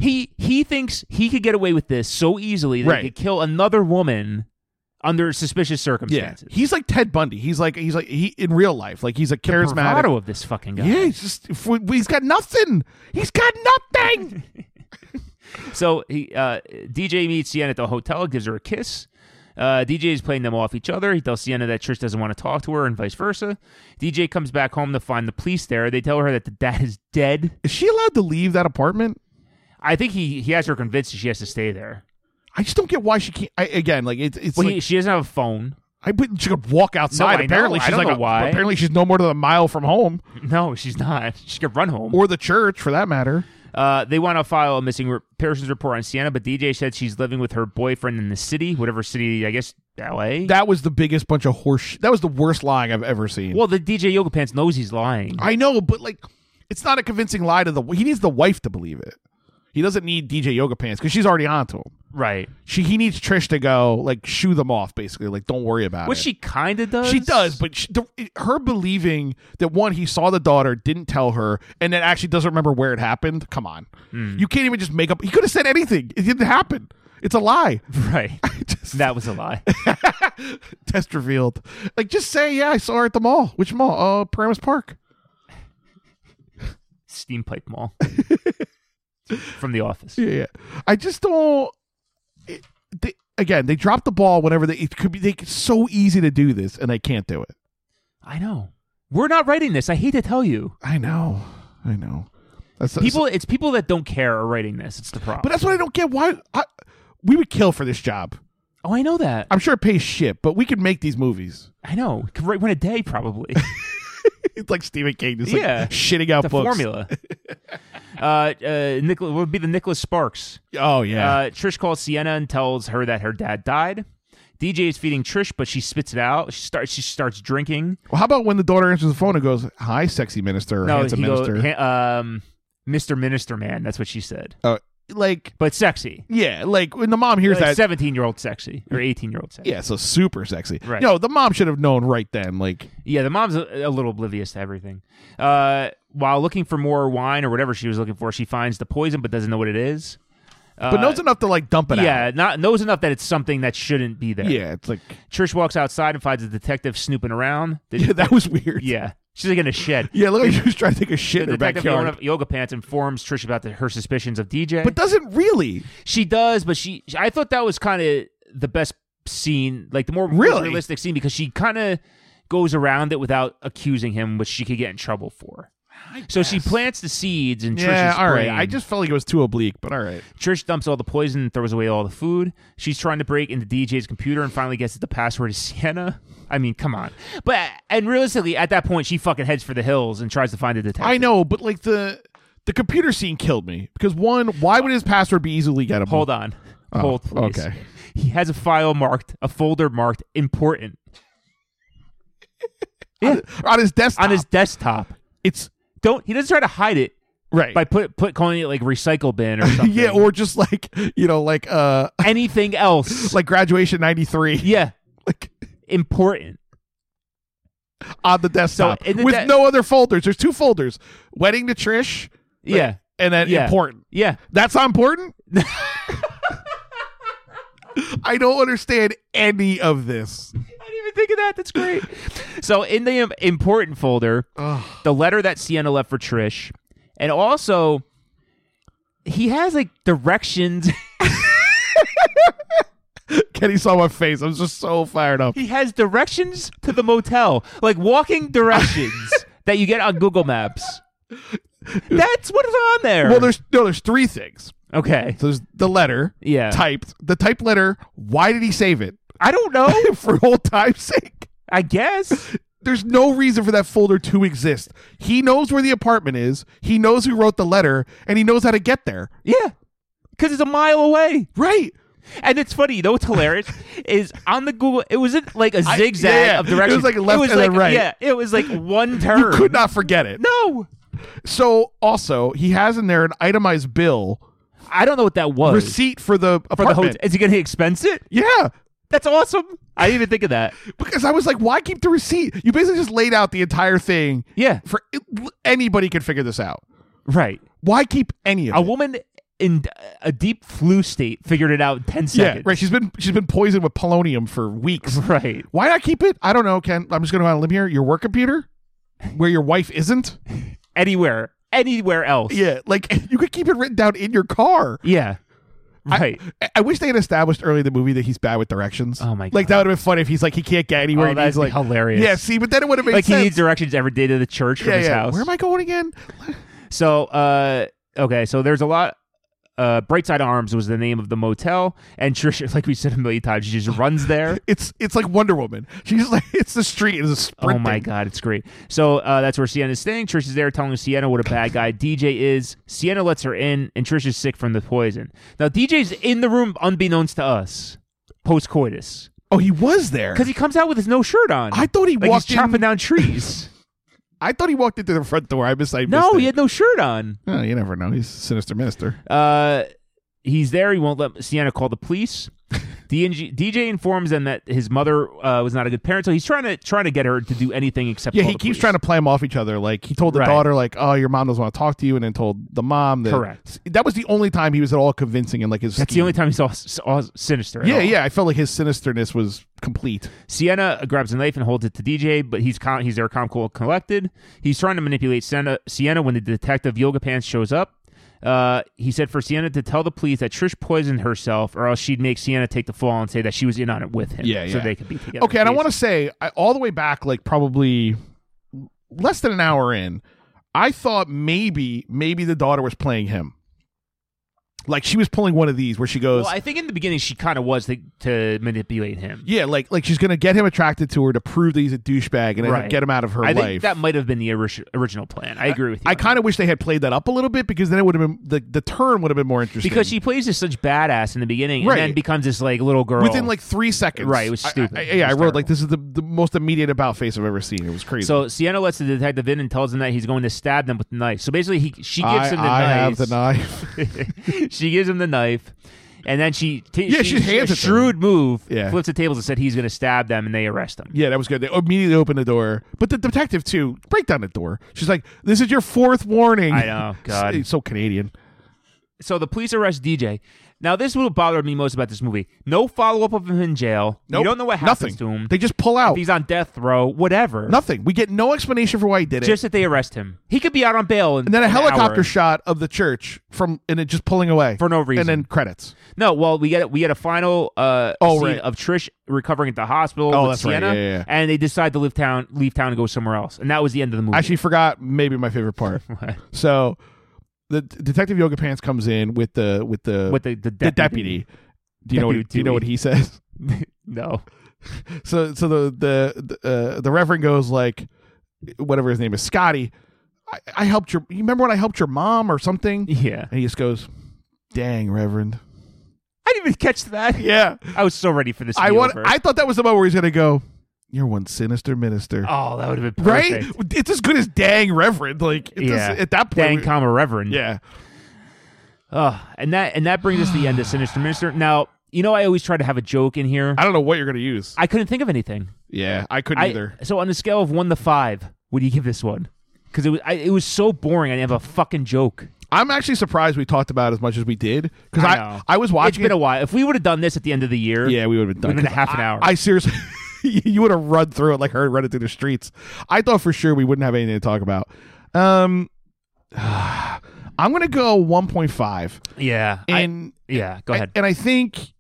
[SPEAKER 1] He he thinks he could get away with this so easily that
[SPEAKER 2] Right.
[SPEAKER 1] he could kill another woman under suspicious
[SPEAKER 2] Yeah.
[SPEAKER 1] circumstances.
[SPEAKER 2] He's like Ted Bundy. He's like he's like he in real life. Like he's a
[SPEAKER 1] The
[SPEAKER 2] charismatic.
[SPEAKER 1] bravado of this fucking guy.
[SPEAKER 2] Yeah, he's just f- he's got nothing. He's got
[SPEAKER 1] *laughs*
[SPEAKER 2] nothing.
[SPEAKER 1] So he uh, DJ meets Sienna at the hotel, gives her a kiss. Uh, DJ is playing them off each other. He tells Sienna that Trish doesn't want to talk to her, and vice versa. DJ comes back home to find the police there. They tell her that the dad is dead.
[SPEAKER 2] Is she allowed to leave that apartment?
[SPEAKER 1] I think he he has her convinced that she has to stay there.
[SPEAKER 2] I just don't get why she can't. I, again, like it's it's
[SPEAKER 1] Well,
[SPEAKER 2] like
[SPEAKER 1] he, she doesn't have a phone. *laughs*
[SPEAKER 2] I but she could walk outside.
[SPEAKER 1] I know.
[SPEAKER 2] apparently,
[SPEAKER 1] I
[SPEAKER 2] she's
[SPEAKER 1] don't
[SPEAKER 2] like
[SPEAKER 1] know
[SPEAKER 2] a,
[SPEAKER 1] why.
[SPEAKER 2] apparently she's no more than a mile from home
[SPEAKER 1] No, she's not. She could run home.
[SPEAKER 2] or the church for that matter.
[SPEAKER 1] Uh, they want to file a missing re- persons report on Sienna, but DJ said she's living with her boyfriend in the city, whatever city, I guess L.A.
[SPEAKER 2] That was the biggest bunch of horse. sh- that was the worst lying I've ever seen.
[SPEAKER 1] well, the DJ Yoga Pants knows he's lying.
[SPEAKER 2] I know, but like, it's not a convincing lie to the. He needs the wife to believe it. He doesn't need DJ Yoga Pants because she's already onto him.
[SPEAKER 1] right.
[SPEAKER 2] She he needs Trish to go like shoo them off basically. Like don't worry about
[SPEAKER 1] Which
[SPEAKER 2] it.
[SPEAKER 1] she kind of does.
[SPEAKER 2] She does, but she, the, her believing that one he saw the daughter, didn't tell her, and then actually doesn't remember where it happened. Come on,
[SPEAKER 1] Hmm.
[SPEAKER 2] you can't even just make up. He could have said anything. It didn't happen. It's a lie.
[SPEAKER 1] *laughs*
[SPEAKER 2] *laughs*
[SPEAKER 1] Right.
[SPEAKER 2] Just-
[SPEAKER 1] that was a lie.
[SPEAKER 2] *laughs* Test revealed. Like just say, yeah, I saw her at the mall. Which mall? Uh, Paramus Park.
[SPEAKER 1] Steampipe
[SPEAKER 2] *laughs*
[SPEAKER 1] Mall. From the office.
[SPEAKER 2] Yeah, yeah. I just don't. It, they, again, they drop the ball whenever they. It could be. They it's so easy to do this, and they can't do it.
[SPEAKER 1] I know. We're not writing this. I hate to tell you.
[SPEAKER 2] I know. I know. That's
[SPEAKER 1] People, it's people that don't care are writing this. It's the problem.
[SPEAKER 2] But that's what I don't get. Why I, we would kill for this job?
[SPEAKER 1] oh, I know that.
[SPEAKER 2] I'm sure it pays shit, but we could make these movies. *laughs*
[SPEAKER 1] I know. Could write one a day, probably.
[SPEAKER 2] It's like Stephen King just like
[SPEAKER 1] Yeah.
[SPEAKER 2] shitting out
[SPEAKER 1] the
[SPEAKER 2] books. *laughs*
[SPEAKER 1] formula. uh, uh, Nicholas would be the Nicholas Sparks.
[SPEAKER 2] Oh yeah,
[SPEAKER 1] Uh, Trish calls Sienna and tells her that her dad died. DJ is feeding Trish, but she spits it out. She starts. She starts drinking.
[SPEAKER 2] Well, how about when the daughter answers the phone and goes, "Hi, sexy minister, or
[SPEAKER 1] No,
[SPEAKER 2] handsome
[SPEAKER 1] he go-
[SPEAKER 2] minister."
[SPEAKER 1] ha- um, Mr. Minister Man. That's what she said.
[SPEAKER 2] Uh, like,
[SPEAKER 1] But sexy.
[SPEAKER 2] yeah, like when the mom hears that,
[SPEAKER 1] Seventeen-year-old sexy or eighteen-year-old sexy.
[SPEAKER 2] yeah, so super sexy.
[SPEAKER 1] Right.
[SPEAKER 2] No, the mom should have known right then. Like,
[SPEAKER 1] Yeah, the mom's a, a little oblivious to everything. Uh, while looking for more wine or whatever she was looking for, she finds the poison but doesn't know what it is. Uh,
[SPEAKER 2] but knows enough to like dump it out.
[SPEAKER 1] yeah, not knows enough that it's something that shouldn't be there.
[SPEAKER 2] Yeah, it's like
[SPEAKER 1] Trish walks outside and finds a detective snooping around. They-
[SPEAKER 2] yeah, that was
[SPEAKER 1] *laughs*
[SPEAKER 2] weird.
[SPEAKER 1] yeah, she's like in a shed.
[SPEAKER 2] *laughs* Yeah, look like she was trying to take a shit in
[SPEAKER 1] The
[SPEAKER 2] her
[SPEAKER 1] detective in
[SPEAKER 2] backyard.
[SPEAKER 1] one of yoga pants informs Trish about the, her suspicions of DJ.
[SPEAKER 2] But doesn't really.
[SPEAKER 1] she does, but she I thought that was kind of the best scene, like the more
[SPEAKER 2] Really?
[SPEAKER 1] realistic scene because she kind of goes around it without accusing him, which she could get in trouble for. So she plants the seeds in
[SPEAKER 2] Yeah,
[SPEAKER 1] Trish's
[SPEAKER 2] all right.
[SPEAKER 1] brain.
[SPEAKER 2] I just felt like it was too oblique, but all right.
[SPEAKER 1] Trish dumps all the poison and throws away all the food. She's trying to break into DJ's computer and finally gets the password is Sienna. I mean, come on. But and realistically, at that point, she fucking heads for the hills and tries to find the detective.
[SPEAKER 2] I know, but like the the computer scene killed me because one, why would his password be easily gettable?
[SPEAKER 1] Hold on. Hold please.
[SPEAKER 2] Oh, okay.
[SPEAKER 1] He has a file marked, a folder marked important
[SPEAKER 2] on, on his desktop.
[SPEAKER 1] on his desktop.
[SPEAKER 2] it's
[SPEAKER 1] Don't he doesn't try to hide it
[SPEAKER 2] right. *laughs*
[SPEAKER 1] by put put calling it like recycle bin or something.
[SPEAKER 2] yeah, or just like you know, like uh, *laughs*
[SPEAKER 1] anything else.
[SPEAKER 2] like graduation '93,
[SPEAKER 1] yeah,
[SPEAKER 2] like
[SPEAKER 1] important.
[SPEAKER 2] on the desktop
[SPEAKER 1] in the
[SPEAKER 2] with
[SPEAKER 1] de-
[SPEAKER 2] no other folders. There's two folders: wedding to Trish, like,
[SPEAKER 1] Yeah.
[SPEAKER 2] and then
[SPEAKER 1] Yeah.
[SPEAKER 2] important.
[SPEAKER 1] Yeah.
[SPEAKER 2] That's
[SPEAKER 1] *laughs*
[SPEAKER 2] not important. I don't understand any of this.
[SPEAKER 1] I didn't even think of that. That's great. so in the im- important folder,
[SPEAKER 2] Ugh.
[SPEAKER 1] the letter that Sienna left for Trish, and also he has like directions. *laughs*
[SPEAKER 2] Kenny saw my face. I was just so fired up.
[SPEAKER 1] he has directions to the motel, like walking
[SPEAKER 2] *laughs*
[SPEAKER 1] directions that you get on Google Maps. That's what is on there.
[SPEAKER 2] Well, there's no, there's three things.
[SPEAKER 1] okay.
[SPEAKER 2] So there's the letter,
[SPEAKER 1] Yeah.
[SPEAKER 2] typed the typed letter. Why did he save it? *laughs*
[SPEAKER 1] I don't know.
[SPEAKER 2] For old time's sake.
[SPEAKER 1] I guess.
[SPEAKER 2] There's no reason for that folder to exist. He knows where the apartment is. He knows who wrote the letter, and he knows how to get there.
[SPEAKER 1] Yeah. Because it's a mile away.
[SPEAKER 2] Right.
[SPEAKER 1] And it's funny, you know what's
[SPEAKER 2] *laughs*
[SPEAKER 1] hilarious is on the Google. It wasn't like a zigzag
[SPEAKER 2] yeah, yeah.
[SPEAKER 1] of directions.
[SPEAKER 2] It was like left
[SPEAKER 1] was
[SPEAKER 2] and then
[SPEAKER 1] like-
[SPEAKER 2] right.
[SPEAKER 1] Yeah, it was like one turn.
[SPEAKER 2] Could not forget it.
[SPEAKER 1] no,
[SPEAKER 2] So also, he has in there an itemized bill
[SPEAKER 1] I don't know what that was
[SPEAKER 2] receipt for the
[SPEAKER 1] for the
[SPEAKER 2] apartment.
[SPEAKER 1] hotel. Is he going to expense it?
[SPEAKER 2] yeah.
[SPEAKER 1] That's awesome. I didn't even think of that.
[SPEAKER 2] Because I was like, why keep the receipt? You basically just laid out the entire thing
[SPEAKER 1] *laughs* Yeah,
[SPEAKER 2] for anybody could figure this out.
[SPEAKER 1] right.
[SPEAKER 2] Why keep any of
[SPEAKER 1] A
[SPEAKER 2] it?
[SPEAKER 1] woman in a deep flu state figured it out in ten
[SPEAKER 2] yeah,
[SPEAKER 1] seconds.
[SPEAKER 2] right. She's been she's been poisoned with polonium for
[SPEAKER 1] *laughs*
[SPEAKER 2] weeks.
[SPEAKER 1] Right.
[SPEAKER 2] Why not keep it? I don't know, Ken. I'm just going to go on a limb here. Your work computer, where your
[SPEAKER 1] *laughs*
[SPEAKER 2] wife isn't.
[SPEAKER 1] Anywhere, anywhere else.
[SPEAKER 2] Yeah, like you could keep it written down in your car.
[SPEAKER 1] Yeah. Right.
[SPEAKER 2] I, I wish they had established early in the movie that he's bad with directions.
[SPEAKER 1] Oh my
[SPEAKER 2] Like that would have been funny if he's like he can't get anywhere.
[SPEAKER 1] Oh,
[SPEAKER 2] and
[SPEAKER 1] that'd
[SPEAKER 2] he's
[SPEAKER 1] be
[SPEAKER 2] like
[SPEAKER 1] hilarious.
[SPEAKER 2] Yeah, see, but then it would have made
[SPEAKER 1] like he
[SPEAKER 2] sense.
[SPEAKER 1] needs directions every day to the church from
[SPEAKER 2] yeah,
[SPEAKER 1] his
[SPEAKER 2] yeah.
[SPEAKER 1] house.
[SPEAKER 2] Where am I going again?
[SPEAKER 1] So, uh, okay, so there's a lot. Uh, Brightside Arms was the name of the motel, and *laughs* Trisha, like we said a million times, she
[SPEAKER 2] Oh.
[SPEAKER 1] just runs
[SPEAKER 2] *laughs*
[SPEAKER 1] there.
[SPEAKER 2] It's it's like Wonder Woman. She's like *laughs* it's the street. It's a sprint.
[SPEAKER 1] Oh my god, it's great. So uh, that's where Sienna's staying. Trish is there telling Sienna what a bad
[SPEAKER 2] *laughs*
[SPEAKER 1] guy DJ is. Sienna lets her in, and Trish is sick from the poison. Now DJ's in the room, unbeknownst to us, post coitus,
[SPEAKER 2] Oh, he was there.
[SPEAKER 1] because he comes out with his no shirt on.
[SPEAKER 2] I thought he
[SPEAKER 1] like he's
[SPEAKER 2] walked in-
[SPEAKER 1] chopping down
[SPEAKER 2] *laughs*
[SPEAKER 1] trees.
[SPEAKER 2] I thought he walked into the front door. I missed. I
[SPEAKER 1] no,
[SPEAKER 2] missed
[SPEAKER 1] he
[SPEAKER 2] it.
[SPEAKER 1] had no shirt on.
[SPEAKER 2] Oh, you never know. He's a sinister minister.
[SPEAKER 1] Uh, he's there. He won't let Sienna call the police.
[SPEAKER 2] *laughs*
[SPEAKER 1] DNG, DJ informs them that his mother uh, was not a good parent, so he's trying to trying to get her to do anything except.
[SPEAKER 2] Yeah,
[SPEAKER 1] call
[SPEAKER 2] he
[SPEAKER 1] the
[SPEAKER 2] keeps
[SPEAKER 1] police.
[SPEAKER 2] trying to play them off each other. Like he told the
[SPEAKER 1] Right.
[SPEAKER 2] daughter, like, "Oh, your mom doesn't want to talk to you," and then told the mom that.
[SPEAKER 1] Correct.
[SPEAKER 2] That was the only time he was at all convincing and like his.
[SPEAKER 1] That's the only time he saw, saw sinister. at
[SPEAKER 2] Yeah,
[SPEAKER 1] all.
[SPEAKER 2] yeah. I felt like his sinisterness was complete.
[SPEAKER 1] Sienna grabs a knife and holds it to DJ, but he's calm, he's there calm, cool, and collected. He's trying to manipulate Sienna, Sienna when the detective Yoga Pants shows up. Uh, he said for Sienna to tell the police that Trish poisoned herself, or else she'd make Sienna take the fall and say that she was in on it with him.
[SPEAKER 2] Yeah,
[SPEAKER 1] So
[SPEAKER 2] yeah.
[SPEAKER 1] they could be together.
[SPEAKER 2] Okay, and I want to say I, all the way back, like probably less than an hour in, I thought maybe maybe the daughter was playing him. Like she was pulling one of these where she goes,
[SPEAKER 1] Well, I think in the beginning she kind of was to, to manipulate him.
[SPEAKER 2] yeah, like like she's gonna get him attracted to her to prove that he's a douchebag and then
[SPEAKER 1] Right.
[SPEAKER 2] get him out of her
[SPEAKER 1] I
[SPEAKER 2] life.
[SPEAKER 1] think that might have been the orig- original plan. I agree with you.
[SPEAKER 2] I
[SPEAKER 1] on that.
[SPEAKER 2] kind of wish they had played that up a little bit because then it would have been the, the turn would have been more interesting.
[SPEAKER 1] because she plays as such badass in the beginning,
[SPEAKER 2] Right.
[SPEAKER 1] and then becomes this like little girl
[SPEAKER 2] within like three seconds,
[SPEAKER 1] Right, it was
[SPEAKER 2] I- I-
[SPEAKER 1] stupid.
[SPEAKER 2] I-
[SPEAKER 1] It
[SPEAKER 2] yeah,
[SPEAKER 1] was
[SPEAKER 2] I wrote like
[SPEAKER 1] terrible.
[SPEAKER 2] this is the, the most immediate about face I've ever seen. It was crazy.
[SPEAKER 1] So Sienna lets the detective in and tells him that he's going to stab them with the knife. So basically, he she gives
[SPEAKER 2] I,
[SPEAKER 1] him the
[SPEAKER 2] I
[SPEAKER 1] knife.
[SPEAKER 2] have the knife.
[SPEAKER 1] knife. *laughs* she gives him the knife, and then she t-
[SPEAKER 2] Yeah, she hands
[SPEAKER 1] a
[SPEAKER 2] it to him.
[SPEAKER 1] shrewd move,
[SPEAKER 2] Yeah.
[SPEAKER 1] flips the tables and said he's going to stab them, and they arrest him.
[SPEAKER 2] Yeah, that was good. They immediately opened the door, but the detective too break down the door. She's like, "This is your fourth warning."
[SPEAKER 1] I
[SPEAKER 2] *laughs*
[SPEAKER 1] know, God.
[SPEAKER 2] It's so Canadian.
[SPEAKER 1] So the police arrest DJ. Now this will bother me most about this movie. No follow up of him in jail.
[SPEAKER 2] No,
[SPEAKER 1] You don't know what happens
[SPEAKER 2] Nothing.
[SPEAKER 1] to him.
[SPEAKER 2] They just pull out.
[SPEAKER 1] if he's on death row, whatever.
[SPEAKER 2] Nothing. We get no explanation for why he did it.
[SPEAKER 1] Just that they arrest him. He could be out on bail. In,
[SPEAKER 2] and then a
[SPEAKER 1] an hour.
[SPEAKER 2] helicopter shot of the church from, and it just pulling away
[SPEAKER 1] For no reason.
[SPEAKER 2] And then credits.
[SPEAKER 1] No, well, we get we get a final uh
[SPEAKER 2] Oh,
[SPEAKER 1] scene
[SPEAKER 2] right.
[SPEAKER 1] of Trish recovering at the hospital
[SPEAKER 2] Oh,
[SPEAKER 1] with
[SPEAKER 2] that's right.
[SPEAKER 1] Sienna,
[SPEAKER 2] Yeah, yeah, yeah.
[SPEAKER 1] and they decide to leave town, leave town, and go somewhere else, and that was the end of the movie.
[SPEAKER 2] Actually, forgot maybe my
[SPEAKER 1] *laughs*
[SPEAKER 2] favorite part. so, the d- detective Yoga Pants comes in with the with the
[SPEAKER 1] with the the
[SPEAKER 2] the
[SPEAKER 1] deputy.
[SPEAKER 2] deputy. Do you know what,
[SPEAKER 1] Deputy
[SPEAKER 2] do you know what
[SPEAKER 1] Dewey.
[SPEAKER 2] he says?
[SPEAKER 1] *laughs* No,
[SPEAKER 2] so so the the the, uh, the reverend goes like whatever his name is scotty I, I helped your you remember when i helped your mom or something
[SPEAKER 1] yeah,
[SPEAKER 2] and he just goes dang reverend
[SPEAKER 1] I didn't even catch that.
[SPEAKER 2] yeah
[SPEAKER 1] I was so ready for this. To
[SPEAKER 2] i
[SPEAKER 1] be
[SPEAKER 2] want
[SPEAKER 1] over.
[SPEAKER 2] i thought that was the moment where he's gonna go you're one sinister minister
[SPEAKER 1] oh, that would have been
[SPEAKER 2] right
[SPEAKER 1] perfect.
[SPEAKER 2] it's as good as dang reverend like it does-
[SPEAKER 1] Yeah.
[SPEAKER 2] at that point
[SPEAKER 1] Dang,
[SPEAKER 2] we-
[SPEAKER 1] comma reverend.
[SPEAKER 2] yeah
[SPEAKER 1] Ugh. and that and that brings us to the end of Sinister Minister. Now, you know, I always try to have a joke in here.
[SPEAKER 2] i don't know what you're gonna use
[SPEAKER 1] I couldn't think of anything.
[SPEAKER 2] yeah i couldn't
[SPEAKER 1] I,
[SPEAKER 2] either
[SPEAKER 1] So on a scale of one to five, would you give this one? Because it was I, it was so boring. I didn't have a fucking joke.
[SPEAKER 2] i'm actually surprised we talked about it as much as we did because
[SPEAKER 1] I
[SPEAKER 2] i
[SPEAKER 1] know.
[SPEAKER 2] I, was
[SPEAKER 1] It's
[SPEAKER 2] watching
[SPEAKER 1] been
[SPEAKER 2] it
[SPEAKER 1] a while. If we would have done this at the end of the year,
[SPEAKER 2] Yeah, we would have been done.
[SPEAKER 1] Within a
[SPEAKER 2] 'Cause
[SPEAKER 1] half an
[SPEAKER 2] I-
[SPEAKER 1] hour.
[SPEAKER 2] I seriously, *laughs* you would have run through it like her run it through the streets. I thought for sure we wouldn't have anything to talk about. Um, *sighs* I'm gonna go 1.5,
[SPEAKER 1] yeah, I-
[SPEAKER 2] and
[SPEAKER 1] yeah. Go
[SPEAKER 2] I-
[SPEAKER 1] ahead.
[SPEAKER 2] and I think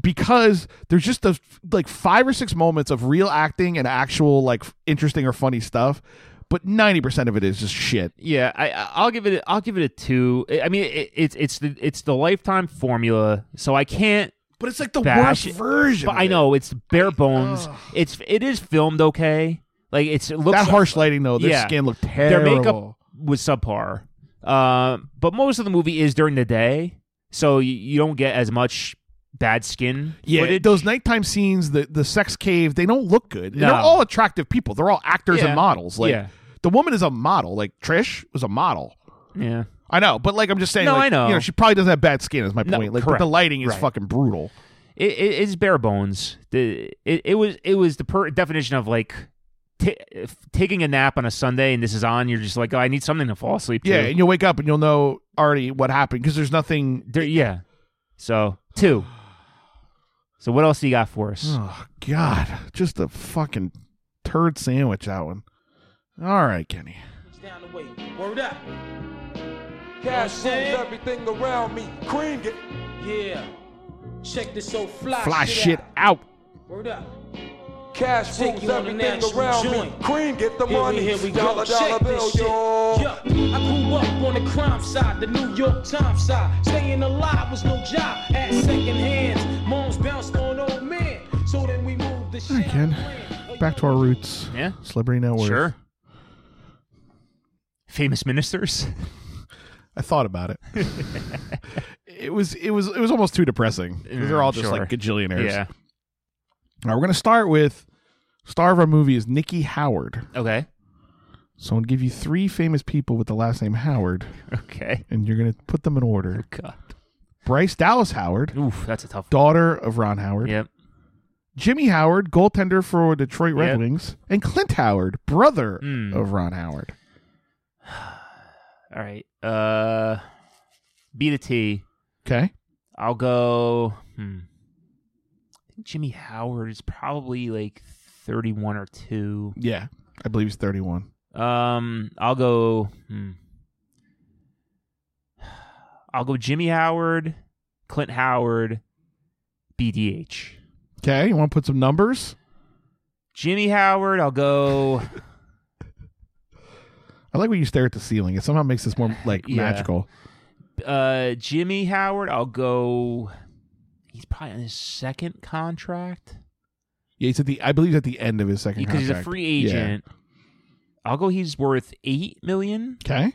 [SPEAKER 2] because there's just the like five or six moments of real acting and actual like interesting or funny stuff, but 90 percent of it is just shit.
[SPEAKER 1] yeah, I, I- I'll give it. a- I'll give it a two. I I mean, it, it's it's the it's the lifetime formula. So I can't.
[SPEAKER 2] But it's like the
[SPEAKER 1] Bash-
[SPEAKER 2] worst version.
[SPEAKER 1] But
[SPEAKER 2] of
[SPEAKER 1] I
[SPEAKER 2] it.
[SPEAKER 1] know it's bare bones.
[SPEAKER 2] ugh.
[SPEAKER 1] It's it is filmed okay. Like it's it looks
[SPEAKER 2] that harsh lighting though. Their
[SPEAKER 1] Yeah.
[SPEAKER 2] skin looked
[SPEAKER 1] their
[SPEAKER 2] terrible.
[SPEAKER 1] makeup was subpar. Uh, but most of the movie is during the day, so you, you don't get as much bad skin.
[SPEAKER 2] Yeah,
[SPEAKER 1] footage.
[SPEAKER 2] those nighttime scenes, the the sex cave, they don't look good. And
[SPEAKER 1] No.
[SPEAKER 2] They're all attractive people. They're all actors
[SPEAKER 1] Yeah.
[SPEAKER 2] and models. Like
[SPEAKER 1] Yeah.
[SPEAKER 2] the woman is a model. Like Trish was a model.
[SPEAKER 1] yeah.
[SPEAKER 2] I know, but like I'm just saying.
[SPEAKER 1] No,
[SPEAKER 2] like,
[SPEAKER 1] I know.
[SPEAKER 2] You know, she probably doesn't have bad skin. Is my
[SPEAKER 1] No,
[SPEAKER 2] point. like,
[SPEAKER 1] correct.
[SPEAKER 2] but the lighting is
[SPEAKER 1] Right.
[SPEAKER 2] fucking brutal.
[SPEAKER 1] it, it it's bare bones. The it, it was it was the per- definition of like t- if taking a nap on a Sunday and this is on. You're just like, oh, I need something to fall asleep.
[SPEAKER 2] Yeah,
[SPEAKER 1] to.
[SPEAKER 2] and you'll wake up and you'll know already what happened because there's nothing. *sighs*
[SPEAKER 1] There- yeah. So two. So what else do you got for us?
[SPEAKER 2] Oh God, just a fucking turd sandwich. That one. All right, Kenny.
[SPEAKER 3] down the way. Word up. Cash rules everything around me. Cream get. Yeah. Check this old fly,
[SPEAKER 2] Fly shit out.
[SPEAKER 3] out. Word up. Cash rules everything around me. Cream get the
[SPEAKER 4] Here we-
[SPEAKER 3] money.
[SPEAKER 4] here we go.
[SPEAKER 3] dollar, dollar
[SPEAKER 4] Check this
[SPEAKER 3] bill,
[SPEAKER 4] shit.
[SPEAKER 3] y'all.
[SPEAKER 4] Yo, I grew up on the crime side, the New York Times side. Staying alive was no job at second hands. Moms bounced on old men, so then we moved the
[SPEAKER 2] All right, Ken. Back to our roots.
[SPEAKER 1] Yeah.
[SPEAKER 2] Celebrity Now Worth.
[SPEAKER 1] Sure. Famous ministers.
[SPEAKER 2] I thought about it. *laughs* it was it was it was almost too depressing. 'cause they're all just
[SPEAKER 1] Mm, Sure.
[SPEAKER 2] like gajillionaires.
[SPEAKER 1] Yeah.
[SPEAKER 2] All right, we're gonna start with star of our movie is Nikki Howard.
[SPEAKER 1] Okay.
[SPEAKER 2] So I'm gonna give you three famous people with the last name Howard,
[SPEAKER 1] Okay.
[SPEAKER 2] and you're gonna put them in order.
[SPEAKER 1] God.
[SPEAKER 2] Bryce Dallas Howard,
[SPEAKER 1] Oof, that's a tough. one.
[SPEAKER 2] daughter of Ron Howard.
[SPEAKER 1] Yep.
[SPEAKER 2] Jimmy Howard, goaltender for Detroit Red
[SPEAKER 1] Yep.
[SPEAKER 2] Wings, and Clint Howard, brother
[SPEAKER 1] Mm.
[SPEAKER 2] of Ron Howard.
[SPEAKER 1] All right. Uh, B to T.
[SPEAKER 2] Okay.
[SPEAKER 1] I'll go. Hmm. I think Jimmy Howard is probably like thirty-one or two.
[SPEAKER 2] Yeah. I believe he's 31.
[SPEAKER 1] Um, I'll go. Hmm. *sighs* I'll go Jimmy Howard, Clint Howard, BDH.
[SPEAKER 2] Okay. You want to put some numbers?
[SPEAKER 1] Jimmy Howard. I'll
[SPEAKER 2] *laughs*
[SPEAKER 1] go.
[SPEAKER 2] I like when you stare at the ceiling. It somehow makes this more like
[SPEAKER 1] Yeah.
[SPEAKER 2] magical.
[SPEAKER 1] uh, Jimmy Howard, I'll go. He's probably on his second contract
[SPEAKER 2] Yeah, he's at the. I believe he's at the end of his second
[SPEAKER 1] because he's a
[SPEAKER 2] contract.
[SPEAKER 1] free
[SPEAKER 2] Yeah.
[SPEAKER 1] agent. I'll go. He's worth eight million.
[SPEAKER 2] Okay.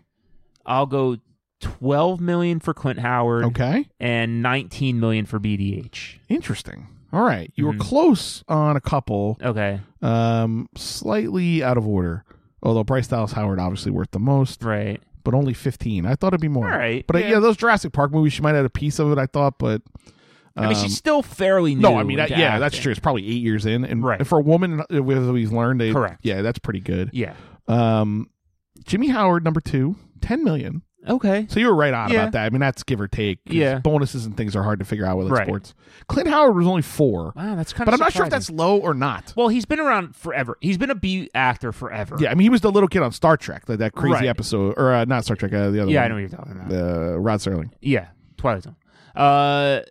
[SPEAKER 1] I'll go twelve million for Clint Howard
[SPEAKER 2] Okay.
[SPEAKER 1] and nineteen million for BDH.
[SPEAKER 2] Interesting. All right. You
[SPEAKER 1] Mhm.
[SPEAKER 2] were close on a couple,
[SPEAKER 1] Okay,
[SPEAKER 2] um, slightly out of order. Although Bryce Dallas Howard obviously worth the most,
[SPEAKER 1] right.
[SPEAKER 2] but only fifteen. I thought it'd be more.
[SPEAKER 1] All right,
[SPEAKER 2] But yeah,
[SPEAKER 1] yeah.
[SPEAKER 2] those Jurassic Park movies, she might have had a piece of it. I thought, but
[SPEAKER 1] I mean,
[SPEAKER 2] um,
[SPEAKER 1] she's still fairly new.
[SPEAKER 2] no. I mean, that,
[SPEAKER 1] into
[SPEAKER 2] yeah, that's
[SPEAKER 1] acting.
[SPEAKER 2] true. It's probably eight years in, and
[SPEAKER 1] Right.
[SPEAKER 2] for a woman, uh, with what we've learned, they,
[SPEAKER 1] Correct.
[SPEAKER 2] Yeah, that's pretty good.
[SPEAKER 1] Yeah.
[SPEAKER 2] Um, Jimmy Howard, number two, 10 million.
[SPEAKER 1] Okay.
[SPEAKER 2] So you were right on
[SPEAKER 1] Yeah.
[SPEAKER 2] about that. I mean, that's give or take. 'cause
[SPEAKER 1] Yeah.
[SPEAKER 2] Bonuses and things are hard to figure out with
[SPEAKER 1] Right.
[SPEAKER 2] sports. Clint Howard was only four,
[SPEAKER 1] Wow, that's kind
[SPEAKER 2] but
[SPEAKER 1] of.
[SPEAKER 2] I'm not sure if that's low or not.
[SPEAKER 1] Well, he's been around forever. He's been a B actor forever.
[SPEAKER 2] Yeah, I mean, he was the little kid on Star Trek, like that crazy
[SPEAKER 1] Right.
[SPEAKER 2] episode, or uh, not Star Trek, uh, the other
[SPEAKER 1] Yeah, I
[SPEAKER 2] one.
[SPEAKER 1] know what you're talking about.
[SPEAKER 2] Uh, Rod Serling.
[SPEAKER 1] Yeah, Twilight Zone. Uh, uh,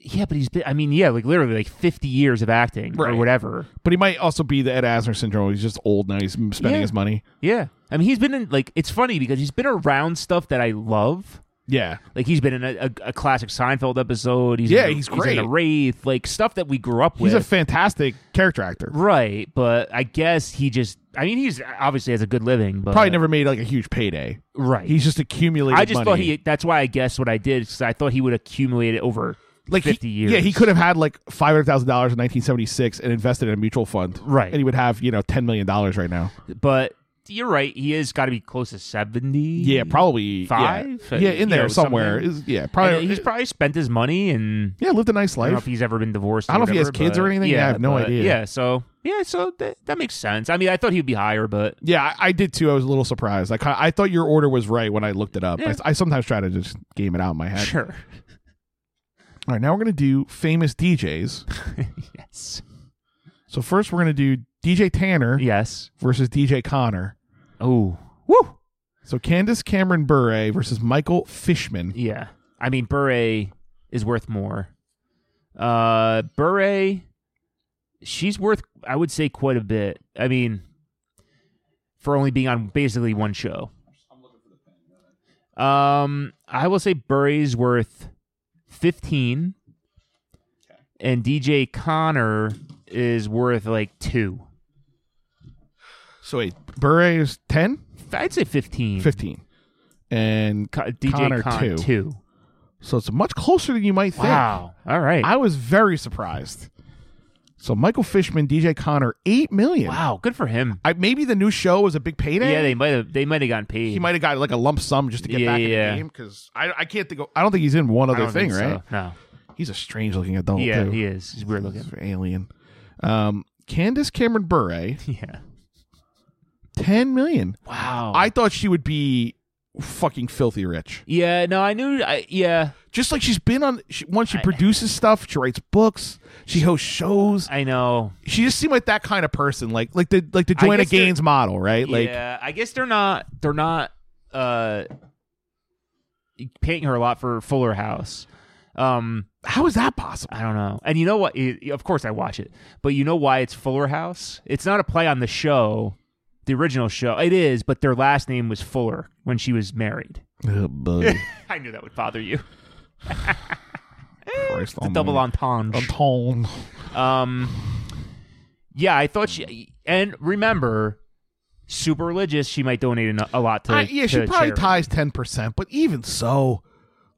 [SPEAKER 1] yeah, but he's been. I mean, yeah, like literally like fifty years of acting or
[SPEAKER 2] Right.
[SPEAKER 1] whatever.
[SPEAKER 2] But he might also be the Ed Asner syndrome. He's just old now. He's spending
[SPEAKER 1] Yeah.
[SPEAKER 2] his money.
[SPEAKER 1] Yeah, I mean, he's been in like it's funny because he's been around stuff that I love.
[SPEAKER 2] Yeah.
[SPEAKER 1] Like he's been in a, a, a classic Seinfeld episode. He's
[SPEAKER 2] Yeah,
[SPEAKER 1] in a,
[SPEAKER 2] he's
[SPEAKER 1] in a
[SPEAKER 2] great.
[SPEAKER 1] Wraith, like stuff that we grew up
[SPEAKER 2] He's
[SPEAKER 1] with.
[SPEAKER 2] a fantastic character actor.
[SPEAKER 1] right, but I guess he just. I mean, he's obviously has a good living, but
[SPEAKER 2] Probably never made like a huge payday.
[SPEAKER 1] Right,
[SPEAKER 2] He's just accumulated
[SPEAKER 1] I just thought
[SPEAKER 2] money.
[SPEAKER 1] he. That's why I guessed what I did because I thought he would accumulate it over
[SPEAKER 2] like he-
[SPEAKER 1] fifty years.
[SPEAKER 2] Yeah, he could have had like five hundred thousand dollars in nineteen seventy six and invested in a mutual fund.
[SPEAKER 1] Right.
[SPEAKER 2] and he would have you know ten million dollars right now.
[SPEAKER 1] But you're right. He has got to be close to seventy.
[SPEAKER 2] Yeah, probably yeah.
[SPEAKER 1] Five?
[SPEAKER 2] Yeah,
[SPEAKER 1] You
[SPEAKER 2] in
[SPEAKER 1] know,
[SPEAKER 2] there somewhere.
[SPEAKER 1] something.
[SPEAKER 2] Is, yeah,
[SPEAKER 1] And
[SPEAKER 2] probably.
[SPEAKER 1] he's probably spent his money and.
[SPEAKER 2] yeah, lived a nice
[SPEAKER 1] I don't know if
[SPEAKER 2] life.
[SPEAKER 1] he's ever been divorced.
[SPEAKER 2] I don't know if he has
[SPEAKER 1] whatever,
[SPEAKER 2] kids or
[SPEAKER 1] but-
[SPEAKER 2] anything. Yeah, I have no
[SPEAKER 1] but-
[SPEAKER 2] idea.
[SPEAKER 1] Yeah, so yeah, so that, that makes sense. I mean, I thought he'd be higher, but
[SPEAKER 2] Yeah, I, I did too. I was a little surprised. Like I, I thought your order was right when I looked it up.
[SPEAKER 1] Yeah.
[SPEAKER 2] I, I sometimes try to just game it out in my head.
[SPEAKER 1] sure. *laughs*
[SPEAKER 2] All right, now we're gonna do famous DJs.
[SPEAKER 1] Yes.
[SPEAKER 2] so first, we're gonna do DJ Tanner
[SPEAKER 1] Yes.
[SPEAKER 2] versus DJ Connor.
[SPEAKER 1] Oh. Woo.
[SPEAKER 2] So Candace Cameron Bure versus Michael Fishman.
[SPEAKER 1] Yeah. I mean, Bure is worth more. Uh, Bure, she's worth, I would say, quite a bit. I mean, for only being on basically one show. Um, I will say Bure's worth fifteen, and DJ Connor is worth like two.
[SPEAKER 2] So wait, Bure is ten.
[SPEAKER 1] I'd say fifteen.
[SPEAKER 2] 15 and
[SPEAKER 1] Co- DJ
[SPEAKER 2] Connor,
[SPEAKER 1] Con-
[SPEAKER 2] two.
[SPEAKER 1] two.
[SPEAKER 2] so it's much closer than you might think
[SPEAKER 1] Wow. All right.
[SPEAKER 2] i was very surprised so michael fishman dj connor 8 million
[SPEAKER 1] wow. Good for him.
[SPEAKER 2] I, maybe the new show was a big payday
[SPEAKER 1] Yeah, they might have. They might have gotten paid.
[SPEAKER 2] he might have got like a lump sum just to get
[SPEAKER 1] Yeah,
[SPEAKER 2] back in
[SPEAKER 1] yeah.
[SPEAKER 2] the game because I, I can't think of, i don't think he's in one
[SPEAKER 1] I
[SPEAKER 2] other
[SPEAKER 1] don't
[SPEAKER 2] thing
[SPEAKER 1] think so.
[SPEAKER 2] right
[SPEAKER 1] No. *laughs*
[SPEAKER 2] he's a strange looking adult
[SPEAKER 1] yeah,
[SPEAKER 2] too
[SPEAKER 1] he is. He's weird
[SPEAKER 2] He's
[SPEAKER 1] looking.
[SPEAKER 2] an alien um candace cameron bure
[SPEAKER 1] Yeah.
[SPEAKER 2] 10 million
[SPEAKER 1] Wow.
[SPEAKER 2] i thought she would be fucking filthy rich
[SPEAKER 1] Yeah. No, I knew. I, yeah.
[SPEAKER 2] just like she's been on she, once she produces stuff she writes books she hosts shows
[SPEAKER 1] I know.
[SPEAKER 2] she just seemed like that kind of person like like the like the
[SPEAKER 1] I
[SPEAKER 2] joanna
[SPEAKER 1] guess they're-
[SPEAKER 2] gaines model right like
[SPEAKER 1] yeah. I guess they're not. They're not. Uh, paying her a lot for Fuller House. Um,
[SPEAKER 2] how is that *laughs* possible
[SPEAKER 1] I don't know. And you know what? It- of course, I watch it. But you know why it's Fuller House? It's not a play on the show, the original show. It is, but their last name was Fuller when she was married. *laughs*
[SPEAKER 2] Oh, *laughs*
[SPEAKER 1] I knew that would bother you.
[SPEAKER 2] Christ almighty.
[SPEAKER 1] Double entendre.
[SPEAKER 2] Tone.
[SPEAKER 1] Um, yeah, I thought she. And remember, super religious. She might donate an- a lot to.
[SPEAKER 2] I- yeah she
[SPEAKER 1] to
[SPEAKER 2] probably
[SPEAKER 1] charity.
[SPEAKER 2] ties 10% but even so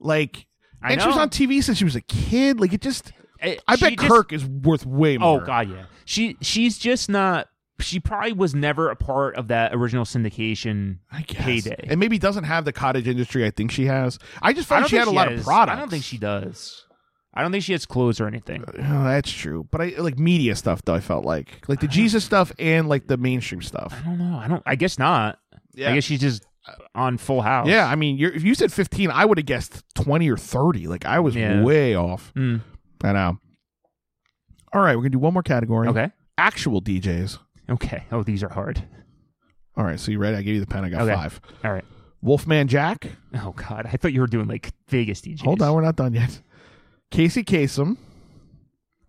[SPEAKER 2] like
[SPEAKER 1] I
[SPEAKER 2] and she was
[SPEAKER 1] know.
[SPEAKER 2] on tv since she was a kid like it just
[SPEAKER 1] Eh,
[SPEAKER 2] i
[SPEAKER 1] she
[SPEAKER 2] bet
[SPEAKER 1] just-
[SPEAKER 2] kirk is worth way
[SPEAKER 1] Oh
[SPEAKER 2] more
[SPEAKER 1] God, yeah. She she's just not. She probably was never a part of that original syndication
[SPEAKER 2] I guess.
[SPEAKER 1] payday.
[SPEAKER 2] and maybe doesn't have the cottage industry i think she has i
[SPEAKER 1] I
[SPEAKER 2] just found
[SPEAKER 1] don't
[SPEAKER 2] she
[SPEAKER 1] think
[SPEAKER 2] had a lot
[SPEAKER 1] has-
[SPEAKER 2] of products
[SPEAKER 1] I don't think she does. I don't think she has clothes or anything.
[SPEAKER 2] Oh, that's true. But I like media stuff though. I felt like like the Jesus stuff and like the mainstream stuff.
[SPEAKER 1] I don't know. I don't. I guess not.
[SPEAKER 2] Yeah.
[SPEAKER 1] I guess she's just on Full House.
[SPEAKER 2] Yeah, I mean, you're, if you said fifteen, I would have guessed twenty or thirty. Like I was
[SPEAKER 1] Yeah.
[SPEAKER 2] way off.
[SPEAKER 1] Mm.
[SPEAKER 2] I know. All right, we're gonna do one more category.
[SPEAKER 1] Okay.
[SPEAKER 2] actual DJs.
[SPEAKER 1] Okay. Oh, these are hard.
[SPEAKER 2] All right, so you ready? I gave you the pen. I got
[SPEAKER 1] Okay.
[SPEAKER 2] five.
[SPEAKER 1] All right.
[SPEAKER 2] Wolfman Jack.
[SPEAKER 1] Oh God, I thought you were doing like Vegas DJs.
[SPEAKER 2] Hold on, we're not done yet. Casey Kasem.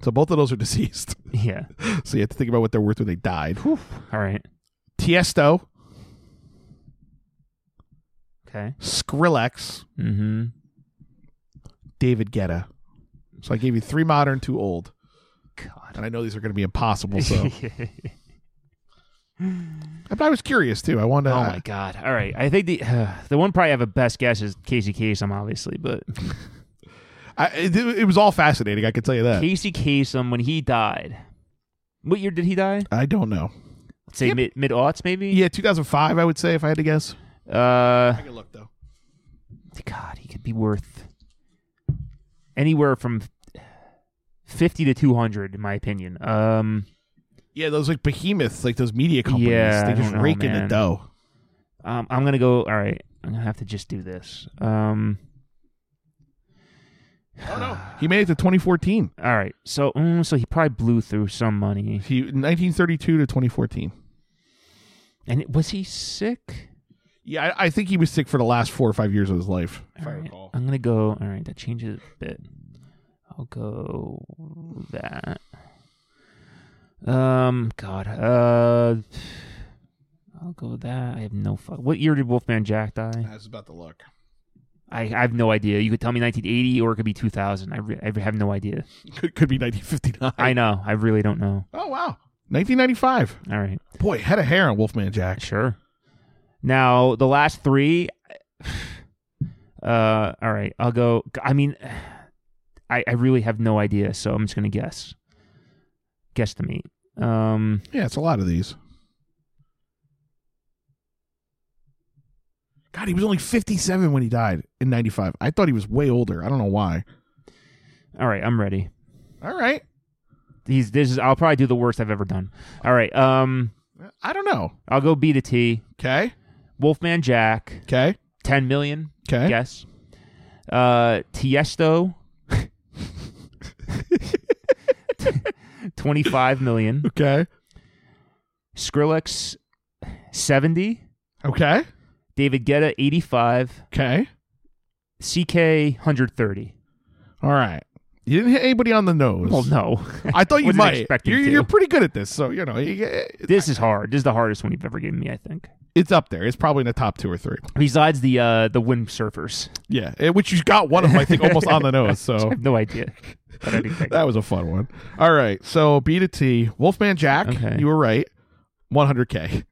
[SPEAKER 2] So both of those are *laughs* deceased.
[SPEAKER 1] Yeah.
[SPEAKER 2] so you have to think about what they're worth when they died.
[SPEAKER 1] All right.
[SPEAKER 2] Tiesto.
[SPEAKER 1] Okay.
[SPEAKER 2] Skrillex,
[SPEAKER 1] Mm-hmm.
[SPEAKER 2] David Guetta. So I gave you three modern, two old.
[SPEAKER 1] God.
[SPEAKER 2] And I know these are going to be impossible.
[SPEAKER 1] *laughs*
[SPEAKER 2] So *laughs* but I was curious too. I wanted to.
[SPEAKER 1] Oh my God! All right, I think the *sighs* the one probably I have a best guess is Casey Kasem, obviously, but
[SPEAKER 2] I, it, it was all fascinating. I can tell you that.
[SPEAKER 1] Casey Kasem when he died, what year did he die?
[SPEAKER 2] I don't know.
[SPEAKER 1] Say mid mid aughts maybe.
[SPEAKER 2] Yeah, 2005. I would say if I had to guess.
[SPEAKER 1] Yeah. Uh,
[SPEAKER 2] can look though.
[SPEAKER 1] God, he could be worth anywhere from fifty to two hundred, in my opinion. Um,
[SPEAKER 2] Yeah, those like behemoths, like those media companies.
[SPEAKER 1] Yeah,
[SPEAKER 2] they
[SPEAKER 1] I
[SPEAKER 2] just
[SPEAKER 1] don't know,
[SPEAKER 2] rake in the
[SPEAKER 1] man.
[SPEAKER 2] dough.
[SPEAKER 1] um, I'm gonna go. All right, I'm gonna have to just do this. Um,
[SPEAKER 2] Oh no, he made it to 2014.
[SPEAKER 1] all right, so mm, so he probably blew through some money.
[SPEAKER 2] He 1932 to 2014.
[SPEAKER 1] And it- was he sick?
[SPEAKER 2] Yeah, I, I think he was sick for the last four or five years of his life. If I
[SPEAKER 1] All right,
[SPEAKER 2] recall.
[SPEAKER 1] I'm gonna go. All right, that changes a bit. I'll go that. Um, God, uh, I'll go that. I have no fuck. What year did Wolfman Jack die?
[SPEAKER 2] I was about to look.
[SPEAKER 1] I, I have no idea. You could tell me 1980 or it could be 2000. I, re- I have no idea.
[SPEAKER 2] Could, could be 1959.
[SPEAKER 1] I know. I really don't know.
[SPEAKER 2] oh wow, 1995.
[SPEAKER 1] All right,
[SPEAKER 2] Boy, head of hair on Wolfman Jack.
[SPEAKER 1] sure. Now the last three. Uh, all right. I'll go. I mean, I I really have no idea, so I'm just gonna guess. Guess the meat. Um,
[SPEAKER 2] Yeah, it's a lot of these. God, he was only 57 when he died in 95. I thought he was way older. I don't know why.
[SPEAKER 1] all right. I'm ready.
[SPEAKER 2] All right.
[SPEAKER 1] These this is. I'll probably do the worst I've ever done. All right. Um,
[SPEAKER 2] I don't know.
[SPEAKER 1] I'll go B to T.
[SPEAKER 2] Okay.
[SPEAKER 1] Wolfman Jack.
[SPEAKER 2] Okay.
[SPEAKER 1] Ten million.
[SPEAKER 2] Okay.
[SPEAKER 1] Yes. Uh, Tiesto. 25 million.
[SPEAKER 2] Okay.
[SPEAKER 1] Skrillex 70.
[SPEAKER 2] Okay.
[SPEAKER 1] David Guetta 85.
[SPEAKER 2] Okay.
[SPEAKER 1] CK 130.
[SPEAKER 2] All right. You didn't hit anybody on the nose.
[SPEAKER 1] Well, no. *laughs*
[SPEAKER 2] I thought you
[SPEAKER 1] Wasn't
[SPEAKER 2] might.
[SPEAKER 1] expecting
[SPEAKER 2] You're,
[SPEAKER 1] to.
[SPEAKER 2] you're pretty good at this, so you know you-
[SPEAKER 1] This is hard. This is the hardest one you've ever given me, I think.
[SPEAKER 2] it's up there. It's probably in the top two or three.
[SPEAKER 1] Besides the uh the windsurfers.
[SPEAKER 2] Yeah, eh, which you got one of them, I think, almost on the nose.
[SPEAKER 1] *laughs*
[SPEAKER 2] So
[SPEAKER 1] I have no idea. But I didn't think.
[SPEAKER 2] *laughs* that was a fun one. All right, so B to T, Wolfman Jack.
[SPEAKER 1] Okay.
[SPEAKER 2] You were right. 100k.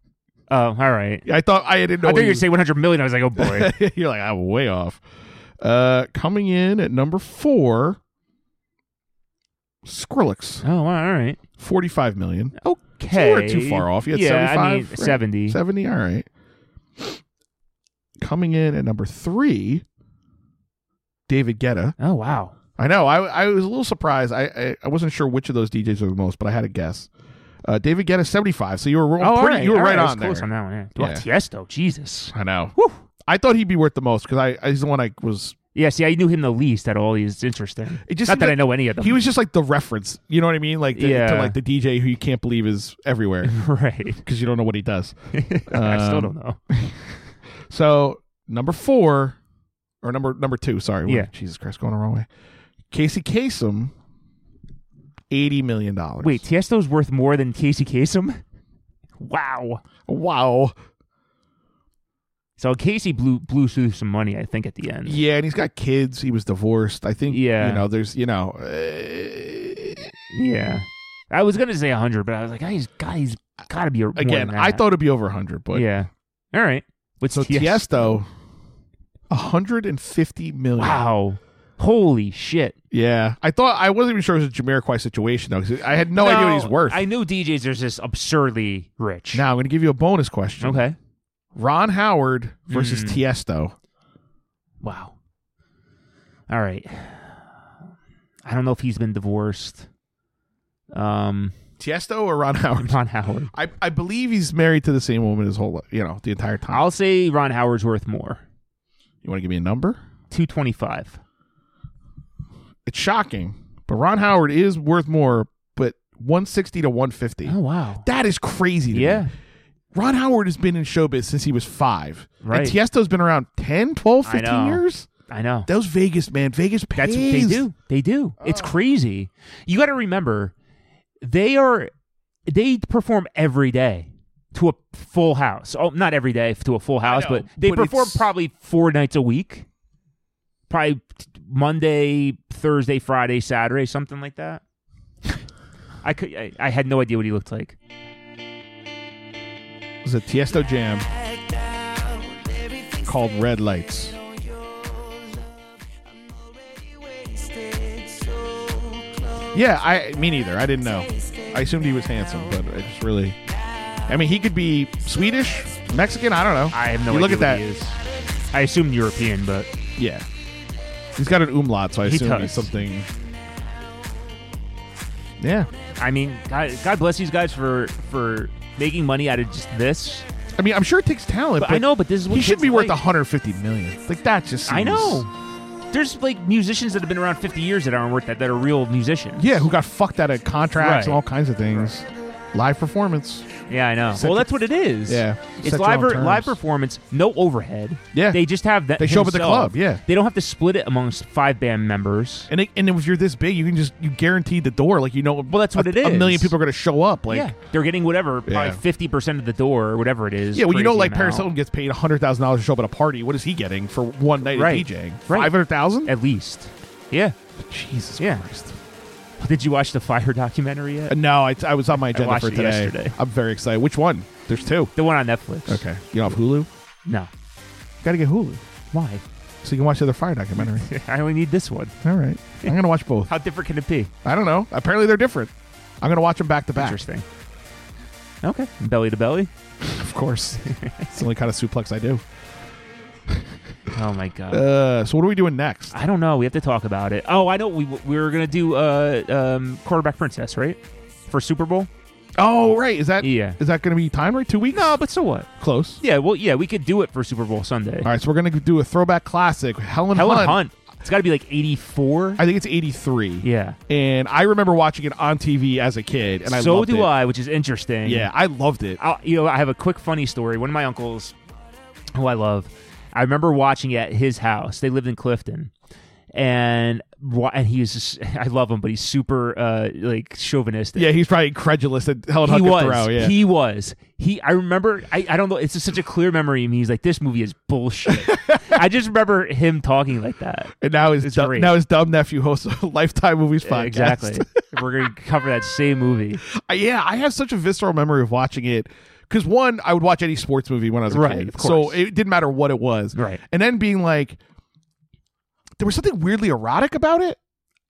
[SPEAKER 1] Oh, all right.
[SPEAKER 2] I thought I didn't know.
[SPEAKER 1] I thought you were going
[SPEAKER 2] he
[SPEAKER 1] to say 100 million. I was like, oh
[SPEAKER 2] *laughs*
[SPEAKER 1] boy.
[SPEAKER 2] was- you're like I'm way off. Uh, coming in at number four, Skrillex,
[SPEAKER 1] oh, wow, all right.
[SPEAKER 2] 45 million.
[SPEAKER 1] Okay.
[SPEAKER 2] So you weren't too far off. You had
[SPEAKER 1] yeah, I
[SPEAKER 2] 75,
[SPEAKER 1] mean,
[SPEAKER 2] right?
[SPEAKER 1] 70.
[SPEAKER 2] 70 all right coming in at number three david guetta
[SPEAKER 1] Oh wow.
[SPEAKER 2] i know i, I was a little surprised I, I i wasn't sure which of those djs were the most but i had a guess uh david guetta 75 so you were
[SPEAKER 1] Oh, all
[SPEAKER 2] pretty,
[SPEAKER 1] right,
[SPEAKER 2] you were
[SPEAKER 1] all
[SPEAKER 2] right,
[SPEAKER 1] I was
[SPEAKER 2] on
[SPEAKER 1] close
[SPEAKER 2] there
[SPEAKER 1] on that one. Yeah. Wow,
[SPEAKER 2] Yeah.
[SPEAKER 1] Tiesto, Jesus.
[SPEAKER 2] i know
[SPEAKER 1] Whew.
[SPEAKER 2] i thought he'd be worth the most because I, I he's the one i was
[SPEAKER 1] Yeah, see, I knew him the least at all. He's interesting.
[SPEAKER 2] It just
[SPEAKER 1] Not
[SPEAKER 2] seemed
[SPEAKER 1] that I
[SPEAKER 2] like-
[SPEAKER 1] know any of them. *laughs*
[SPEAKER 2] he was just like the reference you know what i mean like the, to
[SPEAKER 1] Yeah.
[SPEAKER 2] like the dj who you can't believe is everywhere
[SPEAKER 1] right.
[SPEAKER 2] because you don't know what he does
[SPEAKER 1] I still
[SPEAKER 2] Um,
[SPEAKER 1] don't know.
[SPEAKER 2] *laughs* So number four, or number number two. Sorry, Wait,
[SPEAKER 1] Yeah.
[SPEAKER 2] Jesus Christ, going the wrong way. Casey Kasem, eighty million dollars.
[SPEAKER 1] Wait, Tiesto's worth more than Casey Kasem? Wow.
[SPEAKER 2] wow.
[SPEAKER 1] So Casey blew blew through some money, I think, at the end.
[SPEAKER 2] Yeah, and he's got kids. He was divorced. I think.
[SPEAKER 1] Yeah.
[SPEAKER 2] you know, there's you know, uh,
[SPEAKER 1] Yeah. I was gonna say hundred, but I was like, oh, he's got he's got to be more
[SPEAKER 2] again.
[SPEAKER 1] than
[SPEAKER 2] I
[SPEAKER 1] that.
[SPEAKER 2] thought it'd be over hundred, but
[SPEAKER 1] yeah. All right. What's
[SPEAKER 2] So
[SPEAKER 1] Ties-
[SPEAKER 2] Tiesto, hundred and fifty million.
[SPEAKER 1] Wow. Holy shit.
[SPEAKER 2] Yeah, I thought I wasn't even sure it was a Jamiroquai situation though. 'cause I had no, idea what he's worth.
[SPEAKER 1] I knew DJs are just absurdly rich.
[SPEAKER 2] now I'm going to give you a bonus question.
[SPEAKER 1] Okay.
[SPEAKER 2] Ron Howard versus
[SPEAKER 1] Hmm.
[SPEAKER 2] Tiesto.
[SPEAKER 1] Wow. All right. I don't know if he's been divorced. Um,
[SPEAKER 2] Tiesto or
[SPEAKER 1] *laughs*
[SPEAKER 2] Ron Howard?
[SPEAKER 1] Ron Howard.
[SPEAKER 2] I, I believe he's married to the same woman his whole life, you know, the entire time.
[SPEAKER 1] I'll say Ron Howard's worth more.
[SPEAKER 2] you want to give me a number?
[SPEAKER 1] Two twenty five.
[SPEAKER 2] It's shocking, but Ron Howard is worth more, but 160 to 150.
[SPEAKER 1] Oh wow.
[SPEAKER 2] That is crazy. to
[SPEAKER 1] Yeah.
[SPEAKER 2] me. Ron Howard has been in showbiz since he was five.
[SPEAKER 1] Right.
[SPEAKER 2] And Tiesto's been around 10, 12,
[SPEAKER 1] I
[SPEAKER 2] 15
[SPEAKER 1] know.
[SPEAKER 2] years?
[SPEAKER 1] I know.
[SPEAKER 2] That Oh. was Vegas, man. Vegas pays.
[SPEAKER 1] That's what they do. They do. It's crazy. You got to remember, they are they perform every day. to a full house. Oh, not every day to a full house,
[SPEAKER 2] know,
[SPEAKER 1] but they
[SPEAKER 2] but
[SPEAKER 1] perform
[SPEAKER 2] it's-
[SPEAKER 1] probably four nights a week. Probably Monday, Thursday, Friday, Saturday, something like that. I could. I, I had no idea what he looked like.
[SPEAKER 2] It was a Tiesto jam called Red Lights. Yeah, I me neither. I didn't know. I assumed he was handsome, but I just really I mean, he could be Swedish, Mexican, I don't know.
[SPEAKER 1] I have no.
[SPEAKER 2] you
[SPEAKER 1] idea
[SPEAKER 2] look
[SPEAKER 1] what
[SPEAKER 2] at that.
[SPEAKER 1] He is. I assumed European, but
[SPEAKER 2] Yeah. He's got an umlaut, so I
[SPEAKER 1] He
[SPEAKER 2] assume
[SPEAKER 1] does.
[SPEAKER 2] he's something Yeah.
[SPEAKER 1] I mean, God, God bless these guys for for making money out of just this.
[SPEAKER 2] I mean, I'm sure it takes talent,
[SPEAKER 1] But
[SPEAKER 2] but,
[SPEAKER 1] I know, but this is what
[SPEAKER 2] he should
[SPEAKER 1] kids
[SPEAKER 2] be worth
[SPEAKER 1] like.
[SPEAKER 2] 150 million. Like that just seems
[SPEAKER 1] I know. There's like musicians that have been around 50 years that aren't worth that that are real musicians.
[SPEAKER 2] Yeah, who got fucked out of contracts
[SPEAKER 1] Right.
[SPEAKER 2] and all kinds of things. Live performance.
[SPEAKER 1] Yeah, I know.
[SPEAKER 2] Set
[SPEAKER 1] well,
[SPEAKER 2] your-
[SPEAKER 1] that's what it is.
[SPEAKER 2] Yeah.
[SPEAKER 1] it's
[SPEAKER 2] Set your
[SPEAKER 1] live
[SPEAKER 2] own
[SPEAKER 1] live
[SPEAKER 2] terms.
[SPEAKER 1] performance, no overhead.
[SPEAKER 2] Yeah.
[SPEAKER 1] they just have that.
[SPEAKER 2] They show up at the
[SPEAKER 1] himself.
[SPEAKER 2] club, yeah.
[SPEAKER 1] they don't have to split it amongst five band members.
[SPEAKER 2] And it, and if you're this big, you can just you guaranteed the door. Like you know, well
[SPEAKER 1] that's what
[SPEAKER 2] a,
[SPEAKER 1] it
[SPEAKER 2] A million
[SPEAKER 1] is.
[SPEAKER 2] people are going to show up. Like
[SPEAKER 1] yeah, they're getting whatever,
[SPEAKER 2] Yeah.
[SPEAKER 1] probably 50 percent of the door or whatever it is.
[SPEAKER 2] Yeah, well, you know,
[SPEAKER 1] crazy
[SPEAKER 2] like Paris
[SPEAKER 1] amount,
[SPEAKER 2] Hilton gets paid hundred thousand dollars to show up at a party. What is he getting for one night
[SPEAKER 1] Right.
[SPEAKER 2] of DJing?
[SPEAKER 1] Right. Eh,
[SPEAKER 2] Five hundred thousand.
[SPEAKER 1] at least. Yeah.
[SPEAKER 2] Jesus
[SPEAKER 1] Yeah.
[SPEAKER 2] Christ.
[SPEAKER 1] Did you watch the Fire documentary yet?
[SPEAKER 2] Uh, No, I, I was on my agenda
[SPEAKER 1] watched
[SPEAKER 2] for
[SPEAKER 1] it
[SPEAKER 2] today.
[SPEAKER 1] yesterday.
[SPEAKER 2] I'm very excited. Which one? There's two.
[SPEAKER 1] The one on Netflix.
[SPEAKER 2] Okay, you don't have Hulu?
[SPEAKER 1] No.
[SPEAKER 2] Got to get Hulu
[SPEAKER 1] Why?
[SPEAKER 2] so you can watch the other
[SPEAKER 1] *laughs*
[SPEAKER 2] Fire documentary.
[SPEAKER 1] I only need this one.
[SPEAKER 2] All right, I'm gonna watch both.
[SPEAKER 1] How different can it be?
[SPEAKER 2] I don't know. Apparently, they're different. I'm gonna watch them back to back.
[SPEAKER 1] Interesting. Ah. Okay. Belly to belly.
[SPEAKER 2] Of course,
[SPEAKER 1] *laughs*
[SPEAKER 2] it's the only kind of suplex I do.
[SPEAKER 1] Oh my god.
[SPEAKER 2] Uh, so what are we doing next?
[SPEAKER 1] I don't know. We have to talk about it. Oh, I know. We we were gonna do uh um quarterback princess right for Super Bowl.
[SPEAKER 2] Oh, right. Is that
[SPEAKER 1] Yeah.
[SPEAKER 2] Is that going to be timed right? Two weeks?
[SPEAKER 1] No, but so what?
[SPEAKER 2] close.
[SPEAKER 1] Yeah. Well, yeah, we could do it for Super Bowl Sunday.
[SPEAKER 2] All right, so we're going to do a throwback classic, Helen,
[SPEAKER 1] Helen
[SPEAKER 2] Hunt.
[SPEAKER 1] Hunt. It's got to be like eighty four.
[SPEAKER 2] I think it's '83.
[SPEAKER 1] Yeah.
[SPEAKER 2] and I remember watching it on TV as a kid, and I
[SPEAKER 1] so
[SPEAKER 2] loved
[SPEAKER 1] do
[SPEAKER 2] it.
[SPEAKER 1] I, which is interesting.
[SPEAKER 2] Yeah, I loved it.
[SPEAKER 1] I'll, you know, I have a quick funny story. One of my uncles, who I love, I remember watching it at his house. They lived in Clifton, and wa- and he was just, *laughs* I love him, but he's super uh, like chauvinistic.
[SPEAKER 2] Yeah, he's probably incredulous that Helen
[SPEAKER 1] He
[SPEAKER 2] Hunt could
[SPEAKER 1] was.
[SPEAKER 2] throw. Yeah,
[SPEAKER 1] He was. He. I remember. I, I. don't know. It's just such a clear memory. of me. he's like, this movie is *laughs* bullshit. I just remember him talking like that.
[SPEAKER 2] and now his
[SPEAKER 1] It's
[SPEAKER 2] dumb,
[SPEAKER 1] great.
[SPEAKER 2] now his dumb nephew hosts *laughs* a Lifetime movies podcast.
[SPEAKER 1] Exactly. We're gonna cover that same movie.
[SPEAKER 2] Uh, yeah, I have such a visceral memory of watching it. Because one, I would watch any sports movie when I was a
[SPEAKER 1] Right,
[SPEAKER 2] kid,
[SPEAKER 1] of
[SPEAKER 2] so
[SPEAKER 1] course.
[SPEAKER 2] it didn't matter what it was.
[SPEAKER 1] Right.
[SPEAKER 2] and then being like, there was something weirdly erotic about it.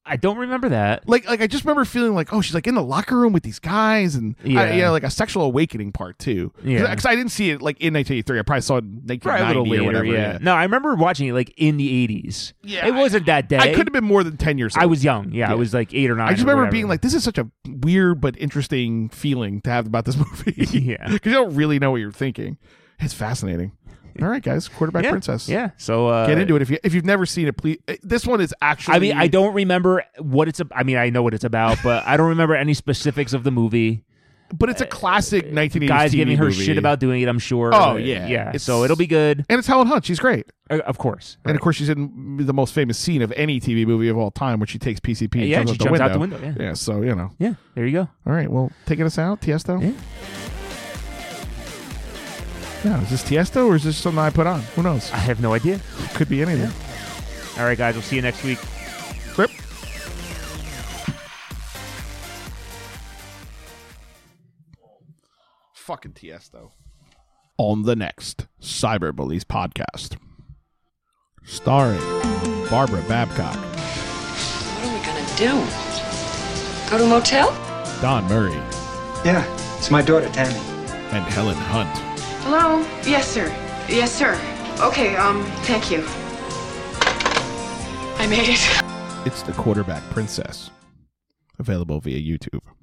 [SPEAKER 1] I don't remember that.
[SPEAKER 2] like like I just remember feeling like oh she's like in the locker room with these guys and yeah,
[SPEAKER 1] Yeah.
[SPEAKER 2] I, yeah like a sexual awakening part too
[SPEAKER 1] Yeah.
[SPEAKER 2] because I didn't see it like in 1983 I probably saw it in
[SPEAKER 1] Probably
[SPEAKER 2] 1990
[SPEAKER 1] a little later.
[SPEAKER 2] or whatever
[SPEAKER 1] yeah. No, I remember watching it like in the eighties.
[SPEAKER 2] Yeah,
[SPEAKER 1] It wasn't that day.
[SPEAKER 2] I could have been more than 10 years
[SPEAKER 1] I
[SPEAKER 2] old.
[SPEAKER 1] was young. Yeah, I
[SPEAKER 2] Yeah.
[SPEAKER 1] was like eight or nine.
[SPEAKER 2] I just
[SPEAKER 1] or
[SPEAKER 2] remember
[SPEAKER 1] whatever.
[SPEAKER 2] being like this is such a weird but interesting feeling to have about this *laughs* movie
[SPEAKER 1] *laughs* Yeah.
[SPEAKER 2] because you don't really know what you're thinking it's fascinating all right guys quarterback
[SPEAKER 1] yeah,
[SPEAKER 2] princess
[SPEAKER 1] Yeah. So uh,
[SPEAKER 2] get into it if you if you've never seen it please eh, this one is actually
[SPEAKER 1] I mean, I don't remember what it's. ab- I mean, I know what it's about, but I don't remember any specifics of the movie.
[SPEAKER 2] but it's a classic 1980s
[SPEAKER 1] uh, Guys
[SPEAKER 2] TV
[SPEAKER 1] giving her
[SPEAKER 2] movie.
[SPEAKER 1] shit about doing it. I'm sure.
[SPEAKER 2] Oh,
[SPEAKER 1] Uh,
[SPEAKER 2] yeah.
[SPEAKER 1] yeah.
[SPEAKER 2] It's-
[SPEAKER 1] So it'll be good.
[SPEAKER 2] and it's Helen Hunt she's great
[SPEAKER 1] Uh, of course.
[SPEAKER 2] And of course, she's in the most famous scene of any TV movie of all time, where she takes PCP and
[SPEAKER 1] Yeah,
[SPEAKER 2] jumps,
[SPEAKER 1] she
[SPEAKER 2] out, the
[SPEAKER 1] jumps
[SPEAKER 2] window.
[SPEAKER 1] out the window, yeah.
[SPEAKER 2] so you know.
[SPEAKER 1] Yeah. There you go.
[SPEAKER 2] All right, well, taking us out, Tiesto.
[SPEAKER 1] Yeah.
[SPEAKER 2] Yeah, is this Tiesto or is this something I put on? Who knows?
[SPEAKER 1] I have no idea.
[SPEAKER 2] Could be anything.
[SPEAKER 1] All right, guys. We'll see you next week.
[SPEAKER 2] Rip. Fucking Tiesto. On the next Cyber Bullies podcast, starring Barbara Babcock.
[SPEAKER 5] What are we gonna do? Go to a motel?
[SPEAKER 2] Don Murray,
[SPEAKER 6] Yeah, it's my daughter, Tammy.
[SPEAKER 2] and Helen Hunt.
[SPEAKER 7] Hello? Yes, sir. Yes, sir. Okay, um, thank you. I made it.
[SPEAKER 2] It's the quarterback princess. Available via YouTube.